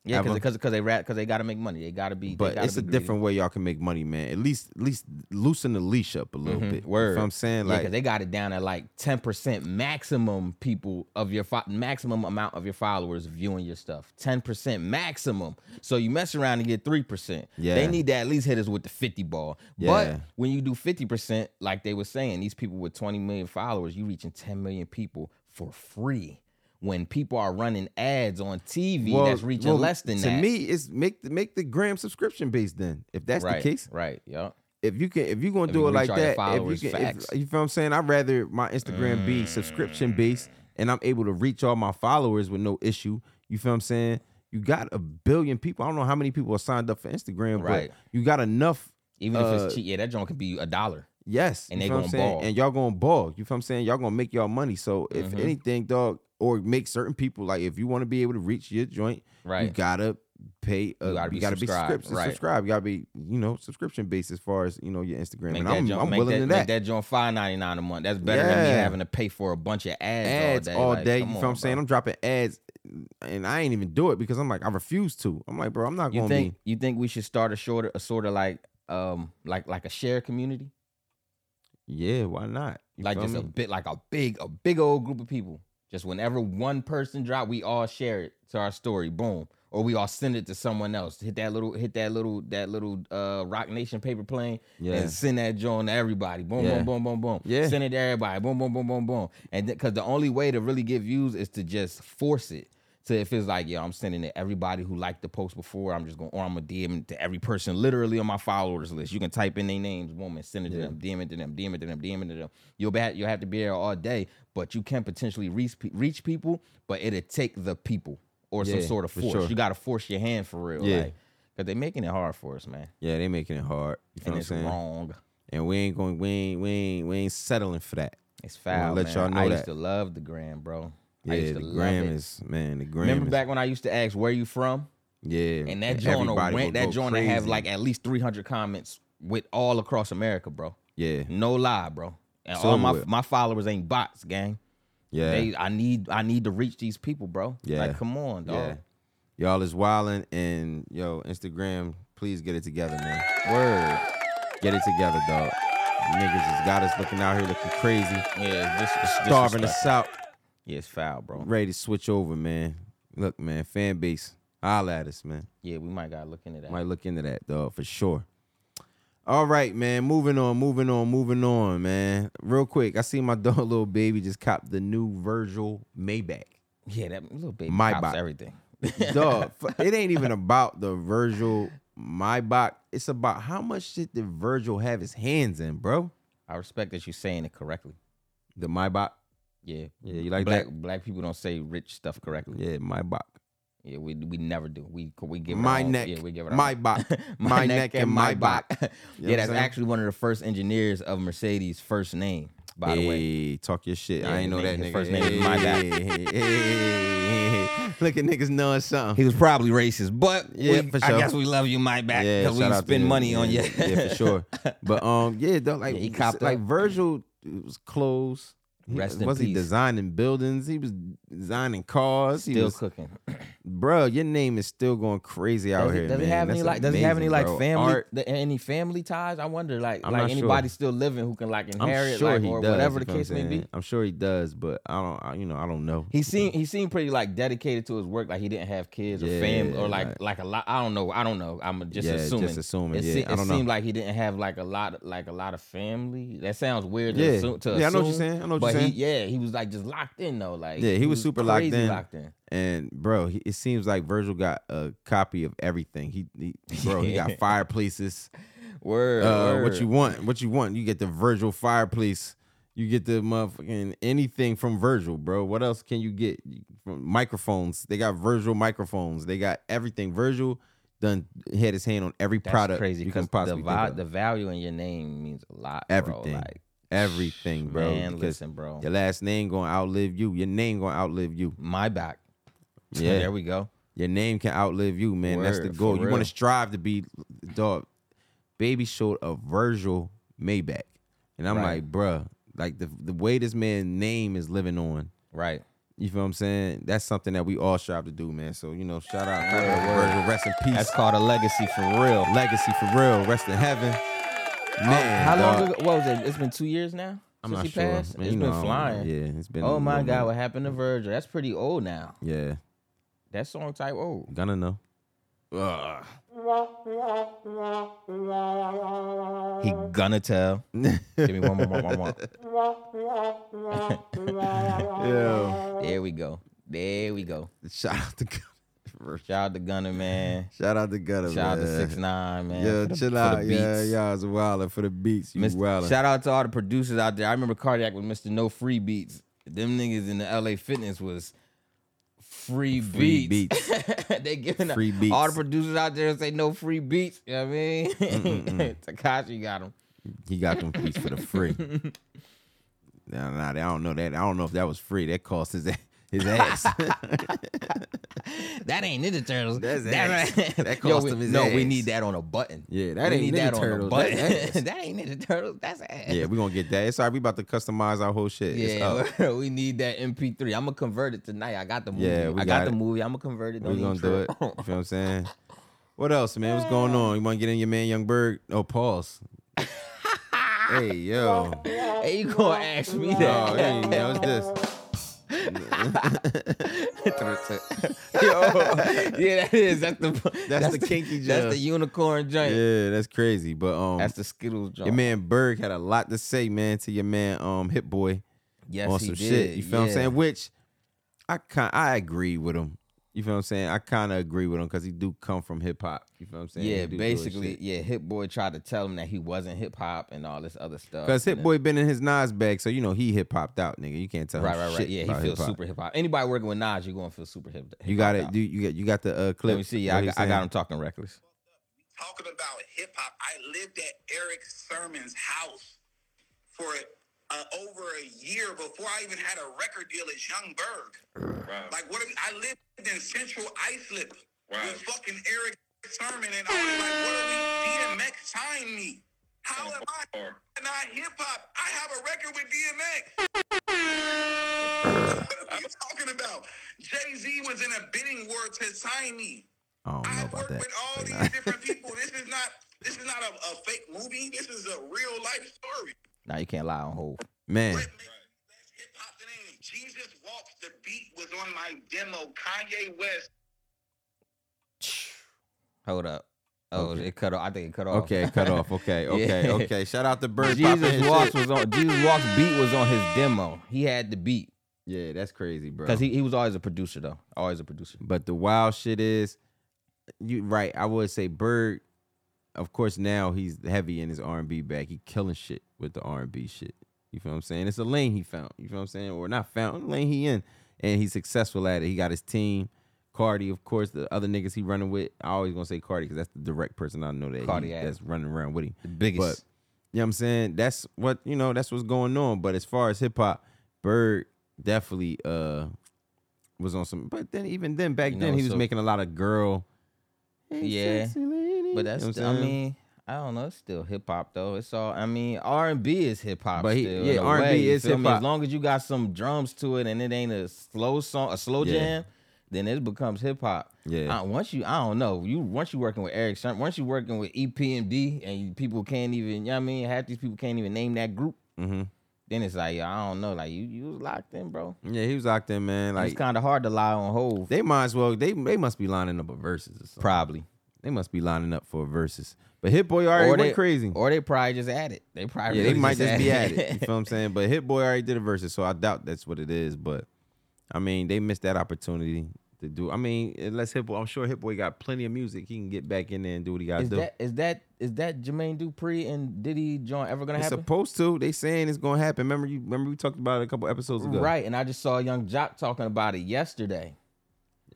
[SPEAKER 2] yeah
[SPEAKER 1] Ever.
[SPEAKER 2] because because they rat because they gotta make money they gotta be they
[SPEAKER 1] But
[SPEAKER 2] gotta
[SPEAKER 1] it's a
[SPEAKER 2] be greedy.
[SPEAKER 1] different way y'all can make money, man. At least, at least loosen the leash up a little bit.
[SPEAKER 2] Mm-hmm. Word.
[SPEAKER 1] You feel what I'm saying,
[SPEAKER 2] Yeah,
[SPEAKER 1] like,
[SPEAKER 2] 'cause they got it down at like ten percent maximum people of your fo- maximum amount of your followers viewing your stuff. Ten percent maximum. So you mess around and get three percent.
[SPEAKER 1] Yeah.
[SPEAKER 2] They need to at least hit us with the fifty ball.
[SPEAKER 1] Yeah.
[SPEAKER 2] But when you do fifty percent, like they were saying, these people with twenty million followers, you reaching ten million people for free. When people are running ads on TV that's reaching
[SPEAKER 1] well,
[SPEAKER 2] less than
[SPEAKER 1] to
[SPEAKER 2] that.
[SPEAKER 1] To me, it's make the make the gram subscription based. Then, if that's
[SPEAKER 2] right,
[SPEAKER 1] the case,
[SPEAKER 2] right, yeah.
[SPEAKER 1] if you can, if you gonna
[SPEAKER 2] If
[SPEAKER 1] do
[SPEAKER 2] you
[SPEAKER 1] it like
[SPEAKER 2] reach all your
[SPEAKER 1] that, if
[SPEAKER 2] followers,
[SPEAKER 1] you can, if-
[SPEAKER 2] facts.
[SPEAKER 1] you feel what I'm saying. I'd rather my Instagram be subscription based,
[SPEAKER 2] Mm.
[SPEAKER 1] and I'm able to reach all my followers with no issue. You feel what I'm saying? You got a billion people. I don't know how many people are signed up for Instagram,
[SPEAKER 2] Right.
[SPEAKER 1] but you got enough.
[SPEAKER 2] Even if
[SPEAKER 1] Uh,
[SPEAKER 2] it's cheap, yeah, that joint could be a dollar.
[SPEAKER 1] Yes.
[SPEAKER 2] And
[SPEAKER 1] you
[SPEAKER 2] they
[SPEAKER 1] feel what I'm
[SPEAKER 2] gonna
[SPEAKER 1] saying?
[SPEAKER 2] ball.
[SPEAKER 1] And y'all gonna ball. You feel what I'm saying? Y'all gonna make y'all money. So if
[SPEAKER 2] Mm-hmm.
[SPEAKER 1] anything, dog, or make certain people like if you wanna be able to reach your joint, you
[SPEAKER 2] Right.
[SPEAKER 1] gotta pay uh, you gotta
[SPEAKER 2] gotta
[SPEAKER 1] be,
[SPEAKER 2] be subscribed,
[SPEAKER 1] subscribed.
[SPEAKER 2] right.
[SPEAKER 1] subscribe. You gotta be, you know, subscription based as far as, you know, your Instagram.
[SPEAKER 2] Make
[SPEAKER 1] and
[SPEAKER 2] that
[SPEAKER 1] I'm,
[SPEAKER 2] jump,
[SPEAKER 1] I'm
[SPEAKER 2] make
[SPEAKER 1] willing
[SPEAKER 2] that,
[SPEAKER 1] to
[SPEAKER 2] Make
[SPEAKER 1] that.
[SPEAKER 2] that joint five ninety nine a month. That's better than
[SPEAKER 1] Yeah.
[SPEAKER 2] me having to pay for a bunch of ads,
[SPEAKER 1] ads
[SPEAKER 2] all day.
[SPEAKER 1] all
[SPEAKER 2] Like,
[SPEAKER 1] day.
[SPEAKER 2] come
[SPEAKER 1] you feel
[SPEAKER 2] on,
[SPEAKER 1] what I'm saying?
[SPEAKER 2] bro.
[SPEAKER 1] I'm dropping ads and I ain't even do it because I'm like, I refuse to. I'm like, bro, I'm not
[SPEAKER 2] You
[SPEAKER 1] gonna
[SPEAKER 2] think
[SPEAKER 1] be
[SPEAKER 2] you think we should start a shorter, a sort of like um like like a share community,
[SPEAKER 1] Yeah, why not? You
[SPEAKER 2] like
[SPEAKER 1] feel
[SPEAKER 2] just a
[SPEAKER 1] me?
[SPEAKER 2] bit like a big a big old group of people. Just whenever one person drop, we all share it to our story. Boom. Or we all send it to someone else. Hit that little, hit that little, that little uh Rock Nation paper plane
[SPEAKER 1] Yeah.
[SPEAKER 2] and send that joint to everybody. Boom,
[SPEAKER 1] Yeah.
[SPEAKER 2] boom, boom, boom, boom.
[SPEAKER 1] Yeah.
[SPEAKER 2] Send it to everybody. Boom, boom, boom, boom, boom. And because the only way to really get views is to just force it. So if it's like, yo, I'm sending it to everybody who liked the post before, I'm just going, or I'm gonna DM it to every person literally on my followers list. You can type in their names, woman, send it to
[SPEAKER 1] Yeah.
[SPEAKER 2] them, DM it to them, DM it to them, DM it to them. You'll be, you'll have to be there all day, but you can potentially reach pe- reach people, but it'll take the people or some
[SPEAKER 1] Yeah,
[SPEAKER 2] sort of
[SPEAKER 1] for
[SPEAKER 2] force.
[SPEAKER 1] sure.
[SPEAKER 2] You gotta force your hand for real,
[SPEAKER 1] Yeah.
[SPEAKER 2] like, cause they're making it hard for us, man,
[SPEAKER 1] Yeah, they making it hard. You feel what
[SPEAKER 2] and
[SPEAKER 1] I'm
[SPEAKER 2] it's
[SPEAKER 1] saying?
[SPEAKER 2] wrong.
[SPEAKER 1] And we ain't going we ain't we ain't we ain't settling for that.
[SPEAKER 2] It's
[SPEAKER 1] wanna
[SPEAKER 2] foul.
[SPEAKER 1] let
[SPEAKER 2] man.
[SPEAKER 1] y'all know
[SPEAKER 2] I
[SPEAKER 1] that.
[SPEAKER 2] used to love the gram, bro. I
[SPEAKER 1] Yeah,
[SPEAKER 2] used
[SPEAKER 1] the
[SPEAKER 2] to love
[SPEAKER 1] gram
[SPEAKER 2] it.
[SPEAKER 1] is man. The gram.
[SPEAKER 2] Remember
[SPEAKER 1] is,
[SPEAKER 2] back when I used to ask where you from,
[SPEAKER 1] Yeah, e,
[SPEAKER 2] and that joint
[SPEAKER 1] everybody
[SPEAKER 2] went.
[SPEAKER 1] would
[SPEAKER 2] That
[SPEAKER 1] go
[SPEAKER 2] joint to have
[SPEAKER 1] crazy.
[SPEAKER 2] like at least three hundred comments with all across America, bro.
[SPEAKER 1] yeah,
[SPEAKER 2] No lie, bro. And
[SPEAKER 1] So
[SPEAKER 2] all my
[SPEAKER 1] would.
[SPEAKER 2] my followers ain't bots, gang.
[SPEAKER 1] yeah,
[SPEAKER 2] They, I need I need to reach these people, bro.
[SPEAKER 1] Yeah.
[SPEAKER 2] like come on,
[SPEAKER 1] yeah.
[SPEAKER 2] dog.
[SPEAKER 1] Y'all is wildin' and yo Instagram. Please get it together, man.
[SPEAKER 2] Word.
[SPEAKER 1] Get it together, dog. Niggas has got us looking out here looking crazy,
[SPEAKER 2] Yeah, this is
[SPEAKER 1] starving us out.
[SPEAKER 2] Yeah, it's foul, bro.
[SPEAKER 1] Ready to switch over, man. Look, man, fan base, holla at us, man.
[SPEAKER 2] Yeah, we might gotta look into that.
[SPEAKER 1] Might look into that, dog, for sure. All right, man. Moving on, moving on, moving on, man. Real quick, I see my dog, little baby, just copped the new Virgil Maybach.
[SPEAKER 2] Yeah, that little baby
[SPEAKER 1] My
[SPEAKER 2] pops
[SPEAKER 1] bot.
[SPEAKER 2] everything.
[SPEAKER 1] dog. f- It ain't even about the Virgil my bot. It's about how much shit did Virgil have his hands in, bro?
[SPEAKER 2] I respect that you're saying it correctly.
[SPEAKER 1] The my bot.
[SPEAKER 2] Yeah.
[SPEAKER 1] Yeah, you like
[SPEAKER 2] black
[SPEAKER 1] that?
[SPEAKER 2] black people don't say rich stuff correctly.
[SPEAKER 1] Yeah, my bot.
[SPEAKER 2] Yeah, we we never do. We we give it
[SPEAKER 1] My
[SPEAKER 2] our own-
[SPEAKER 1] neck,
[SPEAKER 2] Yeah, we give it our
[SPEAKER 1] my
[SPEAKER 2] own-
[SPEAKER 1] bot, my neck, and my bot. know
[SPEAKER 2] yeah,
[SPEAKER 1] what
[SPEAKER 2] that's
[SPEAKER 1] I'm saying?
[SPEAKER 2] actually one of the first engineers of Mercedes' first name. By the way,
[SPEAKER 1] Hey, talk your shit.
[SPEAKER 2] Yeah,
[SPEAKER 1] I ain't know that
[SPEAKER 2] his name- his
[SPEAKER 1] nigga.
[SPEAKER 2] first name is my bot.
[SPEAKER 1] Hey, hey, hey, hey. Look at niggas knowing something.
[SPEAKER 2] he was probably racist, but
[SPEAKER 1] Yeah,
[SPEAKER 2] we-
[SPEAKER 1] for
[SPEAKER 2] I
[SPEAKER 1] sure.
[SPEAKER 2] guess we love you, my back,
[SPEAKER 1] Yeah,
[SPEAKER 2] because
[SPEAKER 1] shout
[SPEAKER 2] we
[SPEAKER 1] out to
[SPEAKER 2] spend
[SPEAKER 1] him.
[SPEAKER 2] money on you.
[SPEAKER 1] Yeah, yeah, for sure. But um, yeah, though, like
[SPEAKER 2] Yeah, he copped
[SPEAKER 1] like
[SPEAKER 2] up.
[SPEAKER 1] Virgil was close. He-
[SPEAKER 2] Rest in
[SPEAKER 1] was he
[SPEAKER 2] peace.
[SPEAKER 1] designing buildings? He was designing cars. he
[SPEAKER 2] Still
[SPEAKER 1] was,
[SPEAKER 2] cooking.
[SPEAKER 1] bro, your name is still going crazy out
[SPEAKER 2] Does,
[SPEAKER 1] here.
[SPEAKER 2] he, does
[SPEAKER 1] man.
[SPEAKER 2] he have any
[SPEAKER 1] That's
[SPEAKER 2] like? Does he have any
[SPEAKER 1] amazing,
[SPEAKER 2] like
[SPEAKER 1] bro.
[SPEAKER 2] family?
[SPEAKER 1] Art,
[SPEAKER 2] th- any family ties? I wonder. Like,
[SPEAKER 1] I'm
[SPEAKER 2] like
[SPEAKER 1] not sure.
[SPEAKER 2] anybody still living who can like
[SPEAKER 1] I'm
[SPEAKER 2] inherit,
[SPEAKER 1] sure
[SPEAKER 2] like,
[SPEAKER 1] he
[SPEAKER 2] or
[SPEAKER 1] does.
[SPEAKER 2] whatever
[SPEAKER 1] you
[SPEAKER 2] the
[SPEAKER 1] know what I'm
[SPEAKER 2] case may
[SPEAKER 1] saying?
[SPEAKER 2] be.
[SPEAKER 1] I'm sure he does, but I don't. I, you know, I don't know.
[SPEAKER 2] He seemed he seemed pretty like dedicated to his work. Like he didn't have kids or
[SPEAKER 1] Yeah,
[SPEAKER 2] family or like
[SPEAKER 1] right.
[SPEAKER 2] like a lot. I don't know. I don't know. I'm just
[SPEAKER 1] Yeah, just
[SPEAKER 2] assuming.
[SPEAKER 1] assuming,
[SPEAKER 2] It,
[SPEAKER 1] yeah,
[SPEAKER 2] se-
[SPEAKER 1] I
[SPEAKER 2] it
[SPEAKER 1] don't know.
[SPEAKER 2] seemed like he didn't have like a lot like a lot of family. That sounds weird. To
[SPEAKER 1] Yeah.
[SPEAKER 2] assume,
[SPEAKER 1] Yeah,
[SPEAKER 2] to
[SPEAKER 1] I know what you're
[SPEAKER 2] assume,
[SPEAKER 1] saying. I know what
[SPEAKER 2] but
[SPEAKER 1] you're saying.
[SPEAKER 2] He, yeah, he was like just locked in though. Like
[SPEAKER 1] Yeah, he was super locked
[SPEAKER 2] crazy
[SPEAKER 1] in.
[SPEAKER 2] Locked in.
[SPEAKER 1] And bro, he, it seems like Virgil got a copy of everything. He, he bro, he got
[SPEAKER 2] Yeah.
[SPEAKER 1] fireplaces.
[SPEAKER 2] Word.
[SPEAKER 1] Uh, what
[SPEAKER 2] word.
[SPEAKER 1] you want? What you want? You get the Virgil fireplace. You get the motherfucking anything from Virgil, bro. What else can you get? From microphones. They got Virgil microphones. They got everything. Virgil done had his hand on every
[SPEAKER 2] That's
[SPEAKER 1] product
[SPEAKER 2] crazy
[SPEAKER 1] you can
[SPEAKER 2] because the,
[SPEAKER 1] possibly think
[SPEAKER 2] va-
[SPEAKER 1] of.
[SPEAKER 2] the value in your name means a lot.
[SPEAKER 1] Everything.
[SPEAKER 2] Bro. Like,
[SPEAKER 1] everything, bro.
[SPEAKER 2] man,
[SPEAKER 1] because
[SPEAKER 2] listen, bro.
[SPEAKER 1] your last name gonna outlive you. Your name gonna outlive you.
[SPEAKER 2] My back.
[SPEAKER 1] Yeah.
[SPEAKER 2] there we go.
[SPEAKER 1] Your name can outlive you, man. That's the
[SPEAKER 2] Word, for
[SPEAKER 1] goal. You want
[SPEAKER 2] real.
[SPEAKER 1] to strive to be dog. Baby showed a Virgil Maybach, and I'm
[SPEAKER 2] Right.
[SPEAKER 1] like, bruh, like the the way this man's name is living on.
[SPEAKER 2] Right.
[SPEAKER 1] You feel what I'm saying? That's something that we all strive to do, man. So you know, shout out, shout out to Virgil. Rest in peace.
[SPEAKER 2] That's called a legacy for real. Oh,
[SPEAKER 1] Legacy for real. Rest in heaven. Man,
[SPEAKER 2] How long
[SPEAKER 1] dog.
[SPEAKER 2] ago? What was it? It's been two years now.
[SPEAKER 1] I'm
[SPEAKER 2] since
[SPEAKER 1] not
[SPEAKER 2] he
[SPEAKER 1] sure.
[SPEAKER 2] Passed?
[SPEAKER 1] Man,
[SPEAKER 2] it's
[SPEAKER 1] you know, I
[SPEAKER 2] been
[SPEAKER 1] don't-
[SPEAKER 2] flying.
[SPEAKER 1] Yeah, it's been.
[SPEAKER 2] oh
[SPEAKER 1] a
[SPEAKER 2] my
[SPEAKER 1] little
[SPEAKER 2] God,
[SPEAKER 1] minute.
[SPEAKER 2] what happened to Virgil? That's pretty old now.
[SPEAKER 1] Yeah,
[SPEAKER 2] That song type old.
[SPEAKER 1] gonna know.
[SPEAKER 2] He gonna tell. Give me one more, one more, one more.
[SPEAKER 1] Yeah.
[SPEAKER 2] There we go. There we go.
[SPEAKER 1] Shout out to Gunner.
[SPEAKER 2] Shout out to Gunner man.
[SPEAKER 1] Shout out to Gunner.
[SPEAKER 2] Shout out to
[SPEAKER 1] man.
[SPEAKER 2] Six Nine man.
[SPEAKER 1] Yo,
[SPEAKER 2] for the- for
[SPEAKER 1] chill
[SPEAKER 2] the
[SPEAKER 1] out. Yeah,
[SPEAKER 2] beats.
[SPEAKER 1] y'all is wildin' for the beats. You
[SPEAKER 2] Mr.
[SPEAKER 1] wildin'.
[SPEAKER 2] Shout out to all the producers out there. I remember Cardiac with Mr. No Free Beats. Them niggas in the LA Fitness was free beats.
[SPEAKER 1] Free
[SPEAKER 2] they giving
[SPEAKER 1] Free beats.
[SPEAKER 2] all the producers out there say no free beats. You know what I mean? Takashi got them.
[SPEAKER 1] He got them beats for the free. nah, nah, they- I don't know that. I don't know if that was free. That cost his a- his ass.
[SPEAKER 2] That ain't Ninja Turtles.
[SPEAKER 1] That's
[SPEAKER 2] That-
[SPEAKER 1] ass. That
[SPEAKER 2] Yo,
[SPEAKER 1] cost
[SPEAKER 2] we-
[SPEAKER 1] him his
[SPEAKER 2] No, we
[SPEAKER 1] ass.
[SPEAKER 2] need that on a button.
[SPEAKER 1] Yeah, that
[SPEAKER 2] we
[SPEAKER 1] ain't
[SPEAKER 2] need
[SPEAKER 1] Ninja
[SPEAKER 2] that on a
[SPEAKER 1] Turtles.
[SPEAKER 2] button.
[SPEAKER 1] That's ass.
[SPEAKER 2] that ain't Ninja Turtles. That's ass.
[SPEAKER 1] yeah, we gonna get that. It's all right. We about to customize our whole shit. It's
[SPEAKER 2] Yeah,
[SPEAKER 1] up.
[SPEAKER 2] we need that MP3. I'm gonna convert it tonight. I got the movie.
[SPEAKER 1] Yeah, we
[SPEAKER 2] I got,
[SPEAKER 1] got
[SPEAKER 2] the
[SPEAKER 1] it.
[SPEAKER 2] movie. I'm gonna convert it.
[SPEAKER 1] we
[SPEAKER 2] Don't even
[SPEAKER 1] gonna do it.
[SPEAKER 2] trip.
[SPEAKER 1] You feel what I'm saying? What else, man? What's going on? You wanna get in your man Young Bird? Oh, pause. hey, yo.
[SPEAKER 2] Hey, you gonna ask me
[SPEAKER 1] Oh, hey,
[SPEAKER 2] that?
[SPEAKER 1] yo, what's this?
[SPEAKER 2] yeah, that is. That's the. That's,
[SPEAKER 1] the kinky
[SPEAKER 2] That's
[SPEAKER 1] jump.
[SPEAKER 2] the unicorn joint.
[SPEAKER 1] Yeah, that's crazy. But um,
[SPEAKER 2] That's the Skittles joint.
[SPEAKER 1] Your man Berg had a lot to say, man, to your man um Hit Boy
[SPEAKER 2] yes,
[SPEAKER 1] on
[SPEAKER 2] he
[SPEAKER 1] some
[SPEAKER 2] did.
[SPEAKER 1] shit. You feel what I'm
[SPEAKER 2] yeah.
[SPEAKER 1] saying? Which I kind I agree with him. You feel what I'm saying? I kind of agree with him because he do come from hip hop. You feel what I'm saying?
[SPEAKER 2] Yeah, basically, yeah. Hip Boy tried to tell him that he wasn't hip hop and all this other stuff.
[SPEAKER 1] because
[SPEAKER 2] and
[SPEAKER 1] Hip Boy been in his Nas bag, so you know he hip hopped out, nigga. You can't tell
[SPEAKER 2] then-
[SPEAKER 1] him
[SPEAKER 2] Right, right, right.
[SPEAKER 1] shit
[SPEAKER 2] Yeah, he
[SPEAKER 1] about
[SPEAKER 2] feels
[SPEAKER 1] hip-hop.
[SPEAKER 2] super hip hop. Anybody working with Nas, you're gonna feel super hip.
[SPEAKER 1] You got
[SPEAKER 2] hip-hopped
[SPEAKER 1] it. Do
[SPEAKER 2] out.
[SPEAKER 1] you got you got the uh, clip?
[SPEAKER 2] Let me see.
[SPEAKER 1] What
[SPEAKER 2] Yeah, I
[SPEAKER 1] he
[SPEAKER 2] got, I
[SPEAKER 1] saying?
[SPEAKER 2] got him talking reckless.
[SPEAKER 5] talking about hip hop, I lived at Eric Sermon's house for uh, over a year before I even had a record deal as Young Berg. Like, what? Am, I lived in Central Iceland with fucking Eric Sermon, and I was like, what are we? DMX signed me. How am I not hip hop? I have a record with DMX. what are you talking about? Jay Z was in a bidding war to sign me.
[SPEAKER 1] I don't know
[SPEAKER 5] I've
[SPEAKER 1] about
[SPEAKER 5] worked
[SPEAKER 1] that.
[SPEAKER 5] with
[SPEAKER 1] Say
[SPEAKER 5] all these
[SPEAKER 1] nah.
[SPEAKER 5] different people. This is not this is not a, a fake movie. This is a real life story.
[SPEAKER 2] Now you can't lie on hold.
[SPEAKER 1] Man,
[SPEAKER 5] What makes that's hip hop than anything? Jesus walks. The beat was on my demo. Kanye West.
[SPEAKER 2] Hold up. Oh,
[SPEAKER 1] Okay.
[SPEAKER 2] it cut off. I think it cut off.
[SPEAKER 1] okay, cut off. Okay, okay,
[SPEAKER 2] Yeah.
[SPEAKER 1] okay. Shout out to Bird. popping his
[SPEAKER 2] Jesus walks
[SPEAKER 1] shit.
[SPEAKER 2] was on. Jesus walks beat was on his demo. He had the beat
[SPEAKER 1] Yeah, that's crazy, bro.
[SPEAKER 2] because he, he was always a producer though. Always a producer.
[SPEAKER 1] But the wild shit is, you right. I would say Bird of course now he's heavy in his R and B bag. He killing shit with the R and B shit. You feel what I'm saying? It's a lane he found. You feel what I'm saying? Or not found lane he in, and he's successful at it. He got his team. Cardi, of course, the other niggas he running with. I always gonna say Cardi because that's the direct person I know that he-
[SPEAKER 2] Cardi, yeah.
[SPEAKER 1] that's running around with him.
[SPEAKER 2] The biggest.
[SPEAKER 1] But you know what I'm saying? That's what you know, that's what's going on. But as far as hip hop, Bird definitely uh was on some but then even then back
[SPEAKER 2] You
[SPEAKER 1] then
[SPEAKER 2] know,
[SPEAKER 1] he was
[SPEAKER 2] so-
[SPEAKER 1] making a lot of girl Hey,
[SPEAKER 2] Yeah,
[SPEAKER 1] sexy lady.
[SPEAKER 2] But
[SPEAKER 1] You
[SPEAKER 2] that's
[SPEAKER 1] know what
[SPEAKER 2] st-
[SPEAKER 1] I'm
[SPEAKER 2] I
[SPEAKER 1] saying?
[SPEAKER 2] mean, I don't know, it's still hip hop though. It's all I mean, R and B is hip hop
[SPEAKER 1] But he-
[SPEAKER 2] still.
[SPEAKER 1] yeah,
[SPEAKER 2] in a
[SPEAKER 1] R&B
[SPEAKER 2] way, you
[SPEAKER 1] is
[SPEAKER 2] feel me?
[SPEAKER 1] hip-hop.
[SPEAKER 2] As long as you got some drums to it and it ain't a slow song, a slow
[SPEAKER 1] Yeah.
[SPEAKER 2] jam, then it becomes hip hop.
[SPEAKER 1] Yeah.
[SPEAKER 2] I- once you I don't know, you once you working with Eric Sermon, once you working with E EPMD and you, people can't even, you know what I mean, half these people can't even name that group,
[SPEAKER 1] mm-hmm.
[SPEAKER 2] then it's like, yeah, I don't know, like you you was locked in, bro.
[SPEAKER 1] Yeah, he was out there, man. Like
[SPEAKER 2] it's kind of hard to lie on hold.
[SPEAKER 1] they might as well they they must be lining up a verses or something.
[SPEAKER 2] Probably.
[SPEAKER 1] They must be lining up for a verses. But Hit Boy already went crazy.
[SPEAKER 2] Or they probably just at it. They probably
[SPEAKER 1] yeah,
[SPEAKER 2] really
[SPEAKER 1] they might just be at
[SPEAKER 2] it.
[SPEAKER 1] it. You feel what I'm saying? But Hit Boy already did a versus, so I doubt that's what it is. But I mean, they missed that opportunity to do. I mean, unless Hit Boy, I'm sure Hit Boy got plenty of music. He can get back in there and do what he got to
[SPEAKER 2] Is
[SPEAKER 1] do.
[SPEAKER 2] that is that is that Jermaine Dupri and Diddy joint ever gonna
[SPEAKER 1] it's
[SPEAKER 2] happen?
[SPEAKER 1] supposed to. They saying it's gonna happen. Remember you? Remember we talked about it a couple episodes ago.
[SPEAKER 2] Right, and I just saw Young Jock talking about it yesterday.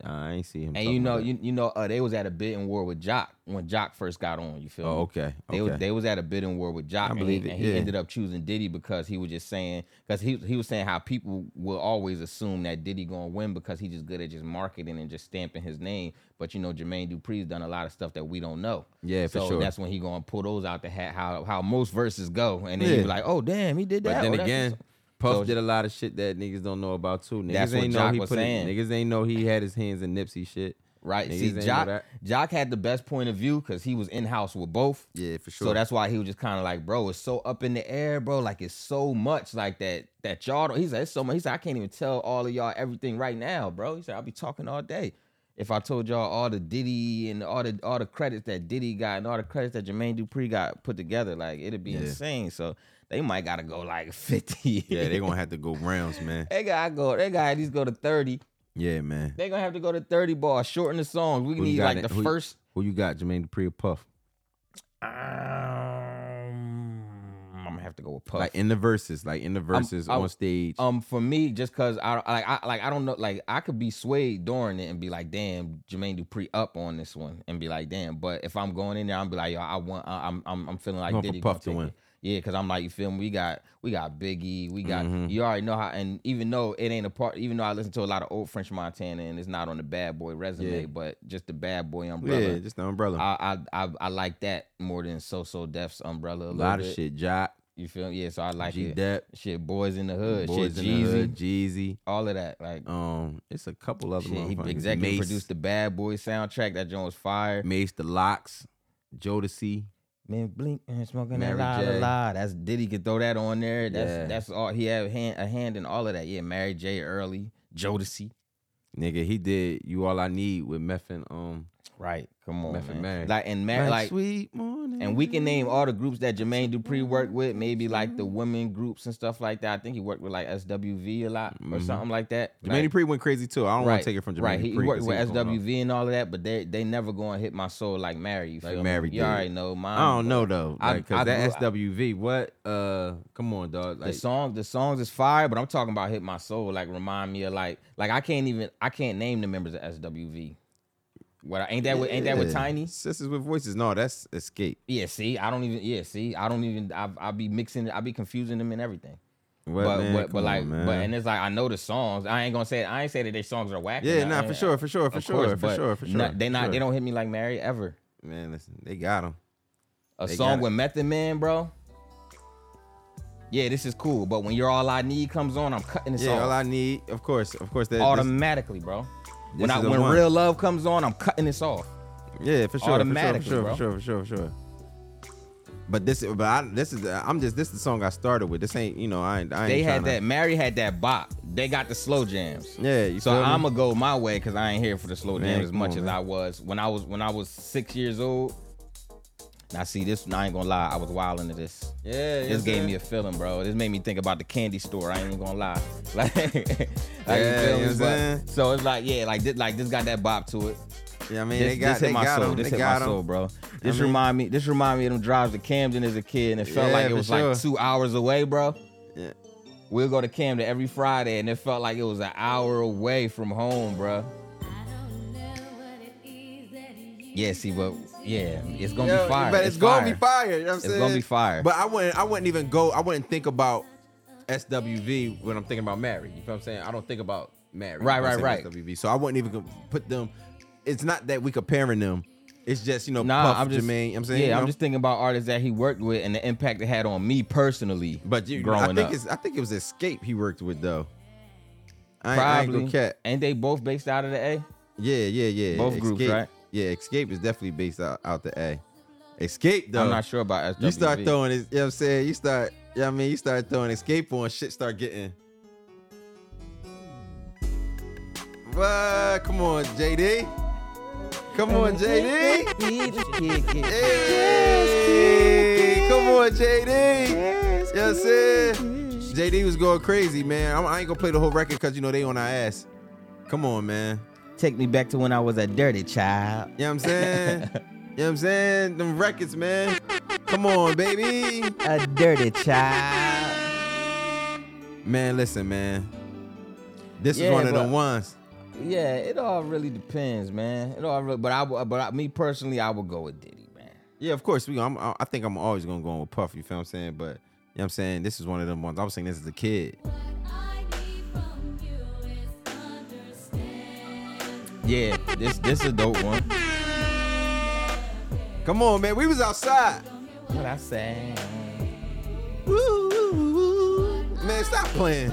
[SPEAKER 1] I ain't see him.
[SPEAKER 2] And
[SPEAKER 1] talking
[SPEAKER 2] you know,
[SPEAKER 1] about it.
[SPEAKER 2] you you know, uh, they was at a bidding war with Jock when Jock first got on. You feel?
[SPEAKER 1] Oh,
[SPEAKER 2] me?
[SPEAKER 1] okay.
[SPEAKER 2] They
[SPEAKER 1] okay.
[SPEAKER 2] was they was at a bidding war with Jock,
[SPEAKER 1] I
[SPEAKER 2] and he-
[SPEAKER 1] believe
[SPEAKER 2] and
[SPEAKER 1] it,
[SPEAKER 2] he,
[SPEAKER 1] yeah.
[SPEAKER 2] ended up choosing Diddy because he was just saying because he he was saying how people will always assume that Diddy gonna win because he just good at just marketing and just stamping his name. But you know, Jermaine Dupri's done a lot of stuff that we don't know.
[SPEAKER 1] Yeah, for
[SPEAKER 2] so
[SPEAKER 1] sure.
[SPEAKER 2] That's when he gonna pull those out the hat. How how most verses go, and then you
[SPEAKER 1] Yeah.
[SPEAKER 2] be like, oh damn, he did that.
[SPEAKER 1] but
[SPEAKER 2] Oh,
[SPEAKER 1] then
[SPEAKER 2] that's
[SPEAKER 1] again,
[SPEAKER 2] what's up.
[SPEAKER 1] Puff
[SPEAKER 2] So-
[SPEAKER 1] did a lot of shit that niggas don't know about too. Niggas
[SPEAKER 2] That's what
[SPEAKER 1] ain't know
[SPEAKER 2] Jock
[SPEAKER 1] he
[SPEAKER 2] was
[SPEAKER 1] put
[SPEAKER 2] saying.
[SPEAKER 1] It, niggas ain't know he had his hands in Nipsey shit.
[SPEAKER 2] Right.
[SPEAKER 1] Niggas
[SPEAKER 2] See,
[SPEAKER 1] ain't know
[SPEAKER 2] Jock,
[SPEAKER 1] that.
[SPEAKER 2] Jock had the best point of view because he was in house with both.
[SPEAKER 1] Yeah, for
[SPEAKER 2] So
[SPEAKER 1] sure.
[SPEAKER 2] that's why he was just kind of like, bro, it's so up in the air, bro. Like it's so much like that that y'all don't. He said it's so much. He said I can't even tell all of y'all everything right now, bro. He said I'll be talking all day. If I told y'all all the Diddy and all the all the credits that Diddy got and all the credits that Jermaine Dupri got put together, like it'd be
[SPEAKER 1] Yeah.
[SPEAKER 2] insane. So they might gotta go like fifty.
[SPEAKER 1] Yeah, they gonna have to go rounds, man.
[SPEAKER 2] they gotta go. They gotta at least go to thirty.
[SPEAKER 1] Yeah, man.
[SPEAKER 2] They gonna have to go to thirty bars. Shorten the songs. We
[SPEAKER 1] Who you
[SPEAKER 2] need
[SPEAKER 1] got
[SPEAKER 2] like
[SPEAKER 1] in-
[SPEAKER 2] the
[SPEAKER 1] who you-
[SPEAKER 2] first.
[SPEAKER 1] Who you got, Jermaine Dupri or Puff?
[SPEAKER 2] Um, I'm gonna have to go with Puff.
[SPEAKER 1] Like in the verses, like in the verses
[SPEAKER 2] I'm-
[SPEAKER 1] on stage.
[SPEAKER 2] um, for me, just cause I I- like I like I don't know, like I could be swayed during it and be like, damn, Jermaine Dupri up on this one, and be like, damn. But if I'm going in there, I'm be like, yo, I want, I, I'm, I'm, I'm feeling like
[SPEAKER 1] Going for
[SPEAKER 2] Diddy
[SPEAKER 1] Puff to
[SPEAKER 2] gonna take
[SPEAKER 1] win.
[SPEAKER 2] it. Yeah, cause I'm like, you feel me? We got, we got Biggie, we got.
[SPEAKER 1] Mhm.
[SPEAKER 2] You already know how, and even though it ain't a part, even though I listen to a lot of old French Montana, and it's not on the Bad Boy resume,
[SPEAKER 1] Yeah.
[SPEAKER 2] but just the Bad Boy umbrella.
[SPEAKER 1] yeah, just the umbrella.
[SPEAKER 2] I, I I I like that more than So So Def's umbrella. A,
[SPEAKER 1] a
[SPEAKER 2] little
[SPEAKER 1] lot of
[SPEAKER 2] bit.
[SPEAKER 1] shit. Jock,
[SPEAKER 2] You feel me? Yeah, so I like
[SPEAKER 1] G
[SPEAKER 2] it.
[SPEAKER 1] Dep,
[SPEAKER 2] Shit, boys in the hood,
[SPEAKER 1] Boys
[SPEAKER 2] shit,
[SPEAKER 1] in the
[SPEAKER 2] Jeezy,
[SPEAKER 1] Hood, Jeezy.
[SPEAKER 2] all of that. Like,
[SPEAKER 1] Um, it's a couple other
[SPEAKER 2] shit, he
[SPEAKER 1] motherfuckers.
[SPEAKER 2] executive
[SPEAKER 1] Mace,
[SPEAKER 2] produced the Bad Boy soundtrack. That joint was fire.
[SPEAKER 1] Mace the Locks, Jodeci.
[SPEAKER 2] Man, blink and smoking
[SPEAKER 1] Mary
[SPEAKER 2] that la
[SPEAKER 1] J.
[SPEAKER 2] la la. That's Diddy could throw that on there. That's
[SPEAKER 1] Yeah.
[SPEAKER 2] that's all he had a hand, a hand in all of that. Yeah, Mary J. Early, Jodeci.
[SPEAKER 1] Nigga, he did You All I Need with Meth and um
[SPEAKER 2] Right, come on,
[SPEAKER 1] Meth and
[SPEAKER 2] man.
[SPEAKER 1] Mary.
[SPEAKER 2] Like and Mary,
[SPEAKER 1] My
[SPEAKER 2] like
[SPEAKER 1] Sweet Morning.
[SPEAKER 2] And we can name all the groups that Jermaine Dupri worked with, maybe like the women groups and stuff like that. I think he worked with like SWV a lot or
[SPEAKER 1] Mhm.
[SPEAKER 2] something like that.
[SPEAKER 1] Jermaine
[SPEAKER 2] like,
[SPEAKER 1] Dupri went crazy too. I don't want to take it from Jermaine
[SPEAKER 2] Right, he, he
[SPEAKER 1] Dupri 'cause
[SPEAKER 2] worked with
[SPEAKER 1] was going off.
[SPEAKER 2] SWV and all of that, but they they never going to hit my soul like Mary. You
[SPEAKER 1] Like
[SPEAKER 2] feel me?
[SPEAKER 1] Mary
[SPEAKER 2] You
[SPEAKER 1] did.
[SPEAKER 2] already know mine.
[SPEAKER 1] I don't
[SPEAKER 2] but
[SPEAKER 1] know though,
[SPEAKER 2] I-
[SPEAKER 1] like, cause
[SPEAKER 2] I
[SPEAKER 1] that
[SPEAKER 2] grew-
[SPEAKER 1] SWV. What? Uh, come on, dog. Like,
[SPEAKER 2] the song, the songs is fire, but I'm talking about hit my soul. Like remind me of like like I can't even I can't name the members of SWV. What I- ain't that with, ain't that with
[SPEAKER 1] Yeah.
[SPEAKER 2] Tiny?
[SPEAKER 1] Sisters with Voices? No, that's Escape.
[SPEAKER 2] Yeah, see, I don't even. Yeah, see, I don't even. I I be mixing. I be confusing them and everything.
[SPEAKER 1] What,
[SPEAKER 2] but
[SPEAKER 1] man?
[SPEAKER 2] but,
[SPEAKER 1] Come
[SPEAKER 2] but
[SPEAKER 1] on,
[SPEAKER 2] like
[SPEAKER 1] man.
[SPEAKER 2] but and it's like I know the songs. I ain't gonna say I ain't say that their songs are whack.
[SPEAKER 1] yeah,
[SPEAKER 2] I-
[SPEAKER 1] nah, for
[SPEAKER 2] I-
[SPEAKER 1] sure, for sure, for
[SPEAKER 2] of
[SPEAKER 1] sure,
[SPEAKER 2] course,
[SPEAKER 1] for
[SPEAKER 2] but
[SPEAKER 1] sure, for sure.
[SPEAKER 2] not- they
[SPEAKER 1] for
[SPEAKER 2] not
[SPEAKER 1] sure.
[SPEAKER 2] they don't hit me like Mary ever.
[SPEAKER 1] Man, listen, they got him.
[SPEAKER 2] A
[SPEAKER 1] They got
[SPEAKER 2] song
[SPEAKER 1] it.
[SPEAKER 2] with Method Man, bro. Yeah, this is cool, but when you're all I need comes on, I'm cutting this
[SPEAKER 1] Yeah, all I
[SPEAKER 2] off
[SPEAKER 1] need, of course, of course, that this,
[SPEAKER 2] automatically, bro.
[SPEAKER 1] this
[SPEAKER 2] When I
[SPEAKER 1] is the
[SPEAKER 2] when
[SPEAKER 1] one.
[SPEAKER 2] real love comes on, I'm cutting this off.
[SPEAKER 1] yeah, for sure,
[SPEAKER 2] automatically,
[SPEAKER 1] for sure,
[SPEAKER 2] bro.
[SPEAKER 1] for sure, for sure, for sure, for sure. But this, but I, this is, I'm just, this is the song I started with. This ain't, you know, I ain't, I ain't
[SPEAKER 2] They had
[SPEAKER 1] tryna-
[SPEAKER 2] that. Mary had that bop. They got the slow jams.
[SPEAKER 1] Yeah, you
[SPEAKER 2] So
[SPEAKER 1] feel me?
[SPEAKER 2] I'ma go my way because I ain't here for the slow
[SPEAKER 1] Man,
[SPEAKER 2] jam as
[SPEAKER 1] come
[SPEAKER 2] much
[SPEAKER 1] on,
[SPEAKER 2] as
[SPEAKER 1] man.
[SPEAKER 2] I was when I was when I was six years old. Now see this, I ain't gonna lie, I was wild into this.
[SPEAKER 1] Yeah,
[SPEAKER 2] This gave me a feeling, bro. This made me think about the candy store. I ain't even gonna lie. Like, like, you
[SPEAKER 1] Yeah, you
[SPEAKER 2] feel
[SPEAKER 1] know what
[SPEAKER 2] me?
[SPEAKER 1] I'm
[SPEAKER 2] But-
[SPEAKER 1] saying?
[SPEAKER 2] so it's like, yeah, like this, like this got that bop to it.
[SPEAKER 1] Yeah, I mean,
[SPEAKER 2] this,
[SPEAKER 1] they got,
[SPEAKER 2] this hit
[SPEAKER 1] they
[SPEAKER 2] my
[SPEAKER 1] got
[SPEAKER 2] soul.
[SPEAKER 1] 'em,
[SPEAKER 2] This
[SPEAKER 1] they
[SPEAKER 2] hit
[SPEAKER 1] got
[SPEAKER 2] my
[SPEAKER 1] 'em.
[SPEAKER 2] soul, bro. This
[SPEAKER 1] mean-
[SPEAKER 2] remind me. This remind me of them drives to Camden as a kid, and it felt
[SPEAKER 1] Yeah,
[SPEAKER 2] like it
[SPEAKER 1] for
[SPEAKER 2] was
[SPEAKER 1] sure.
[SPEAKER 2] like two hours away, bro.
[SPEAKER 1] Yeah.
[SPEAKER 2] We'll go to Camden every Friday, and it felt like it was an hour away from home, bro. Yeah, see, but yeah, it's gonna
[SPEAKER 1] Yeah,
[SPEAKER 2] be fire.
[SPEAKER 1] But it's, gonna
[SPEAKER 2] fire.
[SPEAKER 1] be fire. You know what I'm
[SPEAKER 2] It's
[SPEAKER 1] saying?
[SPEAKER 2] gonna be fire.
[SPEAKER 1] But I wouldn't I wouldn't even go, I wouldn't think about SWV when I'm thinking about Mary. You feel what I'm saying? I don't think about Mary.
[SPEAKER 2] Right,
[SPEAKER 1] when I'm
[SPEAKER 2] right,
[SPEAKER 1] saying
[SPEAKER 2] right.
[SPEAKER 1] SWV. So I wouldn't even go- put them. It's not that we comparing them. It's just, you know,
[SPEAKER 2] Nah,
[SPEAKER 1] Puff,
[SPEAKER 2] I'm just
[SPEAKER 1] Jermaine, you know what I'm saying,
[SPEAKER 2] Yeah,
[SPEAKER 1] you
[SPEAKER 2] I'm
[SPEAKER 1] know?
[SPEAKER 2] just thinking about artists that he worked with and the impact it had on me personally.
[SPEAKER 1] But you,
[SPEAKER 2] growing
[SPEAKER 1] I think
[SPEAKER 2] up,
[SPEAKER 1] it's I think it was Escape he worked with though. I ain't, I ain't
[SPEAKER 2] probably
[SPEAKER 1] gonna cat.
[SPEAKER 2] ain't they both based out of the A?
[SPEAKER 1] Yeah, yeah, yeah.
[SPEAKER 2] Both
[SPEAKER 1] Escape.
[SPEAKER 2] groups, right?
[SPEAKER 1] Yeah, Escape is definitely based out, out the A. Escape though.
[SPEAKER 2] am not sure about SWV.
[SPEAKER 1] You start throwing it, you know what I'm saying? You start, you know what I mean? You start throwing escape on, shit start getting. Well, come on, JD. Come on, JD. Hey, come on, JD. You know what I'm saying? JD was going crazy, man. I'm- I ain't gonna play the whole record because you know they on our ass. Come on, man.
[SPEAKER 2] Take me back to when I was a dirty child.
[SPEAKER 1] You know what I'm saying? you know what I'm saying? Them records, man. Come on, baby.
[SPEAKER 2] A dirty child.
[SPEAKER 1] Man, listen, man. This
[SPEAKER 2] Yeah,
[SPEAKER 1] is one of
[SPEAKER 2] but-
[SPEAKER 1] the ones.
[SPEAKER 2] Yeah, it all really depends, man. It all, really, but I, would- but I, me personally, I would go with Diddy, man.
[SPEAKER 1] Yeah, of course. We, I'm, I I think I'm always gonna go on with Puff. You feel what I'm saying? But you know what I'm saying this is one of them ones. I was saying this as a kid.
[SPEAKER 2] Yeah, this this a dope one.
[SPEAKER 1] Come on, man. We was outside.
[SPEAKER 2] What I say?
[SPEAKER 1] Woo, woo, woo, woo. Man, stop playing.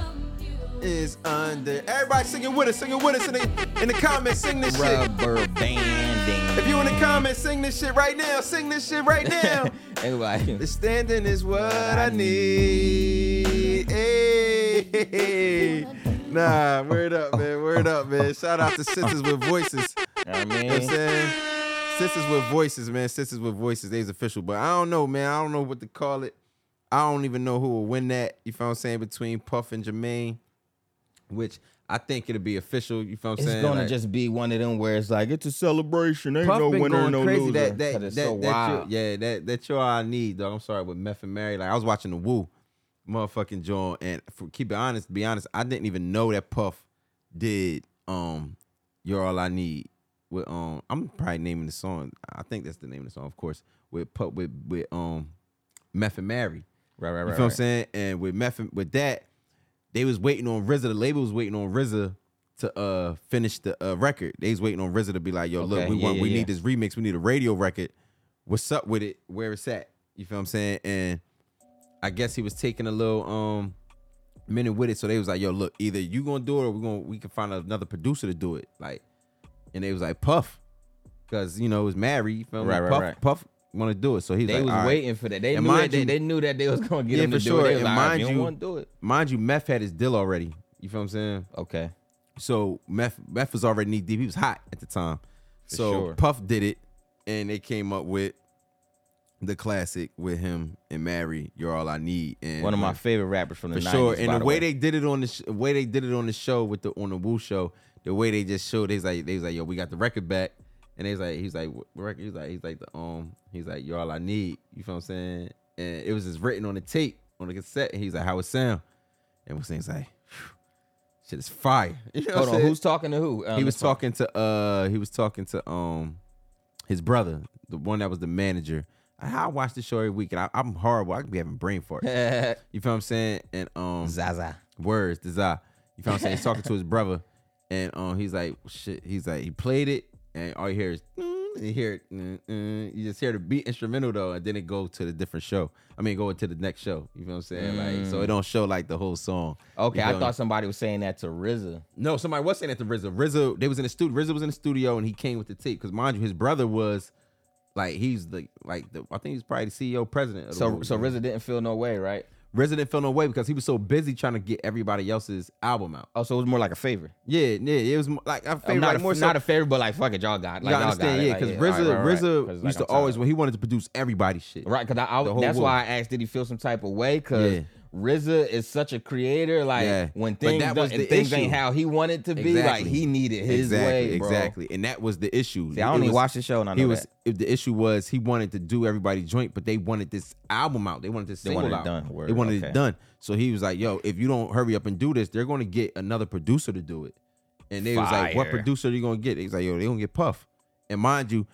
[SPEAKER 1] Is under everybody singing with us, singing with us in the in the comments, sing this shit.
[SPEAKER 2] Rubber banding.
[SPEAKER 1] If you in the comments, sing this shit right now. Sing this shit right now.
[SPEAKER 2] anyway,
[SPEAKER 1] The standing is what I need. Hey. Nah, word up, man. Word up, man. Shout out to Sisters with Voices. You
[SPEAKER 2] I
[SPEAKER 1] know what I'm
[SPEAKER 2] mean,
[SPEAKER 1] saying? Sisters with Voices, man. Sisters with Voices. They's official. But I don't know, man. I don't know what to call it. I don't even know who will win that. You feel what I'm saying? Between Puff and Jermaine, which I think it'll be official. You feel what I'm
[SPEAKER 2] it's
[SPEAKER 1] saying?
[SPEAKER 2] gonna
[SPEAKER 1] Like,
[SPEAKER 2] just be one of them where it's like it's a celebration. Ain't
[SPEAKER 1] Puff
[SPEAKER 2] no
[SPEAKER 1] been
[SPEAKER 2] winner,
[SPEAKER 1] going
[SPEAKER 2] no
[SPEAKER 1] crazy.
[SPEAKER 2] loser.
[SPEAKER 1] That that
[SPEAKER 2] 'Cause it's
[SPEAKER 1] that,
[SPEAKER 2] so
[SPEAKER 1] that your-
[SPEAKER 2] wild.
[SPEAKER 1] yeah that that your I need dog. I'm sorry with Meth and Mary. Like I was watching the Woo, motherfucking John, and for, keep it honest, to be honest, I didn't even know that Puff did um You're All I Need with um I'm probably naming the song. I think that's the name of the song, of course. With Puff with with um Meth and Mary.
[SPEAKER 2] Right, right,
[SPEAKER 1] You
[SPEAKER 2] right.
[SPEAKER 1] feel what I'm
[SPEAKER 2] right.
[SPEAKER 1] saying? And with Meth with that, they was waiting on RZA. The label was waiting on RZA to uh finish the uh, record. They was waiting on RZA to be like, "Yo, look,
[SPEAKER 2] Okay,
[SPEAKER 1] we
[SPEAKER 2] yeah,
[SPEAKER 1] want,
[SPEAKER 2] yeah,
[SPEAKER 1] we
[SPEAKER 2] yeah.
[SPEAKER 1] need this remix. We need a radio record. What's up with it? Where it's at? You feel what I'm saying?" And I guess he was taking a little um minute with it. So they was like, "Yo, look, either you gonna do it, or we gonna we can find another producer to do it." Like, and they was like, "Puff," because you know it was married. You feel me?
[SPEAKER 2] Right, right,
[SPEAKER 1] Puff,
[SPEAKER 2] right.
[SPEAKER 1] Puff want to do it, so he was
[SPEAKER 2] They
[SPEAKER 1] like,
[SPEAKER 2] was
[SPEAKER 1] "All right."
[SPEAKER 2] waiting for that. They
[SPEAKER 1] And
[SPEAKER 2] knew
[SPEAKER 1] mind
[SPEAKER 2] that they,
[SPEAKER 1] you-
[SPEAKER 2] they knew that they was gonna get
[SPEAKER 1] Yeah,
[SPEAKER 2] him to
[SPEAKER 1] for
[SPEAKER 2] do
[SPEAKER 1] sure.
[SPEAKER 2] it. They
[SPEAKER 1] And
[SPEAKER 2] was like, "All right,
[SPEAKER 1] mind
[SPEAKER 2] if you,
[SPEAKER 1] you-
[SPEAKER 2] don't want to do it.
[SPEAKER 1] Mind you, Meth had his deal already. You feel what I'm saying?
[SPEAKER 2] Okay.
[SPEAKER 1] So Meth Meth was already knee deep. He was hot at the time. So
[SPEAKER 2] sure.
[SPEAKER 1] Puff did it, and they came up with the classic with him and Mary. You're all I need. And
[SPEAKER 2] One of my favorite rappers from the
[SPEAKER 1] for
[SPEAKER 2] 90s.
[SPEAKER 1] sure. And
[SPEAKER 2] by
[SPEAKER 1] the way, they did it on the sh- way they did it on the show with the on the Woo show, the way they just showed, they was like they was like, yo, we got the record back, and they was like, he's like, what record? He's like, he's like the um, he's like, you're all I need. You feel what I'm saying? And it was just written on the tape on the cassette, and he's like, how it sound? And we saying like, phew, shit is fire. You know what
[SPEAKER 2] Hold
[SPEAKER 1] I'm
[SPEAKER 2] on,
[SPEAKER 1] saying?
[SPEAKER 2] who's talking to who? Um,
[SPEAKER 1] he was
[SPEAKER 2] it's fine.
[SPEAKER 1] talking to uh he was talking to um his brother, the one that was the manager. I, I watch the show every week and I, I'm horrible. I could be having brain farts. You feel what I'm saying? And um
[SPEAKER 2] Zaza.
[SPEAKER 1] words, desire. You feel what I'm saying? He's talking to his brother, and um, he's like, shit. He's like, he played it, and all you hear is, mm, and you hear it, mm, mm. you just hear the beat instrumental though, and then it go to the different show. I mean, go to the next show. You feel what I'm saying? Like, so it don't show like the whole song.
[SPEAKER 2] Okay,
[SPEAKER 1] You
[SPEAKER 2] I
[SPEAKER 1] feel me?
[SPEAKER 2] thought somebody was saying that to RZA.
[SPEAKER 1] No, somebody was saying that to RZA. RZA, they was in the studio. RZA was in the studio, and he came with the tape because, mind you, his brother was. Like he's the like the I think he's probably the CEO president. Of the
[SPEAKER 2] So
[SPEAKER 1] Wu,
[SPEAKER 2] so
[SPEAKER 1] you know?
[SPEAKER 2] RZA didn't feel no way, right?
[SPEAKER 1] RZA didn't feel no way because he was so busy trying to get everybody else's album out.
[SPEAKER 2] Oh, so it was more like a favor.
[SPEAKER 1] Yeah, yeah, it was mo- like I
[SPEAKER 2] Oh,
[SPEAKER 1] favorite
[SPEAKER 2] not,
[SPEAKER 1] like
[SPEAKER 2] a,
[SPEAKER 1] more so.
[SPEAKER 2] not a favor, but like fuck it, y'all got. it.
[SPEAKER 1] you
[SPEAKER 2] Like,
[SPEAKER 1] gotta understand, yeah,
[SPEAKER 2] got it.
[SPEAKER 1] because
[SPEAKER 2] Like,
[SPEAKER 1] RZA,
[SPEAKER 2] yeah, all right, all
[SPEAKER 1] RZA
[SPEAKER 2] right. 'Cause, like,
[SPEAKER 1] used
[SPEAKER 2] I'm
[SPEAKER 1] to always
[SPEAKER 2] tired.
[SPEAKER 1] when he wanted to produce everybody shit.
[SPEAKER 2] Right, because I, I
[SPEAKER 1] The whole
[SPEAKER 2] that's
[SPEAKER 1] world.
[SPEAKER 2] why I asked, did he feel some type of way? Because
[SPEAKER 1] Yeah.
[SPEAKER 2] RZA is such a creator. Like
[SPEAKER 1] Yeah.
[SPEAKER 2] when
[SPEAKER 1] But
[SPEAKER 2] things
[SPEAKER 1] that
[SPEAKER 2] don't-
[SPEAKER 1] was
[SPEAKER 2] and
[SPEAKER 1] the
[SPEAKER 2] things
[SPEAKER 1] issue.
[SPEAKER 2] ain't how he wanted to be, like
[SPEAKER 1] Exactly.
[SPEAKER 2] he needed his
[SPEAKER 1] exactly,
[SPEAKER 2] way, bro.
[SPEAKER 1] Exactly. And that was the issue.
[SPEAKER 2] See, I don't
[SPEAKER 1] It
[SPEAKER 2] even
[SPEAKER 1] was-
[SPEAKER 2] watch the show, and I know
[SPEAKER 1] he was
[SPEAKER 2] that.
[SPEAKER 1] if the issue was he wanted to do everybody joint, but they wanted this album out. They wanted this
[SPEAKER 2] They
[SPEAKER 1] single
[SPEAKER 2] wanted it
[SPEAKER 1] out.
[SPEAKER 2] done. Word.
[SPEAKER 1] They wanted
[SPEAKER 2] Okay.
[SPEAKER 1] it done. So he was like, "Yo, if you don't hurry up and do this, they're going to get another producer to do it." And they was like, "What
[SPEAKER 2] Fire.
[SPEAKER 1] producer are you going to get?" He's like, "Yo, they going to get Puff." And mind you,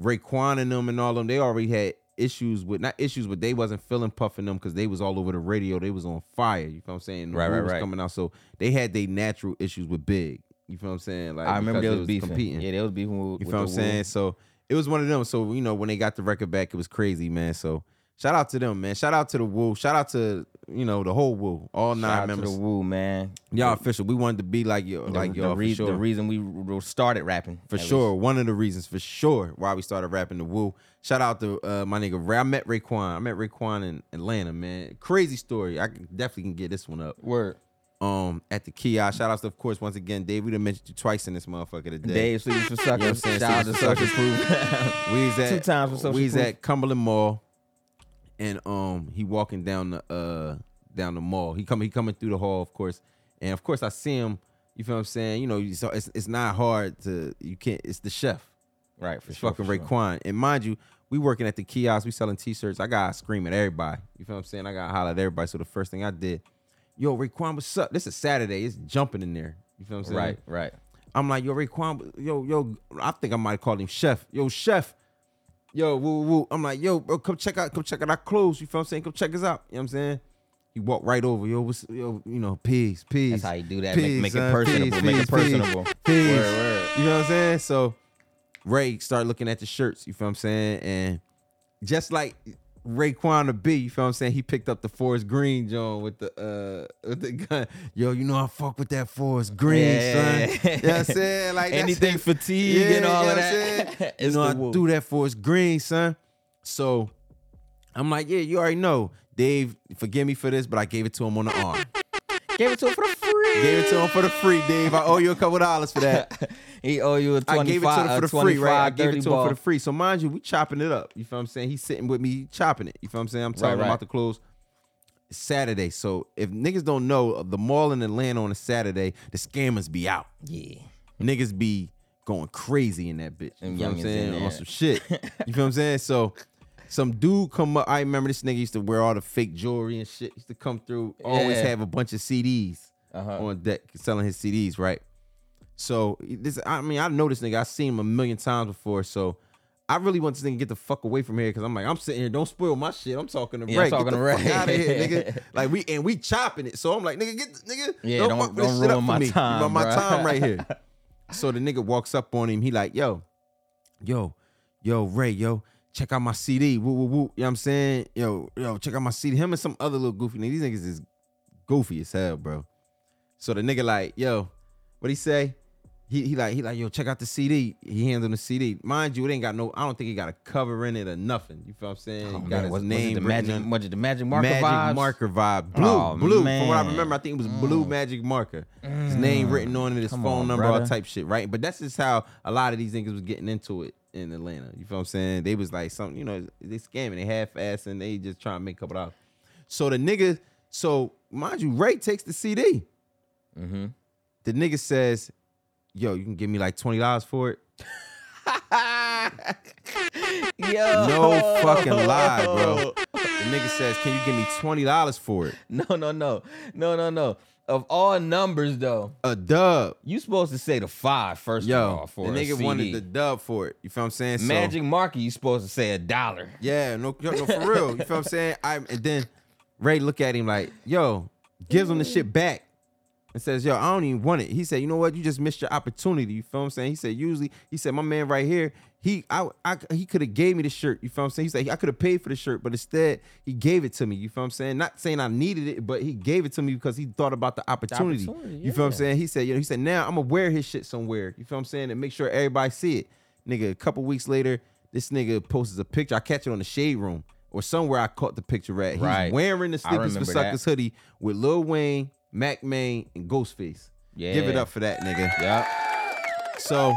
[SPEAKER 1] Raekwon and them and all them, they already had issues with not issues, but they wasn't feeling Puff and them because they was all over the radio. They was on fire. You feel what I'm saying? The
[SPEAKER 2] Right, right,
[SPEAKER 1] mood was
[SPEAKER 2] right.
[SPEAKER 1] Coming out, so they had their natural issues with Big. You feel what I'm saying? Like
[SPEAKER 2] I remember
[SPEAKER 1] because it
[SPEAKER 2] they was, beefing.
[SPEAKER 1] competing.
[SPEAKER 2] Yeah, they was beefing. With,
[SPEAKER 1] You
[SPEAKER 2] with
[SPEAKER 1] feel what I'm
[SPEAKER 2] the
[SPEAKER 1] saying? So it was one of them. So you know when they got the record back, it was crazy, man. So shout out to them, man. Shout out to the Woo. Shout out to you know the whole Woo, all
[SPEAKER 2] Shout
[SPEAKER 1] nine
[SPEAKER 2] out to
[SPEAKER 1] members.
[SPEAKER 2] the Woo man.
[SPEAKER 1] Y'all official. We wanted to be like yo,
[SPEAKER 2] The-
[SPEAKER 1] like
[SPEAKER 2] the,
[SPEAKER 1] y'all
[SPEAKER 2] re-
[SPEAKER 1] for sure.
[SPEAKER 2] the reason we re- started rapping
[SPEAKER 1] for
[SPEAKER 2] at least.
[SPEAKER 1] sure, one of the reasons for sure why we started rapping the Woo. Shout out to uh, my nigga. Ray. I met Raekwon. I met Raekwon in Atlanta, man. Crazy story. I can- definitely can get this one up.
[SPEAKER 2] Word.
[SPEAKER 1] Um, at the kiosk. Shout out to, of course, once again, Dave. We done mentioned you twice in this motherfucker today.
[SPEAKER 2] Dave sleeps for suckers.
[SPEAKER 1] saying?
[SPEAKER 2] Shout out to
[SPEAKER 1] Sleeps for
[SPEAKER 2] suckers proof.
[SPEAKER 1] We was at
[SPEAKER 2] Two times for social
[SPEAKER 1] we was
[SPEAKER 2] proof.
[SPEAKER 1] at Cumberland Mall, and um, he walking down the uh down the mall. He coming he coming through the hall, of course, and of course I see him. You feel what I'm saying? You know, you- so it's it's not hard to you can't. It's the chef,
[SPEAKER 2] right. For
[SPEAKER 1] it's
[SPEAKER 2] sure.
[SPEAKER 1] fucking
[SPEAKER 2] for sure.
[SPEAKER 1] Raekwon. And mind you, we working at the kiosk, we selling t-shirts. I gotta scream at everybody. You feel what I'm saying? I gotta holler at everybody. So the first thing I did, yo Raekwon, what's up? This is Saturday. It's jumping in there. You feel what I'm saying?
[SPEAKER 2] Right. Right.
[SPEAKER 1] I'm like, yo, Raekwon, yo, yo, I think I might call him Chef. Yo, Chef. Yo, woo, woo, woo. I'm like, yo, bro, come check out, come check out our clothes. You feel what I'm saying? Come check us out. You know what I'm saying? He walked right over. Yo, what's, yo, you know, peace, peace.
[SPEAKER 2] That's how you do that. Make- make it
[SPEAKER 1] son.
[SPEAKER 2] personable. Make it personable.
[SPEAKER 1] Peace.
[SPEAKER 2] Word, word.
[SPEAKER 1] You know what I'm saying? So Ray started looking at the shirts. You feel what I'm saying? And just like Raekwon to be, you feel what I'm saying? He picked up the Forest Green John with the uh with the gun. Yo, you know I fuck with that Forest Green,
[SPEAKER 2] Yeah.
[SPEAKER 1] son. You know what I'm saying? Like that's
[SPEAKER 2] Anything
[SPEAKER 1] it.
[SPEAKER 2] fatigue
[SPEAKER 1] Yeah,
[SPEAKER 2] and all
[SPEAKER 1] you know what I'm
[SPEAKER 2] of that.
[SPEAKER 1] saying?
[SPEAKER 2] It's
[SPEAKER 1] you know
[SPEAKER 2] the
[SPEAKER 1] I
[SPEAKER 2] woo.
[SPEAKER 1] do that Forest Green, son. So I'm like, yeah, you already know. Dave, forgive me for this, but I gave it to him on the arm.
[SPEAKER 2] Gave it to him for the free.
[SPEAKER 1] Gave it to him for the free, Dave. I owe you a couple dollars for that.
[SPEAKER 2] He owe you a
[SPEAKER 1] I
[SPEAKER 2] twenty-five.
[SPEAKER 1] gave it to him
[SPEAKER 2] a
[SPEAKER 1] for the free, right? I
[SPEAKER 2] 25,
[SPEAKER 1] gave it
[SPEAKER 2] 30
[SPEAKER 1] to
[SPEAKER 2] ball.
[SPEAKER 1] him for the free. So mind you, we chopping it up. You feel what I'm saying? He's sitting with me, chopping it. You feel what I'm saying? I'm telling
[SPEAKER 2] Right,
[SPEAKER 1] him
[SPEAKER 2] right.
[SPEAKER 1] about the clothes. It's Saturday. So if niggas don't know, the mall in Atlanta on a Saturday, the scammers be out.
[SPEAKER 2] Yeah.
[SPEAKER 1] niggas be going crazy in that bitch. You
[SPEAKER 2] Them
[SPEAKER 1] feel what I'm
[SPEAKER 2] youngins in
[SPEAKER 1] saying?
[SPEAKER 2] there.
[SPEAKER 1] On some shit. You feel what I'm saying? So some dude come up. I remember this nigga used to wear all the fake jewelry and shit. Used to come through, always
[SPEAKER 2] Yeah.
[SPEAKER 1] have a bunch of CDs
[SPEAKER 2] Uh-huh.
[SPEAKER 1] on deck selling his CDs, right? So this I mean, I know this nigga. I've seen him a million times before. So I really want this nigga to get the fuck away from here because I'm like, I'm sitting here, don't spoil my shit. I'm talking to
[SPEAKER 2] Yeah, I'm
[SPEAKER 1] Ray.
[SPEAKER 2] talking
[SPEAKER 1] get
[SPEAKER 2] to
[SPEAKER 1] the
[SPEAKER 2] Ray.
[SPEAKER 1] fuck out of here, nigga. Like we and we chopping it. So I'm like, nigga, get nigga.
[SPEAKER 2] Yeah, don't-
[SPEAKER 1] fuck with this
[SPEAKER 2] don't
[SPEAKER 1] shit up for
[SPEAKER 2] ruin my
[SPEAKER 1] me. You
[SPEAKER 2] time,
[SPEAKER 1] know, my
[SPEAKER 2] bruh.
[SPEAKER 1] time right here. So the nigga walks up on him. He like, yo, yo, yo, Ray, yo, check out my CD. Woo, woo, woo. You know what I'm saying? Yo, yo, check out my CD. Him and some other little goofy nigga. These niggas is goofy as hell, bro. So the nigga like, yo, what he say? He, he like he like yo check out the CD. He hands him the CD. Mind you, it ain't got no. I don't think he got a cover in it or nothing. You feel what I'm saying?
[SPEAKER 2] Oh,
[SPEAKER 1] he got
[SPEAKER 2] man,
[SPEAKER 1] his
[SPEAKER 2] was, was
[SPEAKER 1] name
[SPEAKER 2] it the
[SPEAKER 1] written
[SPEAKER 2] magic,
[SPEAKER 1] on-
[SPEAKER 2] was it the magic marker
[SPEAKER 1] magic
[SPEAKER 2] vibes?
[SPEAKER 1] marker vibe. Blue,
[SPEAKER 2] Oh,
[SPEAKER 1] blue. From what I
[SPEAKER 2] man. Mm.
[SPEAKER 1] remember, I think it was blue magic marker. His name written on it, his
[SPEAKER 2] Come
[SPEAKER 1] phone
[SPEAKER 2] on,
[SPEAKER 1] number, all
[SPEAKER 2] brother.
[SPEAKER 1] type shit, right? But that's just how a lot of these niggas was getting into it in Atlanta. You feel what I'm saying? They was like something, you know, they scamming, they half ass and they just trying to make a couple dollars. So the nigga, so mind you, Ray takes the CD.
[SPEAKER 2] Mm-hmm.
[SPEAKER 1] The nigga says, Yo, you can give me like $20 for it.
[SPEAKER 2] Yo.
[SPEAKER 1] No fucking lie, bro. The nigga says, Can you give me $20 for it?
[SPEAKER 2] No, no, no. No, no, no. Of all numbers, though,
[SPEAKER 1] A dub.
[SPEAKER 2] you supposed to say the five first of
[SPEAKER 1] Yo,
[SPEAKER 2] all for
[SPEAKER 1] the
[SPEAKER 2] a
[SPEAKER 1] nigga
[SPEAKER 2] CD.
[SPEAKER 1] wanted the dub for it. You feel what I'm saying? So-
[SPEAKER 2] Magic marker, you supposed to say a dollar.
[SPEAKER 1] yeah, no, yo, no, for real. You feel what I'm saying? I and then Ray look at him like, yo, gives him the shit back and says, yo, I don't even want it. He said, you know what? You just missed your opportunity. You feel what I'm saying? He said, usually, he said, my man right here, he I, I he could have gave me the shirt. You feel what I'm saying? He said I could have paid for the shirt, but instead he gave it to me. You feel what I'm saying? Not saying I needed it, but he gave it to me because he thought about the opportunity.
[SPEAKER 2] opportunity,
[SPEAKER 1] You feel what I'm
[SPEAKER 2] yeah.
[SPEAKER 1] saying? He said, you know, he said, now I'm gonna wear his shit somewhere. You feel what I'm saying? And make sure everybody see it. Nigga, a couple weeks later, this nigga posts a picture. I catch it on the shade room or somewhere I caught the picture at. He's
[SPEAKER 2] Right.
[SPEAKER 1] wearing the
[SPEAKER 2] I
[SPEAKER 1] Sleepers for
[SPEAKER 2] remember that.
[SPEAKER 1] Suckers hoodie with Lil Wayne, Mac Main, and Ghostface. Give it
[SPEAKER 2] Yeah.
[SPEAKER 1] up for that, nigga.
[SPEAKER 2] Yep.
[SPEAKER 1] So,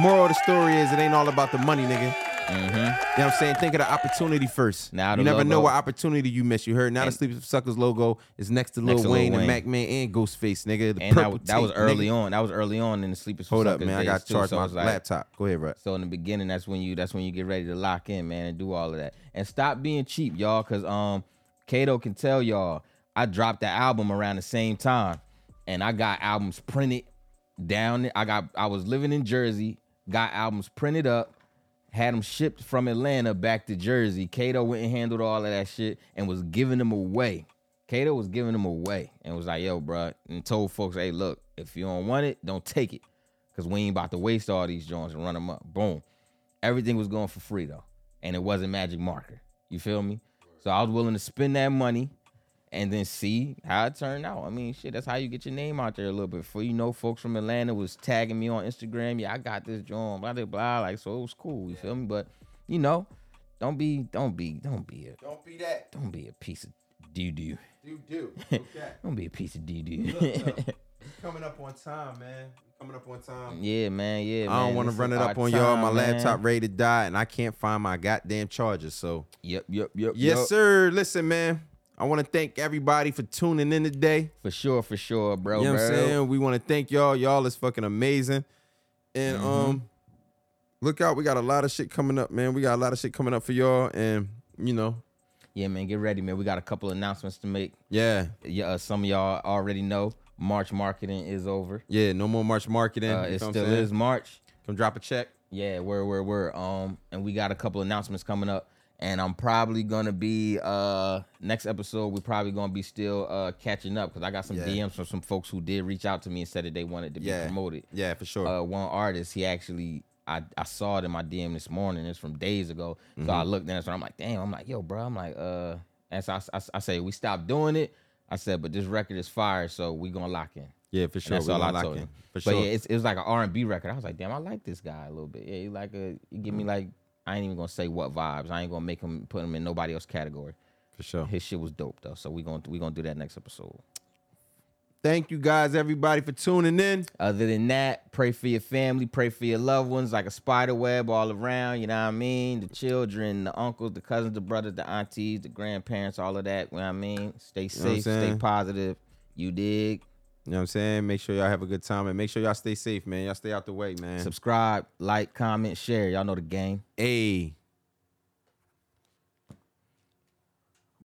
[SPEAKER 1] moral of the story is it ain't all about the money, nigga. You know what I'm saying? Think of the opportunity first.
[SPEAKER 2] Mm-hmm. Now
[SPEAKER 1] you
[SPEAKER 2] the
[SPEAKER 1] never know
[SPEAKER 2] logo.
[SPEAKER 1] what opportunity you miss. You heard now the
[SPEAKER 2] And-
[SPEAKER 1] Sleep Suckers logo is next to Lil
[SPEAKER 2] Next to Lil
[SPEAKER 1] Wayne,
[SPEAKER 2] Wayne.
[SPEAKER 1] and Mac Man and Ghostface, nigga. The
[SPEAKER 2] And
[SPEAKER 1] purple
[SPEAKER 2] that, that was
[SPEAKER 1] tape,
[SPEAKER 2] early
[SPEAKER 1] nigga.
[SPEAKER 2] on. That was early on in the sleepers. for
[SPEAKER 1] Hold up,
[SPEAKER 2] Suckers
[SPEAKER 1] man. I
[SPEAKER 2] days,
[SPEAKER 1] got
[SPEAKER 2] too,
[SPEAKER 1] charged
[SPEAKER 2] so
[SPEAKER 1] my
[SPEAKER 2] it's like-
[SPEAKER 1] laptop. Go ahead, bro.
[SPEAKER 2] So in the beginning, that's when you that's when you get ready to lock in, man, and do all of that. And stop being cheap, y'all, cause um Kato can tell y'all, I dropped the album around the same time. And I got albums printed down. I got I was living in Jersey, got albums printed up, had them shipped from Atlanta back to Jersey. Kato went and handled all of that shit and was giving them away. Kato was giving them away and was like, yo, bruh, and told folks, hey, look, if you don't want it, don't take it. Cause we ain't about to waste all these joints and run them up. Boom. Everything was going for free though. And it wasn't magic marker. You feel me? So I was willing to spend that money and then see how it turned out. I mean, shit, that's how you get your name out there a little bit. Before you know, folks from Atlanta was tagging me on Instagram. Yeah, I got this joint, blah blah blah. Like, so it was cool. You feel me? But you know, don't be, don't be, don't be a
[SPEAKER 1] Don't be that.
[SPEAKER 2] don't be a piece of doo doo.
[SPEAKER 1] You do. Okay.
[SPEAKER 2] Don't be a piece of doo
[SPEAKER 1] Look,
[SPEAKER 2] doo.
[SPEAKER 1] look. Coming up on time, man. Coming up on time.
[SPEAKER 2] Yeah, man. Yeah,
[SPEAKER 1] I don't
[SPEAKER 2] man,
[SPEAKER 1] want to
[SPEAKER 2] this
[SPEAKER 1] run it
[SPEAKER 2] is
[SPEAKER 1] up
[SPEAKER 2] our
[SPEAKER 1] on y'all. My
[SPEAKER 2] time, man.
[SPEAKER 1] laptop ready to die, and I can't find my goddamn charger. So,
[SPEAKER 2] Yep, yep, yep.
[SPEAKER 1] yes,
[SPEAKER 2] yep.
[SPEAKER 1] sir. Listen, man. I want to thank everybody for tuning in today.
[SPEAKER 2] For sure, for sure, bro.
[SPEAKER 1] You know what
[SPEAKER 2] bro.
[SPEAKER 1] I'm saying? We want to thank y'all. Y'all is fucking amazing. And
[SPEAKER 2] Mm-hmm.
[SPEAKER 1] um look out, we got a lot of shit coming up, man. We got a lot of shit coming up for y'all. And you know,
[SPEAKER 2] Yeah, man, get ready, man. We got a couple announcements to make.
[SPEAKER 1] yeah.
[SPEAKER 2] Yeah, uh, some of y'all already know March marketing is over.
[SPEAKER 1] Yeah, no more March marketing.
[SPEAKER 2] Uh,
[SPEAKER 1] you
[SPEAKER 2] it
[SPEAKER 1] know what I'm
[SPEAKER 2] still
[SPEAKER 1] saying?
[SPEAKER 2] is March.
[SPEAKER 1] Come drop a check.
[SPEAKER 2] Yeah, where, where, where. Um, and we got a couple announcements coming up. And I'm probably gonna be uh next episode. We're probably gonna be still uh catching up because I got some
[SPEAKER 1] Yeah.
[SPEAKER 2] DMs from some folks who did reach out to me and said that they wanted to be
[SPEAKER 1] Yeah.
[SPEAKER 2] promoted.
[SPEAKER 1] Yeah, for sure.
[SPEAKER 2] uh, one artist. He actually, I, I saw it in my DM this morning. It's from days ago. So
[SPEAKER 1] Mm-hmm.
[SPEAKER 2] I looked and that's when I'm like, damn. I'm like, yo, bro. I'm like, uh, and so I, I, I say we stopped doing it. I said, but this record is fire, so we gonna lock in.
[SPEAKER 1] yeah, for
[SPEAKER 2] And
[SPEAKER 1] sure.
[SPEAKER 2] that's
[SPEAKER 1] We
[SPEAKER 2] all
[SPEAKER 1] gonna
[SPEAKER 2] I
[SPEAKER 1] lock
[SPEAKER 2] told
[SPEAKER 1] in.
[SPEAKER 2] him.
[SPEAKER 1] For
[SPEAKER 2] but
[SPEAKER 1] sure.
[SPEAKER 2] yeah, it's, it was like an R and B record. I was like, damn, I like this guy a little bit. Yeah, he like a, he give
[SPEAKER 1] Mm.
[SPEAKER 2] me like, I ain't even gonna say what vibes. I ain't gonna make him put him in nobody else category.
[SPEAKER 1] for sure.
[SPEAKER 2] His shit was dope though, so we gonna we gonna do that next episode.
[SPEAKER 1] Thank you guys, everybody, for tuning in.
[SPEAKER 2] Other than that, pray for your family, pray for your loved ones, like a spider web all around. You know what I mean? The children, the uncles, the cousins, the brothers, the aunties, the grandparents, all of that. You know what I mean? Stay
[SPEAKER 1] know what I'm
[SPEAKER 2] safe, stay
[SPEAKER 1] saying?
[SPEAKER 2] positive. You dig?
[SPEAKER 1] You know what I'm saying? Make sure y'all have a good time and make sure y'all stay safe, man. Y'all stay out the way, man.
[SPEAKER 2] Subscribe, like, comment, share. Y'all know the game.
[SPEAKER 1] Hey.